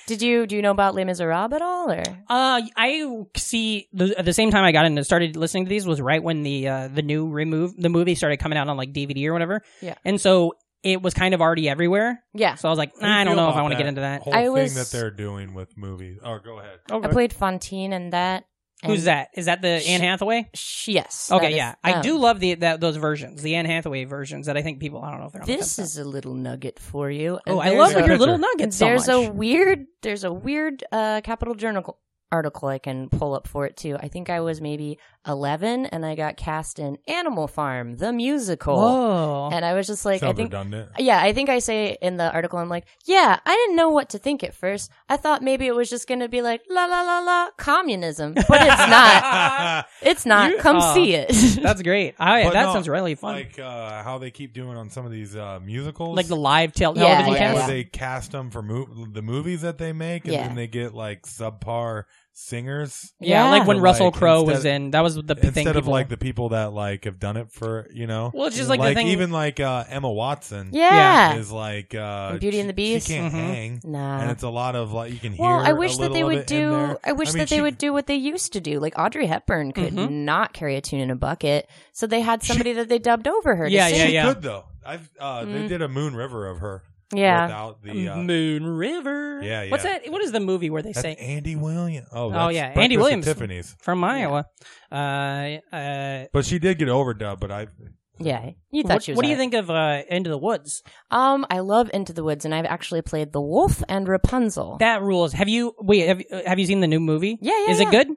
Speaker 6: did you do you know about Les Miserables at all? Or
Speaker 1: Uh, I see. The, at the same time I got in and started listening to these was right when the uh, the new remove the movie started coming out on like DVD or whatever.
Speaker 6: Yeah.
Speaker 1: and so it was kind of already everywhere.
Speaker 6: yeah,
Speaker 1: So I was like, nah,
Speaker 4: How
Speaker 1: I
Speaker 4: you
Speaker 1: don't
Speaker 4: feel
Speaker 1: know if I
Speaker 4: about
Speaker 1: want to get into that.
Speaker 4: Whole
Speaker 6: I
Speaker 4: thing
Speaker 6: was-
Speaker 4: that they're doing with movies. Oh, go ahead.
Speaker 6: I played Fontaine in that. and-
Speaker 1: Who's that? Is that the Anne Hathaway?
Speaker 6: Sh- yes. that
Speaker 1: Okay,
Speaker 6: is-
Speaker 1: yeah, I
Speaker 6: um,
Speaker 1: do love the that, those versions, the Anne Hathaway versions that I think people I don't know if they're on the
Speaker 6: This
Speaker 1: website.
Speaker 6: is a little nugget for you.
Speaker 1: Oh,
Speaker 6: And
Speaker 1: I
Speaker 6: there's
Speaker 1: love
Speaker 6: a-
Speaker 1: your little
Speaker 4: Picture.
Speaker 1: nuggets. So
Speaker 6: There's
Speaker 1: much.
Speaker 6: a weird. There's a weird uh, Capital Journal article I can pull up for it too. I think I was maybe 11 and I got cast in Animal Farm the musical.
Speaker 1: Whoa.
Speaker 6: And I was just like, I
Speaker 4: Sounds
Speaker 6: think
Speaker 4: redundant.
Speaker 6: Yeah, I think I say in the article, I'm like, yeah, I didn't know what to think at first. I thought maybe it was just going to be like, la la la la, communism. But it's not. It's not.
Speaker 1: You-
Speaker 6: Come
Speaker 1: oh.
Speaker 6: see it.
Speaker 1: That's great. I,
Speaker 4: But
Speaker 1: that
Speaker 4: no,
Speaker 1: sounds really fun. Like,
Speaker 4: Like uh, how they keep doing on some of these uh, musicals,
Speaker 1: the live tel-
Speaker 6: Yeah,
Speaker 1: television
Speaker 4: like,
Speaker 6: yeah.
Speaker 4: where
Speaker 1: cast.
Speaker 4: they cast them for mo- the movies that they make, and
Speaker 6: Yeah.
Speaker 4: then they get like subpar singers.
Speaker 1: Yeah,
Speaker 6: Yeah.
Speaker 1: like when
Speaker 4: Or,
Speaker 1: Russell
Speaker 4: like,
Speaker 1: Crowe was
Speaker 4: instead-
Speaker 1: in. That was the p- thing.
Speaker 4: Instead of
Speaker 1: people-
Speaker 4: like the people that like have done it for you know,
Speaker 1: Well, it's just like the thing-
Speaker 4: even like uh, Emma Watson,
Speaker 6: yeah.
Speaker 4: is like uh,
Speaker 6: And Beauty and the
Speaker 4: she-
Speaker 6: Beast. Mm-hmm.
Speaker 4: She can't
Speaker 1: Mhm.
Speaker 4: hang,
Speaker 6: Nah.
Speaker 4: and it's a lot of like you can hear.
Speaker 6: Well, I
Speaker 4: a
Speaker 6: wish that
Speaker 4: little
Speaker 6: they
Speaker 4: of
Speaker 6: would
Speaker 4: it in
Speaker 6: do.
Speaker 4: there.
Speaker 6: I wish
Speaker 4: mean,
Speaker 6: that they
Speaker 4: she-
Speaker 6: would do what they used to do. Like Audrey Hepburn could
Speaker 1: Mhm.
Speaker 6: not carry a tune in a bucket, so they had somebody that they dubbed over her. to
Speaker 1: Yeah,
Speaker 6: sing.
Speaker 1: yeah,
Speaker 4: She
Speaker 1: yeah.
Speaker 4: could though. I've uh, they
Speaker 6: Mm.
Speaker 4: did a Moon River of her.
Speaker 6: yeah.
Speaker 4: without the uh,
Speaker 1: Moon River.
Speaker 4: Yeah,
Speaker 1: What's
Speaker 4: yeah.
Speaker 1: that? What is the movie where they
Speaker 4: that's
Speaker 1: say
Speaker 4: Andy Williams. Oh,
Speaker 1: Oh,
Speaker 4: that's
Speaker 1: yeah, Andy
Speaker 4: Breakfast at
Speaker 1: Williams.
Speaker 4: Tiffany's.
Speaker 1: from Iowa? Uh, uh,
Speaker 4: But she did get overdubbed. But I
Speaker 6: Yeah. You thought
Speaker 1: what,
Speaker 6: she was.
Speaker 1: what do you
Speaker 6: alright.
Speaker 1: think of uh, Into the Woods?
Speaker 6: Um, I love Into the Woods, and I've actually played the Wolf and Rapunzel.
Speaker 1: That rules. Have you wait? Have, you- uh, have you seen the new movie?
Speaker 6: Yeah, yeah,
Speaker 1: Is it
Speaker 6: yeah.
Speaker 1: good?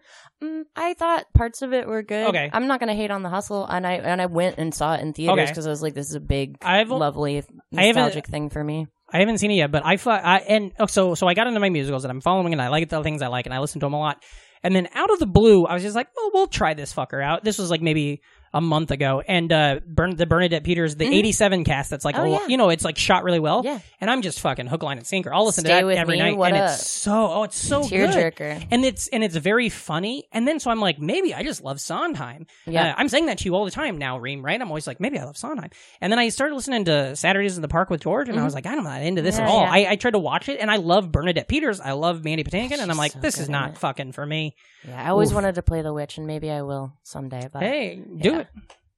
Speaker 6: Mm, I thought parts of it were good.
Speaker 1: Okay.
Speaker 6: I'm not gonna hate on the hustle, and I and I went and saw it in theaters
Speaker 1: Okay.
Speaker 6: because I was like, this is a big,
Speaker 1: I've-
Speaker 6: lovely,
Speaker 1: I haven't-
Speaker 6: nostalgic thing for me.
Speaker 1: I haven't seen it yet, but I, fi- I and oh, so so I got into my musicals and I'm following and I like the things I like and I listen to them a lot. And then out of the blue, I was just like, well, we'll try this fucker out. This was like maybe a month ago, and uh, Bern- the Bernadette Peters, the '87 cast, that's like,
Speaker 6: Mm-hmm. Oh,
Speaker 1: a lo-
Speaker 6: yeah.
Speaker 1: you know, it's like shot really well.
Speaker 6: Yeah.
Speaker 1: And I'm just fucking hook, line, and sinker. I'll listen
Speaker 6: Stay
Speaker 1: to
Speaker 6: With
Speaker 1: that every
Speaker 6: Me,
Speaker 1: night,
Speaker 6: what
Speaker 1: and
Speaker 6: up?
Speaker 1: it's so oh, it's so good.
Speaker 6: Tearjerker.
Speaker 1: and it's and it's very funny. And then so I'm like, maybe I just love Sondheim.
Speaker 6: Yeah.
Speaker 1: Uh, I'm saying that to you all the time now, Reem. Right? I'm always like, maybe I love Sondheim. And then I started listening to Saturdays in the Park with George, and I was like, I'm not into this at
Speaker 6: Mm-hmm. Yeah,
Speaker 1: all.
Speaker 6: yeah.
Speaker 1: I, I tried to watch it, and I love Bernadette Peters. I love Mandy Patinkin, and I'm
Speaker 6: She's
Speaker 1: like,
Speaker 6: so
Speaker 1: this
Speaker 6: good
Speaker 1: is
Speaker 6: in
Speaker 1: not
Speaker 6: it.
Speaker 1: fucking for me.
Speaker 6: Yeah, I always
Speaker 1: Oof.
Speaker 6: wanted to play the witch, and maybe I will someday. But
Speaker 1: Hey, do
Speaker 6: yeah.
Speaker 1: it.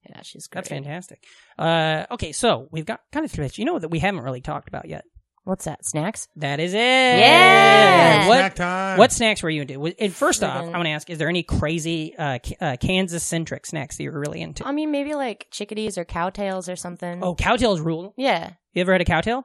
Speaker 6: yeah, she's great.
Speaker 1: That's fantastic. Uh, okay, so we've got kind of through You know that we haven't really talked about yet.
Speaker 6: What's that? Snacks?
Speaker 1: That is it.
Speaker 6: Yeah.
Speaker 1: What
Speaker 4: snack time.
Speaker 1: What snacks were you into? Was- And first off, I'm
Speaker 6: Friggin-
Speaker 1: going to ask: Is there any crazy uh, K- uh, Kansas-centric snacks that you're really into?
Speaker 6: I mean, maybe like chickadees or cowtails or something.
Speaker 1: oh, cowtails rule.
Speaker 6: yeah.
Speaker 1: You ever had a cowtail?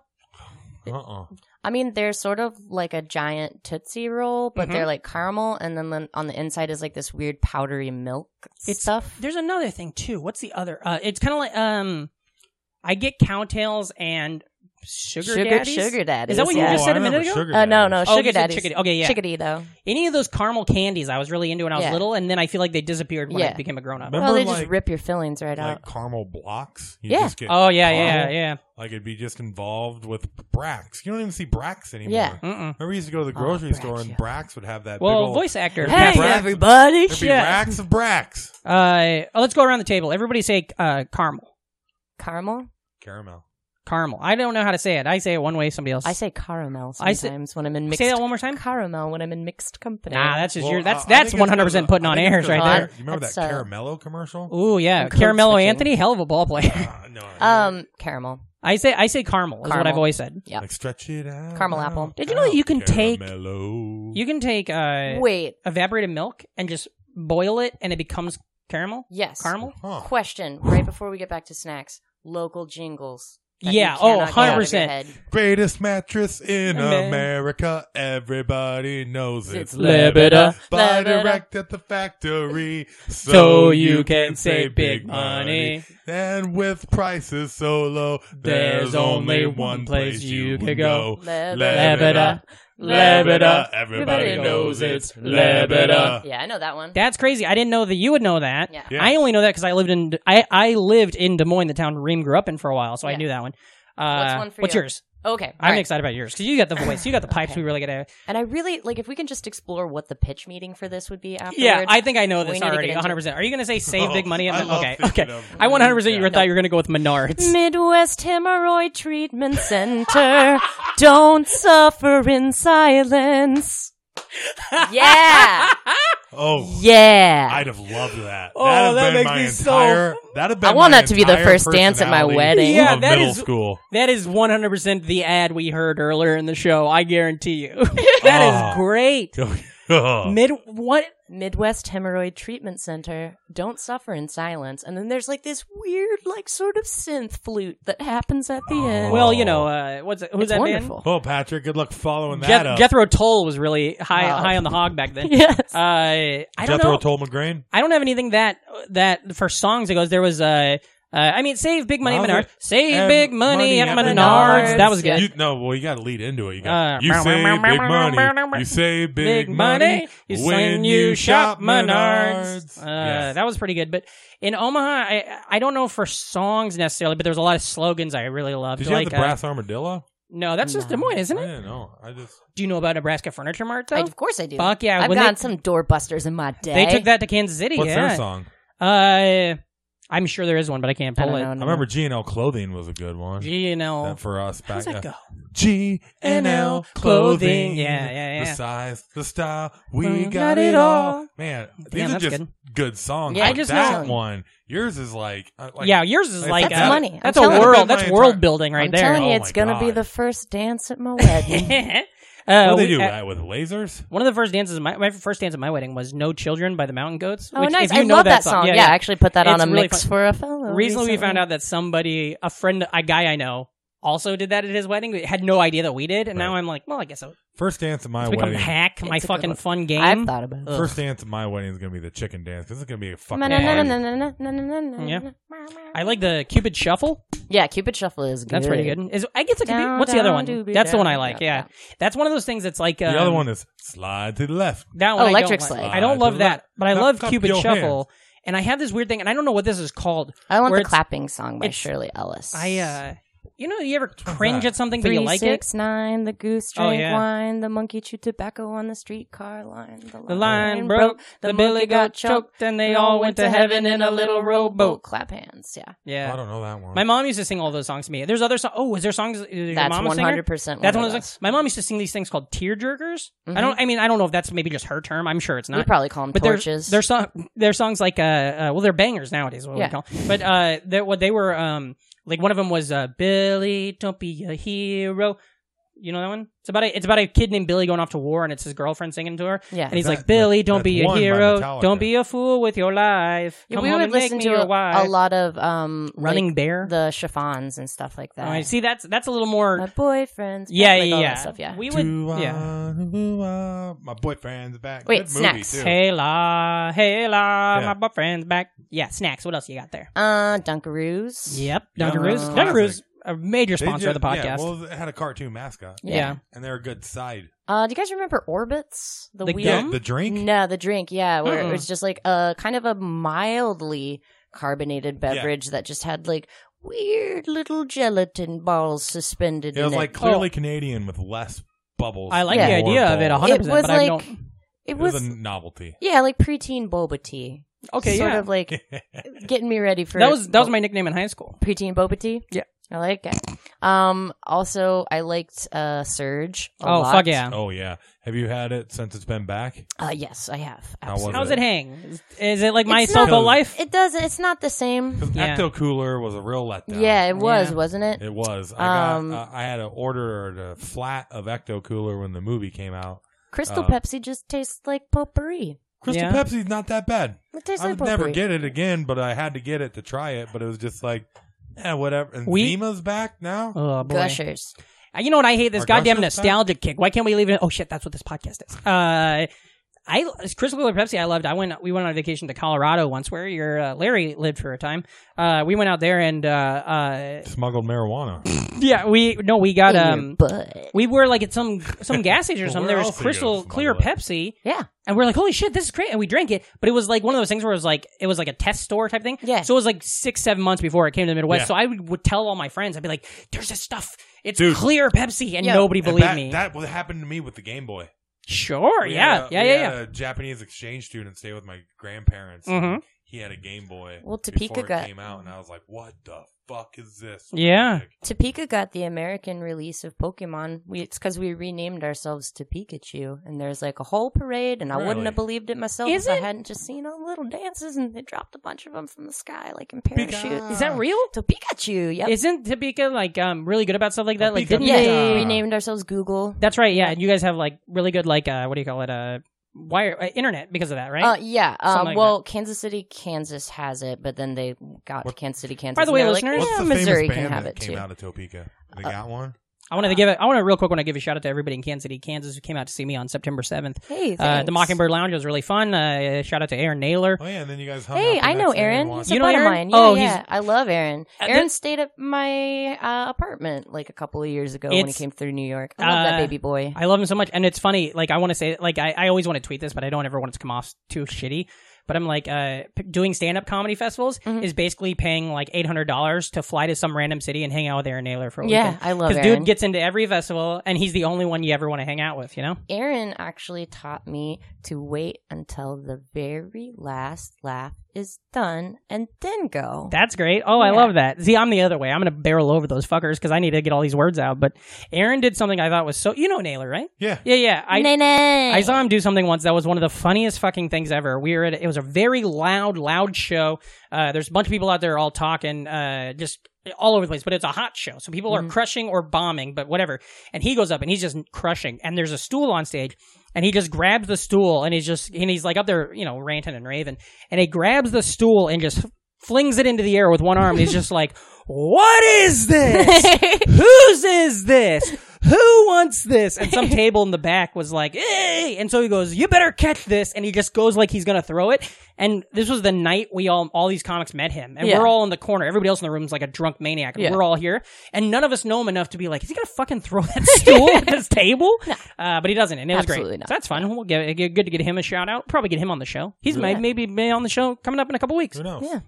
Speaker 1: Oh,
Speaker 4: uh-uh.
Speaker 6: I mean, they're sort of like a giant tootsie roll, but
Speaker 1: Mm-hmm.
Speaker 6: they're like caramel, and then the- on the inside is like this weird powdery milk
Speaker 1: It's-
Speaker 6: stuff.
Speaker 1: There's another thing too. What's the other? Uh, it's kind of like um, I get cowtails and sugar
Speaker 6: Sugar
Speaker 1: daddies.
Speaker 6: sugar daddies.
Speaker 1: Is that what you
Speaker 6: yeah.
Speaker 1: just
Speaker 4: Oh,
Speaker 1: said
Speaker 4: I
Speaker 1: a minute ago?
Speaker 4: remember Sugar
Speaker 6: Uh, no, no,
Speaker 4: Daddies.
Speaker 1: Oh, you
Speaker 6: sugar
Speaker 1: said
Speaker 6: daddies.
Speaker 1: chickadee. Okay, yeah.
Speaker 6: Chickadee though.
Speaker 1: Any of those caramel candies I was really into when I was
Speaker 6: Yeah.
Speaker 1: little, and then I feel like they disappeared when I
Speaker 6: Yeah.
Speaker 1: became a grown up.
Speaker 4: Remember,
Speaker 6: well, they
Speaker 4: like-
Speaker 6: just rip your fillings right
Speaker 4: Like
Speaker 6: out.
Speaker 4: caramel blocks. You
Speaker 6: Yeah.
Speaker 4: Just get
Speaker 1: Oh yeah, yeah,
Speaker 4: caramel.
Speaker 1: yeah.
Speaker 4: Like it'd be just involved with Brax. You don't even see Brax anymore.
Speaker 6: Yeah.
Speaker 1: Mm-mm.
Speaker 4: Remember, you used to go to the grocery
Speaker 6: Brax,
Speaker 4: store and
Speaker 6: yeah.
Speaker 4: Brax would have that. big
Speaker 1: Oh, Well,
Speaker 4: old,
Speaker 1: voice actor.
Speaker 4: Hey, Brax.
Speaker 6: everybody!
Speaker 4: There'd be
Speaker 1: shit.
Speaker 4: racks of Brax.
Speaker 1: Uh, oh, let's go around the table. Everybody say uh, caramel.
Speaker 6: Caramel.
Speaker 4: Caramel.
Speaker 1: Caramel. I don't know how to say it. I say it one way. Somebody else.
Speaker 6: I say caramel
Speaker 1: I say-
Speaker 6: sometimes when I'm in mixed.
Speaker 1: say that one more time.
Speaker 6: Caramel when I'm in mixed company.
Speaker 1: Nah, that's just
Speaker 4: Well,
Speaker 1: your. That's
Speaker 4: I- I
Speaker 1: that's
Speaker 4: think it's
Speaker 1: one hundred percent
Speaker 4: because of-
Speaker 1: putting on
Speaker 4: I think
Speaker 1: airs
Speaker 4: it's
Speaker 1: right
Speaker 4: because of
Speaker 1: there.
Speaker 6: there.
Speaker 4: the- You remember
Speaker 6: That's,
Speaker 4: that
Speaker 6: uh,
Speaker 4: Caramello commercial?
Speaker 1: Ooh yeah,
Speaker 6: And code
Speaker 1: Caramello
Speaker 6: switching.
Speaker 1: Anthony, hell of a ball player.
Speaker 4: Ah, no, I-
Speaker 6: um, caramel.
Speaker 1: I say I say caramel is what
Speaker 6: Caramel.
Speaker 1: I've always said.
Speaker 6: Yeah.
Speaker 4: like stretch it out.
Speaker 6: Caramel apple.
Speaker 1: Did you know you can take-
Speaker 4: Caramello.
Speaker 1: You can take uh,
Speaker 6: Wait.
Speaker 1: evaporated milk and just boil it, and it becomes caramel.
Speaker 6: Yes.
Speaker 1: Caramel.
Speaker 4: Huh.
Speaker 6: Question right before we get back to snacks. local jingles.
Speaker 1: Yeah, oh, 100%.
Speaker 4: Greatest mattress in
Speaker 1: Amen.
Speaker 4: America. Everybody knows it.
Speaker 6: It's
Speaker 1: Liberta.
Speaker 4: Buy
Speaker 6: Liberta.
Speaker 4: direct at the factory, so,
Speaker 1: So you can save big money.
Speaker 4: And with prices so low,
Speaker 1: There's only one place you
Speaker 4: can
Speaker 1: could go.
Speaker 6: Liberta.
Speaker 1: Liberta.
Speaker 4: Everybody
Speaker 6: Everybody
Speaker 4: knows
Speaker 6: knows
Speaker 4: it's
Speaker 1: it's
Speaker 4: Liberta.
Speaker 6: Yeah, I know that one.
Speaker 1: That's crazy. I didn't know that you would know that.
Speaker 6: Yeah.
Speaker 4: Yeah.
Speaker 1: I only know that because I lived in I, I lived in Des Moines, the town Reem grew up in for a while, so I
Speaker 6: Yeah.
Speaker 1: knew that one. Uh,
Speaker 6: What's one for
Speaker 1: what's
Speaker 6: you?
Speaker 1: yours?
Speaker 6: Okay,
Speaker 1: I'm
Speaker 6: alright.
Speaker 1: excited about yours because you got the voice, you got the pipes. We really got to.
Speaker 6: And I really like if we can just explore what the pitch meeting for this would be afterwards.
Speaker 1: Yeah, I think I know
Speaker 6: We
Speaker 1: this
Speaker 6: need to
Speaker 1: already.
Speaker 6: get into-
Speaker 1: 100. percent Are you going to say save big money?
Speaker 4: I
Speaker 1: at
Speaker 4: love
Speaker 1: okay,
Speaker 4: thinking
Speaker 1: okay.
Speaker 4: of-
Speaker 1: I 100 percent you
Speaker 4: Yeah.
Speaker 1: thought you were going to go with Menards.
Speaker 6: Midwest Hemorrhoid Treatment Center. Don't suffer in silence. Yeah,
Speaker 4: Oh,
Speaker 6: yeah.
Speaker 4: I'd have loved that.
Speaker 1: Oh,
Speaker 4: that'd
Speaker 1: that
Speaker 4: have been
Speaker 1: makes
Speaker 4: my
Speaker 1: me so-
Speaker 4: entire, That'd have been
Speaker 6: I want
Speaker 4: my
Speaker 6: that to be the
Speaker 4: entire
Speaker 6: first dance at my
Speaker 4: personality
Speaker 6: wedding.
Speaker 1: Yeah,
Speaker 4: of
Speaker 1: that
Speaker 4: middle
Speaker 1: is-
Speaker 4: school.
Speaker 1: That is 100 percent the ad we heard earlier in the show. I guarantee you. that is
Speaker 4: Oh.
Speaker 1: great. Mid what?
Speaker 6: Midwest Hemorrhoid Treatment Center. Don't suffer in silence. And then there's like this weird, like sort of synth flute that happens at the end.
Speaker 1: Oh. Well, Oh. you know, uh, what's who's
Speaker 6: it's
Speaker 1: that
Speaker 6: wonderful.
Speaker 4: well, Oh, Patrick, good luck following
Speaker 1: band?
Speaker 4: that
Speaker 1: Jeth-
Speaker 4: up.
Speaker 1: Jethro Tull was really high
Speaker 6: Wow.
Speaker 1: high on the hog back then.
Speaker 6: Yes.
Speaker 1: Uh, I don't
Speaker 4: Jethro
Speaker 1: know.
Speaker 4: Tull McGrain.
Speaker 1: I don't have anything that that for songs. It goes there was Uh, uh, I mean, save big money at
Speaker 4: Well,
Speaker 1: Menards. Save
Speaker 4: and
Speaker 1: big money, at
Speaker 6: at
Speaker 1: Menards.
Speaker 6: Menards.
Speaker 1: That was good.
Speaker 4: You, no, well, you got to lead into it. You, got,
Speaker 1: Uh,
Speaker 4: you say big money. You say big,
Speaker 1: Big money, you
Speaker 4: when
Speaker 1: when you shop Menards.
Speaker 4: Menards.
Speaker 1: Uh,
Speaker 4: Yes.
Speaker 1: That was pretty good. But in Omaha, I I don't know for songs necessarily, but there's a lot of slogans I really loved.
Speaker 4: Did you
Speaker 1: like
Speaker 4: have the
Speaker 1: uh,
Speaker 4: brass armadillo?
Speaker 1: no, that's just Des Moines, isn't
Speaker 4: I
Speaker 1: it?
Speaker 4: didn't know. I just
Speaker 1: Do you know about Nebraska Furniture Mart? Though?
Speaker 6: I, of course I do.
Speaker 1: Fuck yeah!
Speaker 6: I've
Speaker 1: when
Speaker 6: gotten
Speaker 1: they,
Speaker 6: some doorbusters in my day.
Speaker 1: they took that to Kansas City.
Speaker 4: what's
Speaker 1: yeah.
Speaker 4: their song?
Speaker 1: Uh, I'm sure there is one, but I can't
Speaker 6: I
Speaker 1: pull
Speaker 6: don't
Speaker 1: it.
Speaker 6: know,
Speaker 4: I
Speaker 6: no.
Speaker 4: remember G and L clothing was a good one.
Speaker 1: You know, oh,
Speaker 4: That for us back
Speaker 1: how's that
Speaker 4: then.
Speaker 1: go?
Speaker 4: G and L
Speaker 1: Clothing.
Speaker 4: clothing.
Speaker 1: Yeah, yeah, yeah.
Speaker 4: The size, the style, we
Speaker 1: We
Speaker 4: got,
Speaker 1: got it
Speaker 4: it
Speaker 1: all.
Speaker 4: all. Man, these
Speaker 1: Damn,
Speaker 4: are
Speaker 1: that's
Speaker 4: just
Speaker 1: good.
Speaker 4: good, songs.
Speaker 6: Yeah, I
Speaker 4: but
Speaker 6: just
Speaker 4: that
Speaker 6: know.
Speaker 4: one. Yours is like, uh, like
Speaker 1: yeah, yours is
Speaker 4: I
Speaker 1: like
Speaker 4: think
Speaker 1: a,
Speaker 6: That's money. I'm
Speaker 1: That's a
Speaker 6: telling you.
Speaker 1: world. That's
Speaker 4: My
Speaker 1: world
Speaker 4: entire-
Speaker 1: building right
Speaker 6: I'm
Speaker 1: there.
Speaker 6: telling you,
Speaker 4: Oh
Speaker 6: it's
Speaker 4: my
Speaker 6: gonna be
Speaker 4: God.
Speaker 6: the first dance at my wedding.
Speaker 1: Uh,
Speaker 4: What do
Speaker 1: we-
Speaker 4: they do
Speaker 1: uh,
Speaker 4: right, with lasers?
Speaker 1: One of the first dances, of my, my first dance at my wedding was "No Children" by the Mountain Goats.
Speaker 6: oh,
Speaker 1: which,
Speaker 6: nice!
Speaker 1: If you
Speaker 6: I
Speaker 1: know
Speaker 6: love
Speaker 1: that
Speaker 6: that song.
Speaker 1: Yeah,
Speaker 6: I actually put that on
Speaker 1: It's
Speaker 6: a
Speaker 1: really
Speaker 6: mix
Speaker 1: fun.
Speaker 6: for a fellow.
Speaker 1: Recently, we found out that somebody, a friend, a guy I know, also did that at his wedding. We had no idea that we did, and now
Speaker 4: Right.
Speaker 1: I'm like, well, I guess I'll
Speaker 4: First dance at my
Speaker 1: it's become
Speaker 4: wedding.
Speaker 1: hack my
Speaker 6: It's a good
Speaker 1: fucking
Speaker 6: one.
Speaker 1: fun game.
Speaker 6: I've thought about it.
Speaker 4: First dance at my wedding is gonna be the chicken dance. This is gonna be a fucking. party.
Speaker 6: Yeah.
Speaker 1: I like the Cupid Shuffle.
Speaker 6: yeah, Cupid Shuffle is good.
Speaker 1: That's pretty good. Is I guess it could be,
Speaker 6: Down,
Speaker 1: what's the other
Speaker 6: down,
Speaker 1: one?
Speaker 6: doobie,
Speaker 1: That's the one I
Speaker 6: down,
Speaker 1: like.
Speaker 6: down,
Speaker 1: Yeah,
Speaker 6: down.
Speaker 1: that's one of those things that's like um,
Speaker 4: The other one is Uh, slide to the left.
Speaker 1: That
Speaker 6: Oh,
Speaker 1: one,
Speaker 6: Electric
Speaker 1: I don't like.
Speaker 6: Slide.
Speaker 1: I don't love
Speaker 4: Electric
Speaker 1: that, but I
Speaker 4: Slide.
Speaker 1: love
Speaker 4: Clap
Speaker 1: Cupid
Speaker 4: your
Speaker 1: Shuffle. And I have this weird thing, and I don't know what this is called.
Speaker 6: I want
Speaker 1: where
Speaker 6: the
Speaker 1: it's-
Speaker 6: clapping song by
Speaker 1: it's-
Speaker 6: Shirley Ellis.
Speaker 1: I, uh, you know, you ever cringe
Speaker 4: that?
Speaker 1: at something but
Speaker 6: Three,
Speaker 1: you like
Speaker 6: six, nine, the goose
Speaker 1: Oh,
Speaker 6: drank
Speaker 1: yeah.
Speaker 6: wine, the monkey chewed tobacco on the streetcar line. The line,
Speaker 1: it? The line broke, the billy got choked, and they all went to heaven in a little
Speaker 6: rowboat.
Speaker 1: rowboat.
Speaker 6: Clap hands, yeah.
Speaker 4: I
Speaker 1: Yeah,
Speaker 4: don't know that one.
Speaker 1: my mom used to sing all those songs to me. There's other songs. Oh, was there songs? uh, Your
Speaker 6: That's
Speaker 1: mom was
Speaker 6: one
Speaker 1: singer?
Speaker 6: hundred percent.
Speaker 1: That's one of those. Things. My mom used to sing these things called tear jerkers. I don't. I mean, I don't know if that's maybe just her term. I'm sure it's
Speaker 6: We
Speaker 1: not.
Speaker 6: probably call them
Speaker 1: But there's
Speaker 6: torches.
Speaker 1: their song, their songs like uh, uh well they're bangers nowadays is what
Speaker 6: Yeah.
Speaker 1: we call. But uh, they're- what they were um like one of them was uh Billy, don't be a hero. You know that one? It's about a it's about a kid named Billy going off to war, and it's his girlfriend singing to her.
Speaker 6: Yeah.
Speaker 1: and he's
Speaker 4: That-
Speaker 1: like, Billy, don't
Speaker 4: that's
Speaker 1: be a
Speaker 4: one by
Speaker 1: hero,
Speaker 4: Metallica.
Speaker 1: don't be a fool with your life.
Speaker 6: Yeah,
Speaker 1: Come
Speaker 6: we
Speaker 1: home
Speaker 6: would
Speaker 1: and make
Speaker 6: listen
Speaker 1: me
Speaker 6: to
Speaker 1: your
Speaker 6: a, a
Speaker 1: wife.
Speaker 6: lot of um,
Speaker 1: Running
Speaker 6: like,
Speaker 1: Bear.
Speaker 6: the chiffons and stuff like that.
Speaker 1: I see, that's that's a little more.
Speaker 6: My boyfriend's
Speaker 1: yeah,
Speaker 6: back, like
Speaker 1: yeah,
Speaker 6: all
Speaker 1: yeah.
Speaker 6: that stuff. Yeah,
Speaker 1: We would.
Speaker 4: Do uh, I-
Speaker 1: yeah.
Speaker 4: do I- uh, my boyfriend's back.
Speaker 6: Wait,
Speaker 4: Good
Speaker 6: snacks.
Speaker 4: Movie, too.
Speaker 1: Hey la, hey la,
Speaker 4: Yeah.
Speaker 1: my boyfriend's back. Yeah, snacks. What else you got there?
Speaker 6: uh, Dunkaroos.
Speaker 1: Yep,
Speaker 4: Yeah,
Speaker 1: Dunkaroos.
Speaker 6: that's
Speaker 1: Dunkaroos,
Speaker 4: classic.
Speaker 1: a major
Speaker 4: They
Speaker 1: sponsor of
Speaker 4: did-
Speaker 1: the podcast.
Speaker 4: Yeah, well, it had a cartoon mascot,
Speaker 6: Yeah.
Speaker 1: yeah.
Speaker 4: and they're a good side.
Speaker 6: Uh, do you guys remember Orbits?
Speaker 1: The
Speaker 6: wheel?
Speaker 1: Yeah.
Speaker 4: Yeah, the drink.
Speaker 6: No, the drink. Yeah, where
Speaker 1: Mm-mm.
Speaker 6: it was just like a kind of a mildly carbonated beverage that just had like weird little gelatin balls suspended
Speaker 4: It
Speaker 6: in
Speaker 4: was
Speaker 6: it.
Speaker 4: like clearly Canadian with less bubbles.
Speaker 1: I like
Speaker 6: Yeah.
Speaker 1: the
Speaker 4: and more
Speaker 1: idea of it
Speaker 4: balls.
Speaker 1: 100%,
Speaker 6: It was
Speaker 1: but I
Speaker 6: like-
Speaker 1: don't.
Speaker 6: it
Speaker 4: It was
Speaker 6: was
Speaker 4: a novelty.
Speaker 6: yeah, like preteen boba tea.
Speaker 1: Okay,
Speaker 6: sort
Speaker 1: yeah.
Speaker 6: of like getting me ready for
Speaker 1: that was that was my nickname in high school.
Speaker 6: preteen boba tea.
Speaker 1: Yeah.
Speaker 6: I like it. Um, also, I liked uh, Surge. a
Speaker 1: Oh
Speaker 6: lot.
Speaker 1: fuck yeah!
Speaker 4: Oh yeah. Have you had it since it's been back?
Speaker 6: Uh, yes, I have.
Speaker 4: How was
Speaker 6: Absolutely.
Speaker 4: it?
Speaker 1: How's it hang? Is, is it like my
Speaker 6: It's not-
Speaker 1: Sopo life?
Speaker 6: It does. It's not the same.
Speaker 4: Because
Speaker 1: Yeah.
Speaker 4: Ecto Cooler was a real letdown.
Speaker 6: Yeah, it was,
Speaker 1: Yeah.
Speaker 6: wasn't it?
Speaker 4: It was. I
Speaker 6: Um,
Speaker 4: got. Uh, I had to order a flat of Ecto Cooler when the movie came out.
Speaker 6: Crystal
Speaker 4: uh,
Speaker 6: Pepsi just tastes like potpourri.
Speaker 4: Crystal
Speaker 1: Yeah.
Speaker 4: Pepsi's not that bad.
Speaker 6: It tastes
Speaker 4: I
Speaker 6: like
Speaker 4: would never
Speaker 6: potpourri.
Speaker 4: get it again, but I had to get it to try it. But it was just like Yeah, whatever. And
Speaker 1: We-
Speaker 4: Zima's back now.
Speaker 1: Oh boy.
Speaker 6: Gushers.
Speaker 1: Uh, You know what I hate? This
Speaker 4: Are
Speaker 1: goddamn
Speaker 4: Gushers back?
Speaker 1: nostalgic kick. Why can't we leave it? Oh shit, that's what this podcast is. Uh, I Crystal Clear Pepsi. I loved. I went. We went on a vacation to Colorado once, where your uh, Larry lived for a time. Uh, we went out there and uh, uh,
Speaker 4: Smuggled marijuana.
Speaker 1: yeah, we no, we got
Speaker 6: in your
Speaker 1: um,
Speaker 6: butt.
Speaker 1: we were like at some some gas station or
Speaker 4: Well,
Speaker 1: something.
Speaker 4: where
Speaker 1: There was
Speaker 4: else are you
Speaker 1: Crystal
Speaker 4: gonna
Speaker 1: Clear
Speaker 4: smuggle
Speaker 1: Pepsi.
Speaker 6: Yeah.
Speaker 1: And we're like, holy shit, this is great. And we drank it. But it was like one of those things where it was like, it was like a test store type thing.
Speaker 6: Yeah.
Speaker 1: So it was like six, seven months before it came to the Midwest.
Speaker 4: Yeah.
Speaker 1: So I would, would tell all my friends, I'd be like, there's this stuff. It's
Speaker 4: Dude.
Speaker 1: clear Pepsi. And
Speaker 6: Yeah.
Speaker 1: nobody
Speaker 4: And
Speaker 1: believed
Speaker 4: that,
Speaker 1: me.
Speaker 4: That what happened to me with the Game Boy.
Speaker 1: sure.
Speaker 4: We
Speaker 1: Yeah.
Speaker 4: had a-
Speaker 1: Yeah.
Speaker 4: we
Speaker 1: Yeah.
Speaker 4: had
Speaker 1: Yeah.
Speaker 4: A Japanese exchange student stay with my grandparents.
Speaker 1: Mhm.
Speaker 4: He had a Game Boy.
Speaker 6: Well, Topeka
Speaker 4: before it
Speaker 6: got-
Speaker 4: came out, and I was like, "What the fuck is this?"
Speaker 1: Yeah.
Speaker 6: Topeka got the American release of Pokemon. We, it's because we renamed ourselves to Pikachu, and there's like a whole parade, and I
Speaker 4: Really?
Speaker 6: wouldn't have believed it myself
Speaker 1: Is
Speaker 6: if I
Speaker 1: it?
Speaker 6: hadn't just seen all the little dances, and they dropped a bunch of them from the sky, like in parachutes.
Speaker 1: Is that real?
Speaker 6: So Pikachu, yep.
Speaker 1: Isn't Topeka like um, really good about stuff like that? Like,
Speaker 4: Topeka.
Speaker 1: didn't
Speaker 6: yeah,
Speaker 1: they? uh,
Speaker 4: Yeah.
Speaker 6: renamed ourselves Google.
Speaker 1: That's right. Yeah. And you guys have like really good, like, uh, what do you call it? Uh, wire, uh, internet because of that, right?
Speaker 6: Uh, yeah. Um,
Speaker 1: Something like
Speaker 6: well, Kansas City, Kansas has it, but then they got
Speaker 4: What-
Speaker 6: Kansas City, Kansas.
Speaker 1: By the way,
Speaker 6: and they're
Speaker 1: listeners-
Speaker 6: like,
Speaker 4: What's
Speaker 6: yeah,
Speaker 4: the
Speaker 6: Missouri
Speaker 4: famous
Speaker 6: can
Speaker 4: band
Speaker 6: have
Speaker 4: that
Speaker 6: it
Speaker 4: came
Speaker 6: too.
Speaker 4: out of Topeka? They
Speaker 1: Uh,
Speaker 4: got one.
Speaker 1: I wanted to give it. I want to real quick. Want to give a shout out to everybody in Kansas City, Kansas, who came out to see me on September seventh.
Speaker 6: Hey,
Speaker 1: Uh,
Speaker 6: thanks.
Speaker 1: the Mockingbird Lounge was really fun. Uh, shout out to Aaron Naylor.
Speaker 4: Oh yeah, and then you guys. Hung
Speaker 6: Hey,
Speaker 4: out the
Speaker 6: I know
Speaker 4: next day and
Speaker 6: Aaron.
Speaker 4: watched-
Speaker 6: He's
Speaker 1: You
Speaker 6: a
Speaker 1: know
Speaker 6: buddy
Speaker 1: Aaron?
Speaker 6: of mine. Yeah,
Speaker 1: Oh,
Speaker 6: yeah.
Speaker 1: he's-
Speaker 6: I love Aaron.
Speaker 1: Uh,
Speaker 6: Aaron
Speaker 1: that-
Speaker 6: stayed at my uh, apartment like a couple of years ago when he
Speaker 1: It's-
Speaker 6: came through New York. I love
Speaker 1: uh,
Speaker 6: that baby boy.
Speaker 1: I love him so much, and it's funny. Like I want to say, like I, I always want to tweet this, but I don't ever want it to come off too shitty. But I'm like, uh, p- doing stand up comedy festivals
Speaker 6: Mm-hmm.
Speaker 1: is basically paying like eight hundred dollars to fly to some random city and hang out with Aaron Naylor for a
Speaker 6: Yeah,
Speaker 1: weekend.
Speaker 6: I love Aaron.
Speaker 1: dude gets into every festival, and he's the only one you ever want to hang out with. You know?
Speaker 6: Aaron actually taught me to wait until the very last laugh is done and then go.
Speaker 1: That's great. Oh, I
Speaker 6: Yeah.
Speaker 1: love that. See, I'm the other way. I'm gonna barrel over those fuckers because I need to get all these words out. But Aaron did something I thought was so. You know Naylor, right?
Speaker 4: Yeah.
Speaker 1: Yeah, yeah. I
Speaker 6: Nay-nay.
Speaker 1: I saw him do something once that was one of the funniest fucking things ever. We were at it was a very loud, loud show. Uh, there's a bunch of people out there all talking, uh, just all over the place. But it's a hot show, so people are crushing or bombing, but whatever. And he goes up and he's just crushing. And there's a stool on stage, and he just grabs the stool and he's just and he's like up there, you know, ranting and raving. And he grabs the stool and just flings it into the air with one arm. he's just like, "What is this?" whose is this? Who wants this? And some table in the back was like, hey! And so he goes, you better catch this. And he just goes like he's going to throw it. And this was the night we all, all these comics met him. And
Speaker 6: Yeah.
Speaker 1: we're all in the corner. Everybody else in the room is like a drunk maniac. And
Speaker 6: Yeah.
Speaker 1: we're all here. And none of us know him enough to be like, is he going to fucking throw that stool at this table? Uh, but he doesn't. And it was
Speaker 6: Absolutely
Speaker 1: great.
Speaker 6: not.
Speaker 1: So that's fun. We'll get, get- good to get him a shout out. Probably get him on the show. He's may- maybe, may on the show coming up in a couple weeks.
Speaker 4: Who knows?
Speaker 6: Yeah.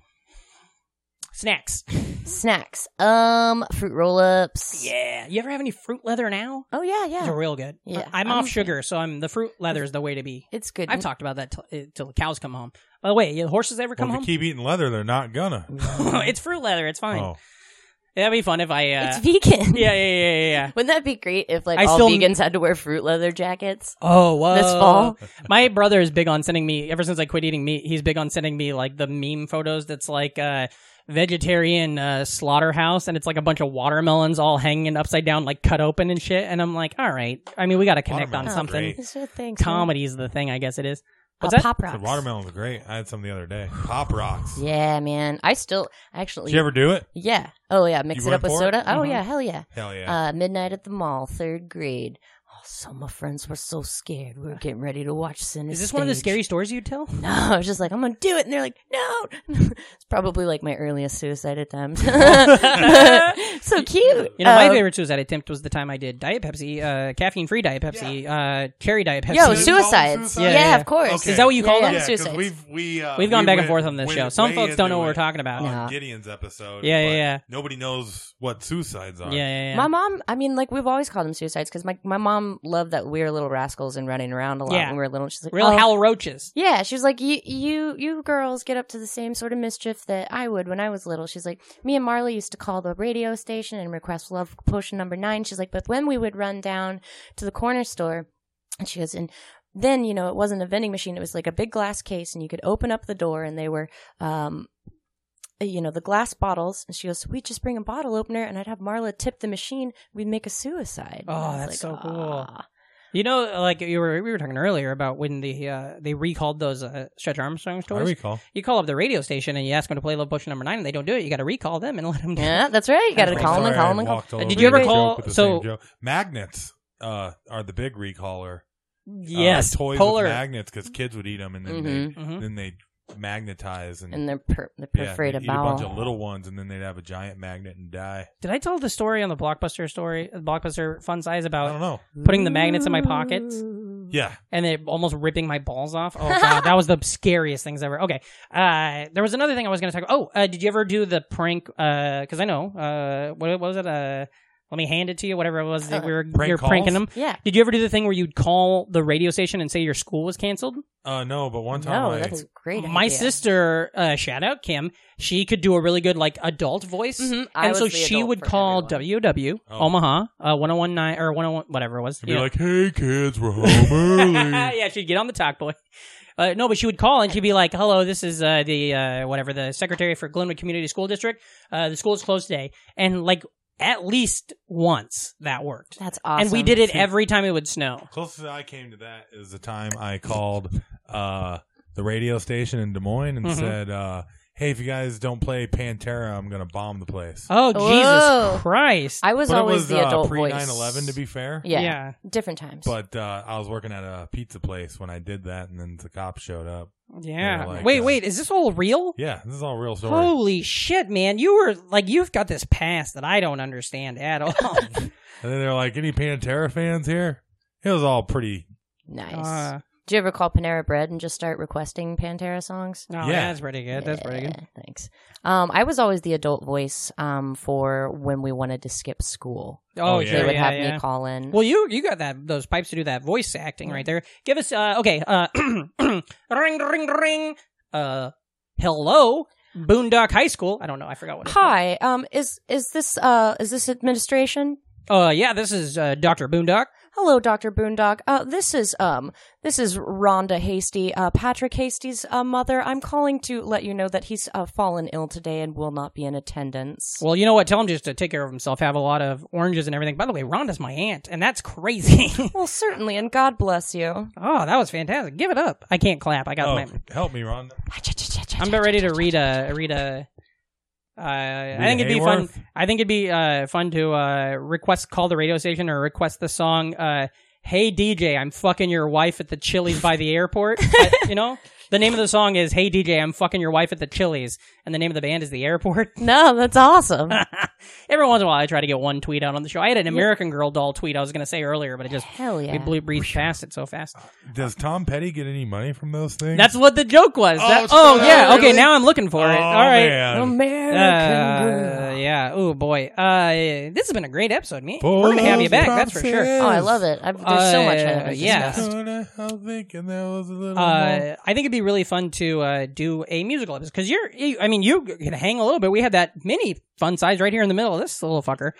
Speaker 1: Snacks.
Speaker 6: Snacks. Um, fruit roll ups.
Speaker 1: Yeah. You ever have any fruit leather now?
Speaker 6: Oh yeah,
Speaker 1: Those are
Speaker 6: yeah.
Speaker 1: real good.
Speaker 6: Yeah,
Speaker 1: I- I'm,
Speaker 6: I'm
Speaker 1: off
Speaker 6: okay.
Speaker 1: sugar, so I'm the fruit leather is the way to be.
Speaker 6: It's good.
Speaker 1: I've talked about that till, uh, till the cows come home. By the way, the horses ever come
Speaker 4: Well, if
Speaker 1: home?
Speaker 4: you keep eating leather, they're not gonna.
Speaker 6: Oh,
Speaker 1: it's fruit leather. It's fine.
Speaker 4: Oh,
Speaker 1: That'd be fun if I. Uh,
Speaker 6: It's vegan.
Speaker 1: yeah, yeah, yeah, yeah, yeah.
Speaker 6: Wouldn't that be great if like
Speaker 1: I
Speaker 6: all
Speaker 1: still-
Speaker 6: vegans had to wear fruit leather jackets?
Speaker 1: Oh, whoa.
Speaker 6: This fall?
Speaker 1: My brother is big on sending me, ever since I quit eating meat, he's big on sending me like the meme photos that's like, uh, vegetarian uh, slaughterhouse and it's like a bunch of watermelons all hanging upside down like cut open and shit and i'm like all right i mean we got to connect on
Speaker 4: Watermelons are
Speaker 1: something
Speaker 4: Oh, great.
Speaker 6: These are things.
Speaker 1: comedy is the thing i guess it is
Speaker 6: Uh,
Speaker 1: What's that?
Speaker 6: pop
Speaker 4: the
Speaker 6: rocks.
Speaker 4: watermelon's great. I had some the other day. Pop rocks.
Speaker 6: Yeah, man. I still actually.
Speaker 4: Did you ever do it?
Speaker 6: yeah. Oh yeah. Mix
Speaker 4: You
Speaker 6: it up
Speaker 4: went
Speaker 6: with
Speaker 4: for it?
Speaker 6: soda. Oh
Speaker 1: Mhm.
Speaker 6: yeah. Hell yeah.
Speaker 4: Hell yeah.
Speaker 6: Uh, midnight at the mall, third grade. Oh, some of my friends were so scared. We were getting ready to watch Sinister.
Speaker 1: Is this one of the scary stories you'd tell?
Speaker 6: No, I was just like, I'm gonna do it, and they're like, no. it's probably like my earliest suicide attempt. so cute.
Speaker 1: You know, my
Speaker 6: Uh,
Speaker 1: favorite suicide attempt was the time I did Diet Pepsi, uh, caffeine-free Diet Pepsi, uh, cherry Diet Pepsi.
Speaker 6: Yo,
Speaker 4: Did you call them
Speaker 6: suicides.
Speaker 4: suicides?
Speaker 6: Yeah,
Speaker 1: Yeah, yeah.
Speaker 6: of course.
Speaker 4: Okay.
Speaker 1: Is that what you call
Speaker 6: Yeah,
Speaker 1: them?
Speaker 6: yeah.
Speaker 4: 'cause
Speaker 6: suicides.
Speaker 4: we've we uh,
Speaker 1: We've gone
Speaker 4: we
Speaker 1: back and
Speaker 4: went-
Speaker 1: forth on this
Speaker 4: went
Speaker 1: show. Some
Speaker 4: way
Speaker 1: folks don't know
Speaker 4: into
Speaker 1: what we're
Speaker 4: it
Speaker 1: talking about.
Speaker 4: on
Speaker 6: Nah.
Speaker 4: Gideon's episode.
Speaker 1: Yeah, yeah,
Speaker 4: but
Speaker 1: yeah.
Speaker 4: Nobody knows what suicides
Speaker 1: Yeah,
Speaker 4: are.
Speaker 1: yeah, yeah.
Speaker 6: My mom, I mean, like, we've always called them suicides because my, my mom loved that we were little rascals and running around a lot
Speaker 1: Yeah.
Speaker 6: when we were little. She's like,
Speaker 1: Real
Speaker 6: oh,
Speaker 1: Hal Roaches.
Speaker 6: Yeah, she was like, you, you, you girls get up to the same sort of mischief that I would when I was little. She's like, me and Marley used to call the radio station and request love potion number nine. She's like, but when we would run down to the corner store, and she goes, and then you know, it wasn't a vending machine; it was like a big glass case, and you could open up the door, and they were, um, you know, the glass bottles. And she goes, we just bring a bottle opener, and I'd have Marla tip the machine. We'd make a suicide. And I
Speaker 1: Oh,
Speaker 6: was
Speaker 1: that's so cool.
Speaker 6: "Ah."
Speaker 1: You know, like you were we were talking earlier about when the uh, they recalled those uh, Stretch Armstrong
Speaker 4: I
Speaker 1: toys.
Speaker 4: recall.
Speaker 1: you call up the radio station and you ask them to play Love Potion Number Nine, and they don't do it. You got to recall them and let them.
Speaker 4: Uh,
Speaker 6: Yeah, that's right. You got to
Speaker 1: I'm
Speaker 6: call them and
Speaker 4: Sorry, I
Speaker 6: call them and call.
Speaker 4: walked all
Speaker 1: Did
Speaker 4: over
Speaker 1: you ever
Speaker 4: the joke
Speaker 1: call-
Speaker 4: with the
Speaker 1: so-
Speaker 4: same joke. magnets uh, are the big recaller? Uh,
Speaker 1: Yes,
Speaker 4: toys
Speaker 1: Polar.
Speaker 4: with magnets because kids would eat them and then
Speaker 6: Mhm.
Speaker 1: Mhm.
Speaker 4: they then they magnetize and,
Speaker 6: And they're per- the
Speaker 4: yeah, they'd
Speaker 6: perforated
Speaker 4: eat a bunch
Speaker 6: bowel.
Speaker 4: of little ones and then they'd have a giant magnet and die.
Speaker 1: Did I tell the story on the Blockbuster story, Blockbuster Fun Size
Speaker 4: I don't
Speaker 1: about
Speaker 6: Oh.
Speaker 4: know.
Speaker 1: putting the magnets in my pockets?
Speaker 4: Yeah,
Speaker 1: and it almost ripping my balls off. Oh god, that was the scariest things ever. Okay, uh, there was another thing I was going to talk. Oh, uh, did you ever do the prank? Because I know uh, what, what was it? Uh, let me hand it to you. Whatever it was that we were
Speaker 4: Prank
Speaker 1: you're pranking them.
Speaker 4: calls?
Speaker 6: Yeah.
Speaker 1: Did you ever do the thing where you'd call the radio station and say your school was canceled?
Speaker 4: uh, no, but one time
Speaker 6: No,
Speaker 4: I,
Speaker 6: that's a great.
Speaker 1: My
Speaker 6: idea.
Speaker 1: sister, uh, shout out Kim, she could do a really good like adult voice,
Speaker 6: Mhm, I
Speaker 1: and so
Speaker 6: was the
Speaker 1: she
Speaker 6: adult
Speaker 1: would
Speaker 6: for
Speaker 1: call
Speaker 6: everyone.
Speaker 1: WW
Speaker 4: Oh.
Speaker 1: Omaha uh, 1019 or 101 whatever it was.
Speaker 4: would be
Speaker 1: Yeah.
Speaker 4: like, "Hey kids, we're home early."
Speaker 1: yeah, she'd get on the talk boy. Uh, no, but she would call and she'd be like, "Hello, this is uh, the uh, whatever the secretary for Glenwood Community School District. Uh, the school is closed today." And like at least once that worked,
Speaker 6: That's awesome.
Speaker 1: and we did it every time it would snow.
Speaker 4: Closest I came to that is the time I called uh, the radio station in Des Moines and
Speaker 6: Mm-hmm.
Speaker 1: Mhm.
Speaker 4: said, uh, "Hey, if you guys don't play Pantera, I'm gonna bomb the place."
Speaker 1: Oh
Speaker 6: Whoa.
Speaker 1: Jesus Christ!
Speaker 6: I was
Speaker 4: but
Speaker 6: always
Speaker 4: it was
Speaker 6: the adult
Speaker 4: uh, pre
Speaker 6: voice.
Speaker 4: 9/11 to be fair.
Speaker 6: Yeah.
Speaker 1: Yeah.
Speaker 6: Different times.
Speaker 4: But uh, I was working at a pizza place when I did that, and then the cops showed up.
Speaker 1: yeah.
Speaker 4: Yeah, like,
Speaker 1: wait,
Speaker 4: uh,
Speaker 1: wait, is this all real?
Speaker 4: Yeah, this is all real story.
Speaker 1: Holy shit, man! You were like, you've got this past that I don't understand at all.
Speaker 4: And then they're like, "Any Pantera fans here?" It was all pretty.
Speaker 6: nice.
Speaker 1: Uh,
Speaker 6: Do you ever call Panera Bread and just start requesting Pantera songs?
Speaker 1: no,
Speaker 4: Yeah.
Speaker 1: that's pretty good. That's pretty good.
Speaker 6: Yeah, Thanks. Um, I was always the adult voice um, for when we wanted to skip school.
Speaker 1: Oh,
Speaker 4: Oh,
Speaker 1: yeah,
Speaker 4: yeah.
Speaker 6: they would
Speaker 1: yeah,
Speaker 6: have
Speaker 1: yeah.
Speaker 6: me call in.
Speaker 1: Mm-hmm. Well, you you got that those pipes to do that voice acting right there. Give us uh okay uh ring ring ring uh hello Boondock High School. I don't know. I forgot what. it's
Speaker 6: Hi, um, is is this uh is this administration?
Speaker 1: called. Uh yeah, this is uh, Doctor Boondock.
Speaker 6: Hello, Doctor Boondock. Uh, this is um this is Rhonda Hasty, uh, Patrick Hasty's uh, mother. I'm calling to let you know that he's uh, fallen ill today and will not be in attendance.
Speaker 1: Well, you know what? Tell him just to take care of himself. Have a lot of oranges and everything. By the way, Rhonda's my aunt, and that's crazy.
Speaker 6: Well, certainly, and God bless you.
Speaker 1: oh, that was fantastic. Give it up. I can't clap. I got
Speaker 4: Oh,
Speaker 1: my.
Speaker 4: help me, Ron.
Speaker 1: I'm about ready to read a read a. Uh, I think it'd be fun.
Speaker 4: Hayworth?
Speaker 1: I think it'd be uh, fun to uh, request call the radio station or request the song. Uh, hey DJ, I'm fucking your wife at the Chili's by the airport. I- you know, the name of the song is Hey DJ, I'm fucking your wife at the Chili's, and the name of the band is the Airport.
Speaker 6: No, that's awesome.
Speaker 1: Every once in a while, I try to get one tweet out on the show. I had an American Girl doll tweet I was going to say earlier, but it just
Speaker 6: Hell yeah.
Speaker 1: we blew breathed past it so fast.
Speaker 4: Uh, Does Tom Petty get any money from those things?
Speaker 1: That's what the joke was.
Speaker 4: Oh,
Speaker 1: That-
Speaker 4: it's-
Speaker 1: oh
Speaker 4: oh,
Speaker 1: yeah, okay.
Speaker 4: really?
Speaker 1: Now I'm looking for
Speaker 4: oh,
Speaker 1: it. All right.
Speaker 4: Man.
Speaker 6: American
Speaker 1: Uh,
Speaker 6: Girl.
Speaker 1: yeah. Oh boy. Uh, this has been a great episode, me.
Speaker 4: Full
Speaker 1: We're gonna have
Speaker 4: of
Speaker 1: you back. That's for sure.
Speaker 4: promises.
Speaker 6: Oh, I love it. I've, there's so much. I
Speaker 1: Uh,
Speaker 6: haven't
Speaker 1: yeah.
Speaker 6: discussed.
Speaker 4: Gonna- I was thinking that was a little. more-
Speaker 1: Uh, I think it'd be really fun to uh, do a musical episode because you're. You, I mean, you can hang a little bit. We had that mini fun size right here in the middle of this little fucker,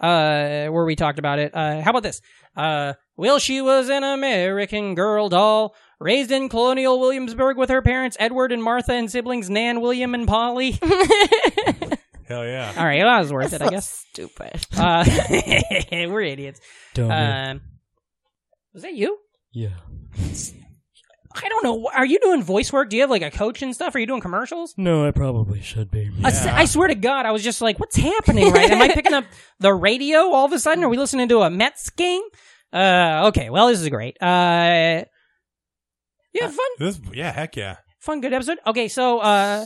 Speaker 1: uh, where we talked about it. Uh, how about this? Uh, well, she was an American girl doll. Raised in colonial Williamsburg with her parents Edward and Martha and siblings Nan, William, and Polly.
Speaker 4: Hell yeah.
Speaker 1: All right, well, that was worth it, I guess.
Speaker 6: Stupid.
Speaker 1: Uh, we're idiots.
Speaker 4: Oh,
Speaker 1: Um, was that you?
Speaker 8: Yeah.
Speaker 1: I don't know. Are you doing voice work? Do you have like a coach and stuff? Are you doing commercials?
Speaker 8: No, I probably should be.
Speaker 1: I s- I swear to God, I was just like, what's happening right? Am I picking up the radio all of a sudden? Are we listening to a Mets game? Uh, okay, well, this is great. Uh,
Speaker 4: Uh,
Speaker 1: yeah, fun,
Speaker 4: This, yeah, heck yeah.
Speaker 1: fun, good episode. Okay, so, uh,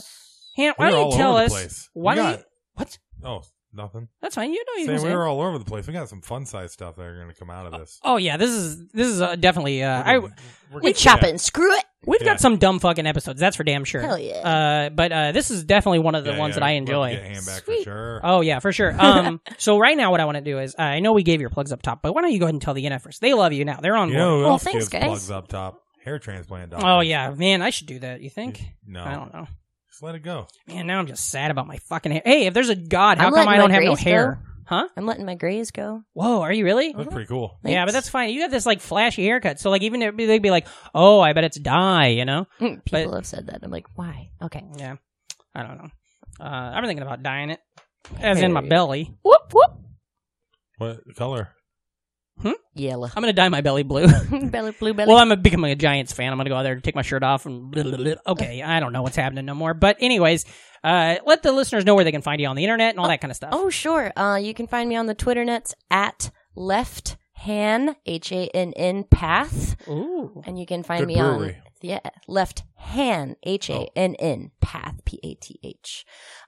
Speaker 1: Han, why
Speaker 4: we were
Speaker 1: don't
Speaker 4: all
Speaker 1: you tell
Speaker 4: over
Speaker 1: us?
Speaker 4: The place.
Speaker 1: Why
Speaker 4: we
Speaker 1: don't
Speaker 4: got,
Speaker 1: you, what?
Speaker 4: Oh, nothing.
Speaker 1: That's fine. You know you can
Speaker 4: Saying
Speaker 1: say
Speaker 4: we
Speaker 1: it.
Speaker 4: were all over the place. We got some fun size stuff that are going to come out of this.
Speaker 1: Oh yeah, this is this is uh, definitely. Uh, I
Speaker 4: We're gonna- we're
Speaker 6: We
Speaker 4: gonna-
Speaker 6: chop
Speaker 4: yeah.
Speaker 6: it and screw it.
Speaker 1: We've
Speaker 4: Yeah.
Speaker 1: got some dumb fucking episodes. That's for damn sure.
Speaker 6: Hell yeah.
Speaker 1: Uh, but uh, this is definitely one of the
Speaker 4: Yeah,
Speaker 1: ones
Speaker 4: yeah,
Speaker 1: that I
Speaker 4: we'll have to Get
Speaker 1: enjoy.
Speaker 4: hand back
Speaker 6: Sweet.
Speaker 4: for sure.
Speaker 1: Oh yeah, for sure. Um, so right now, what I want to do is uh, I know we gave your plugs up top, but why don't you go ahead and tell the NFers? They love you now. They're on
Speaker 4: you
Speaker 1: board.
Speaker 4: know who
Speaker 6: Well,
Speaker 4: else
Speaker 6: thanks,
Speaker 4: gives
Speaker 6: guys.
Speaker 4: plugs up top? Hair transplant doctor.
Speaker 1: Oh yeah, man, I should do that. You think?
Speaker 4: No.
Speaker 1: I don't know.
Speaker 4: Just let it go.
Speaker 1: Man, now I'm just sad about my fucking hair. Hey, if there's a god, how
Speaker 6: I'm
Speaker 1: come
Speaker 6: letting
Speaker 1: I don't
Speaker 6: my
Speaker 1: have no
Speaker 6: grays go.
Speaker 1: hair? Huh?
Speaker 6: I'm letting my grays go.
Speaker 1: Whoa, are you really?
Speaker 4: That's pretty cool.
Speaker 1: Yeah, but
Speaker 6: Oh, Thanks.
Speaker 1: that's fine. You got this like flashy haircut, so like even if they'd be like, "Oh, I bet it's dye," you know?
Speaker 6: Mm,
Speaker 1: But-
Speaker 6: People have said that. I'm like, why? Okay.
Speaker 1: Yeah, I don't know. Uh, I've been thinking about dyeing it, as in my belly.
Speaker 6: Whoop whoop.
Speaker 4: What color?
Speaker 6: Yellow.
Speaker 1: I'm gonna dye my belly blue.
Speaker 6: belly blue belly.
Speaker 1: well, I'm a, becoming a Giants fan. I'm gonna go out there and take my shirt off and okay. I don't know what's happening no more. But anyways, uh, let the listeners know where they can find you on the internet and all that kind of stuff.
Speaker 6: Oh, sure. Uh, you can find me on the Twitter nets at left han h a n n path,
Speaker 1: Ooh.
Speaker 6: and you can find
Speaker 4: Good
Speaker 6: me
Speaker 4: brewery. Oh.
Speaker 6: on yeah left han h a n n path p a t h,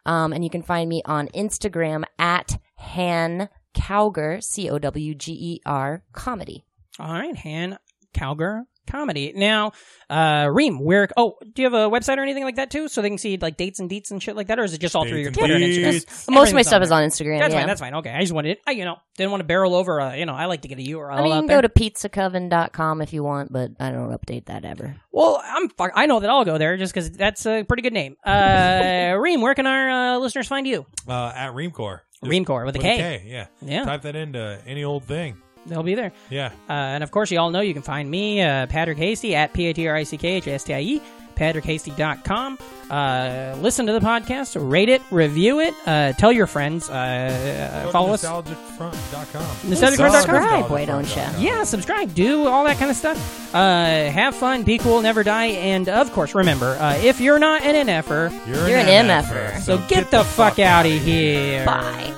Speaker 6: um, and you can find me on Instagram at han cowger c o w g e r comedy.
Speaker 1: All right, Han Calger comedy. Now, uh, Reem, where? Oh, do you have a website or anything like that too, so they can see like dates and deets and shit like that, or is it just all through your
Speaker 4: Dates
Speaker 1: Twitter
Speaker 4: and
Speaker 1: and Instagram?
Speaker 4: deets. Most
Speaker 6: Most of my
Speaker 1: Everything's
Speaker 6: stuff
Speaker 1: on
Speaker 6: is
Speaker 1: there.
Speaker 6: on Instagram.
Speaker 1: That's
Speaker 6: yeah.
Speaker 1: fine. That's fine. Okay, I just wanted, I you know, didn't want to barrel over. Uh, you know, I like to get a URL
Speaker 6: I mean, you
Speaker 1: out
Speaker 6: can go
Speaker 1: there.
Speaker 6: to pizzacoven.com if you want, but I don't update that ever.
Speaker 1: well, I'm fuck. I know that I'll go there just because that's a pretty good name. Uh, Reem, where can our uh, listeners find you?
Speaker 4: Uh, at Reamcore. Just
Speaker 1: Reamcore with a
Speaker 4: with
Speaker 1: K.
Speaker 4: K, Yeah.
Speaker 1: Yeah.
Speaker 4: Type that into any old thing.
Speaker 1: They'll be there.
Speaker 4: Yeah.
Speaker 1: Uh, and of course, you all know you can find me, uh, Patrick Hasty, at P A T R I C K H S T I E, patrickhasty.com. Uh, listen to the podcast, rate it, review it, uh, tell your friends, uh,
Speaker 4: Go
Speaker 1: uh,
Speaker 4: to
Speaker 1: follow us.
Speaker 4: nostalgicfront.com.
Speaker 1: Nostalgicfront.com.
Speaker 6: Subscribe, why don't you?
Speaker 1: Yeah, subscribe, do all that kind of stuff. Uh, have fun, be cool, never die, and of course, remember uh, if you're not an er. NFer,
Speaker 4: er.
Speaker 6: You're an MFer.
Speaker 1: so get, the, fuck out of here.
Speaker 6: Bye.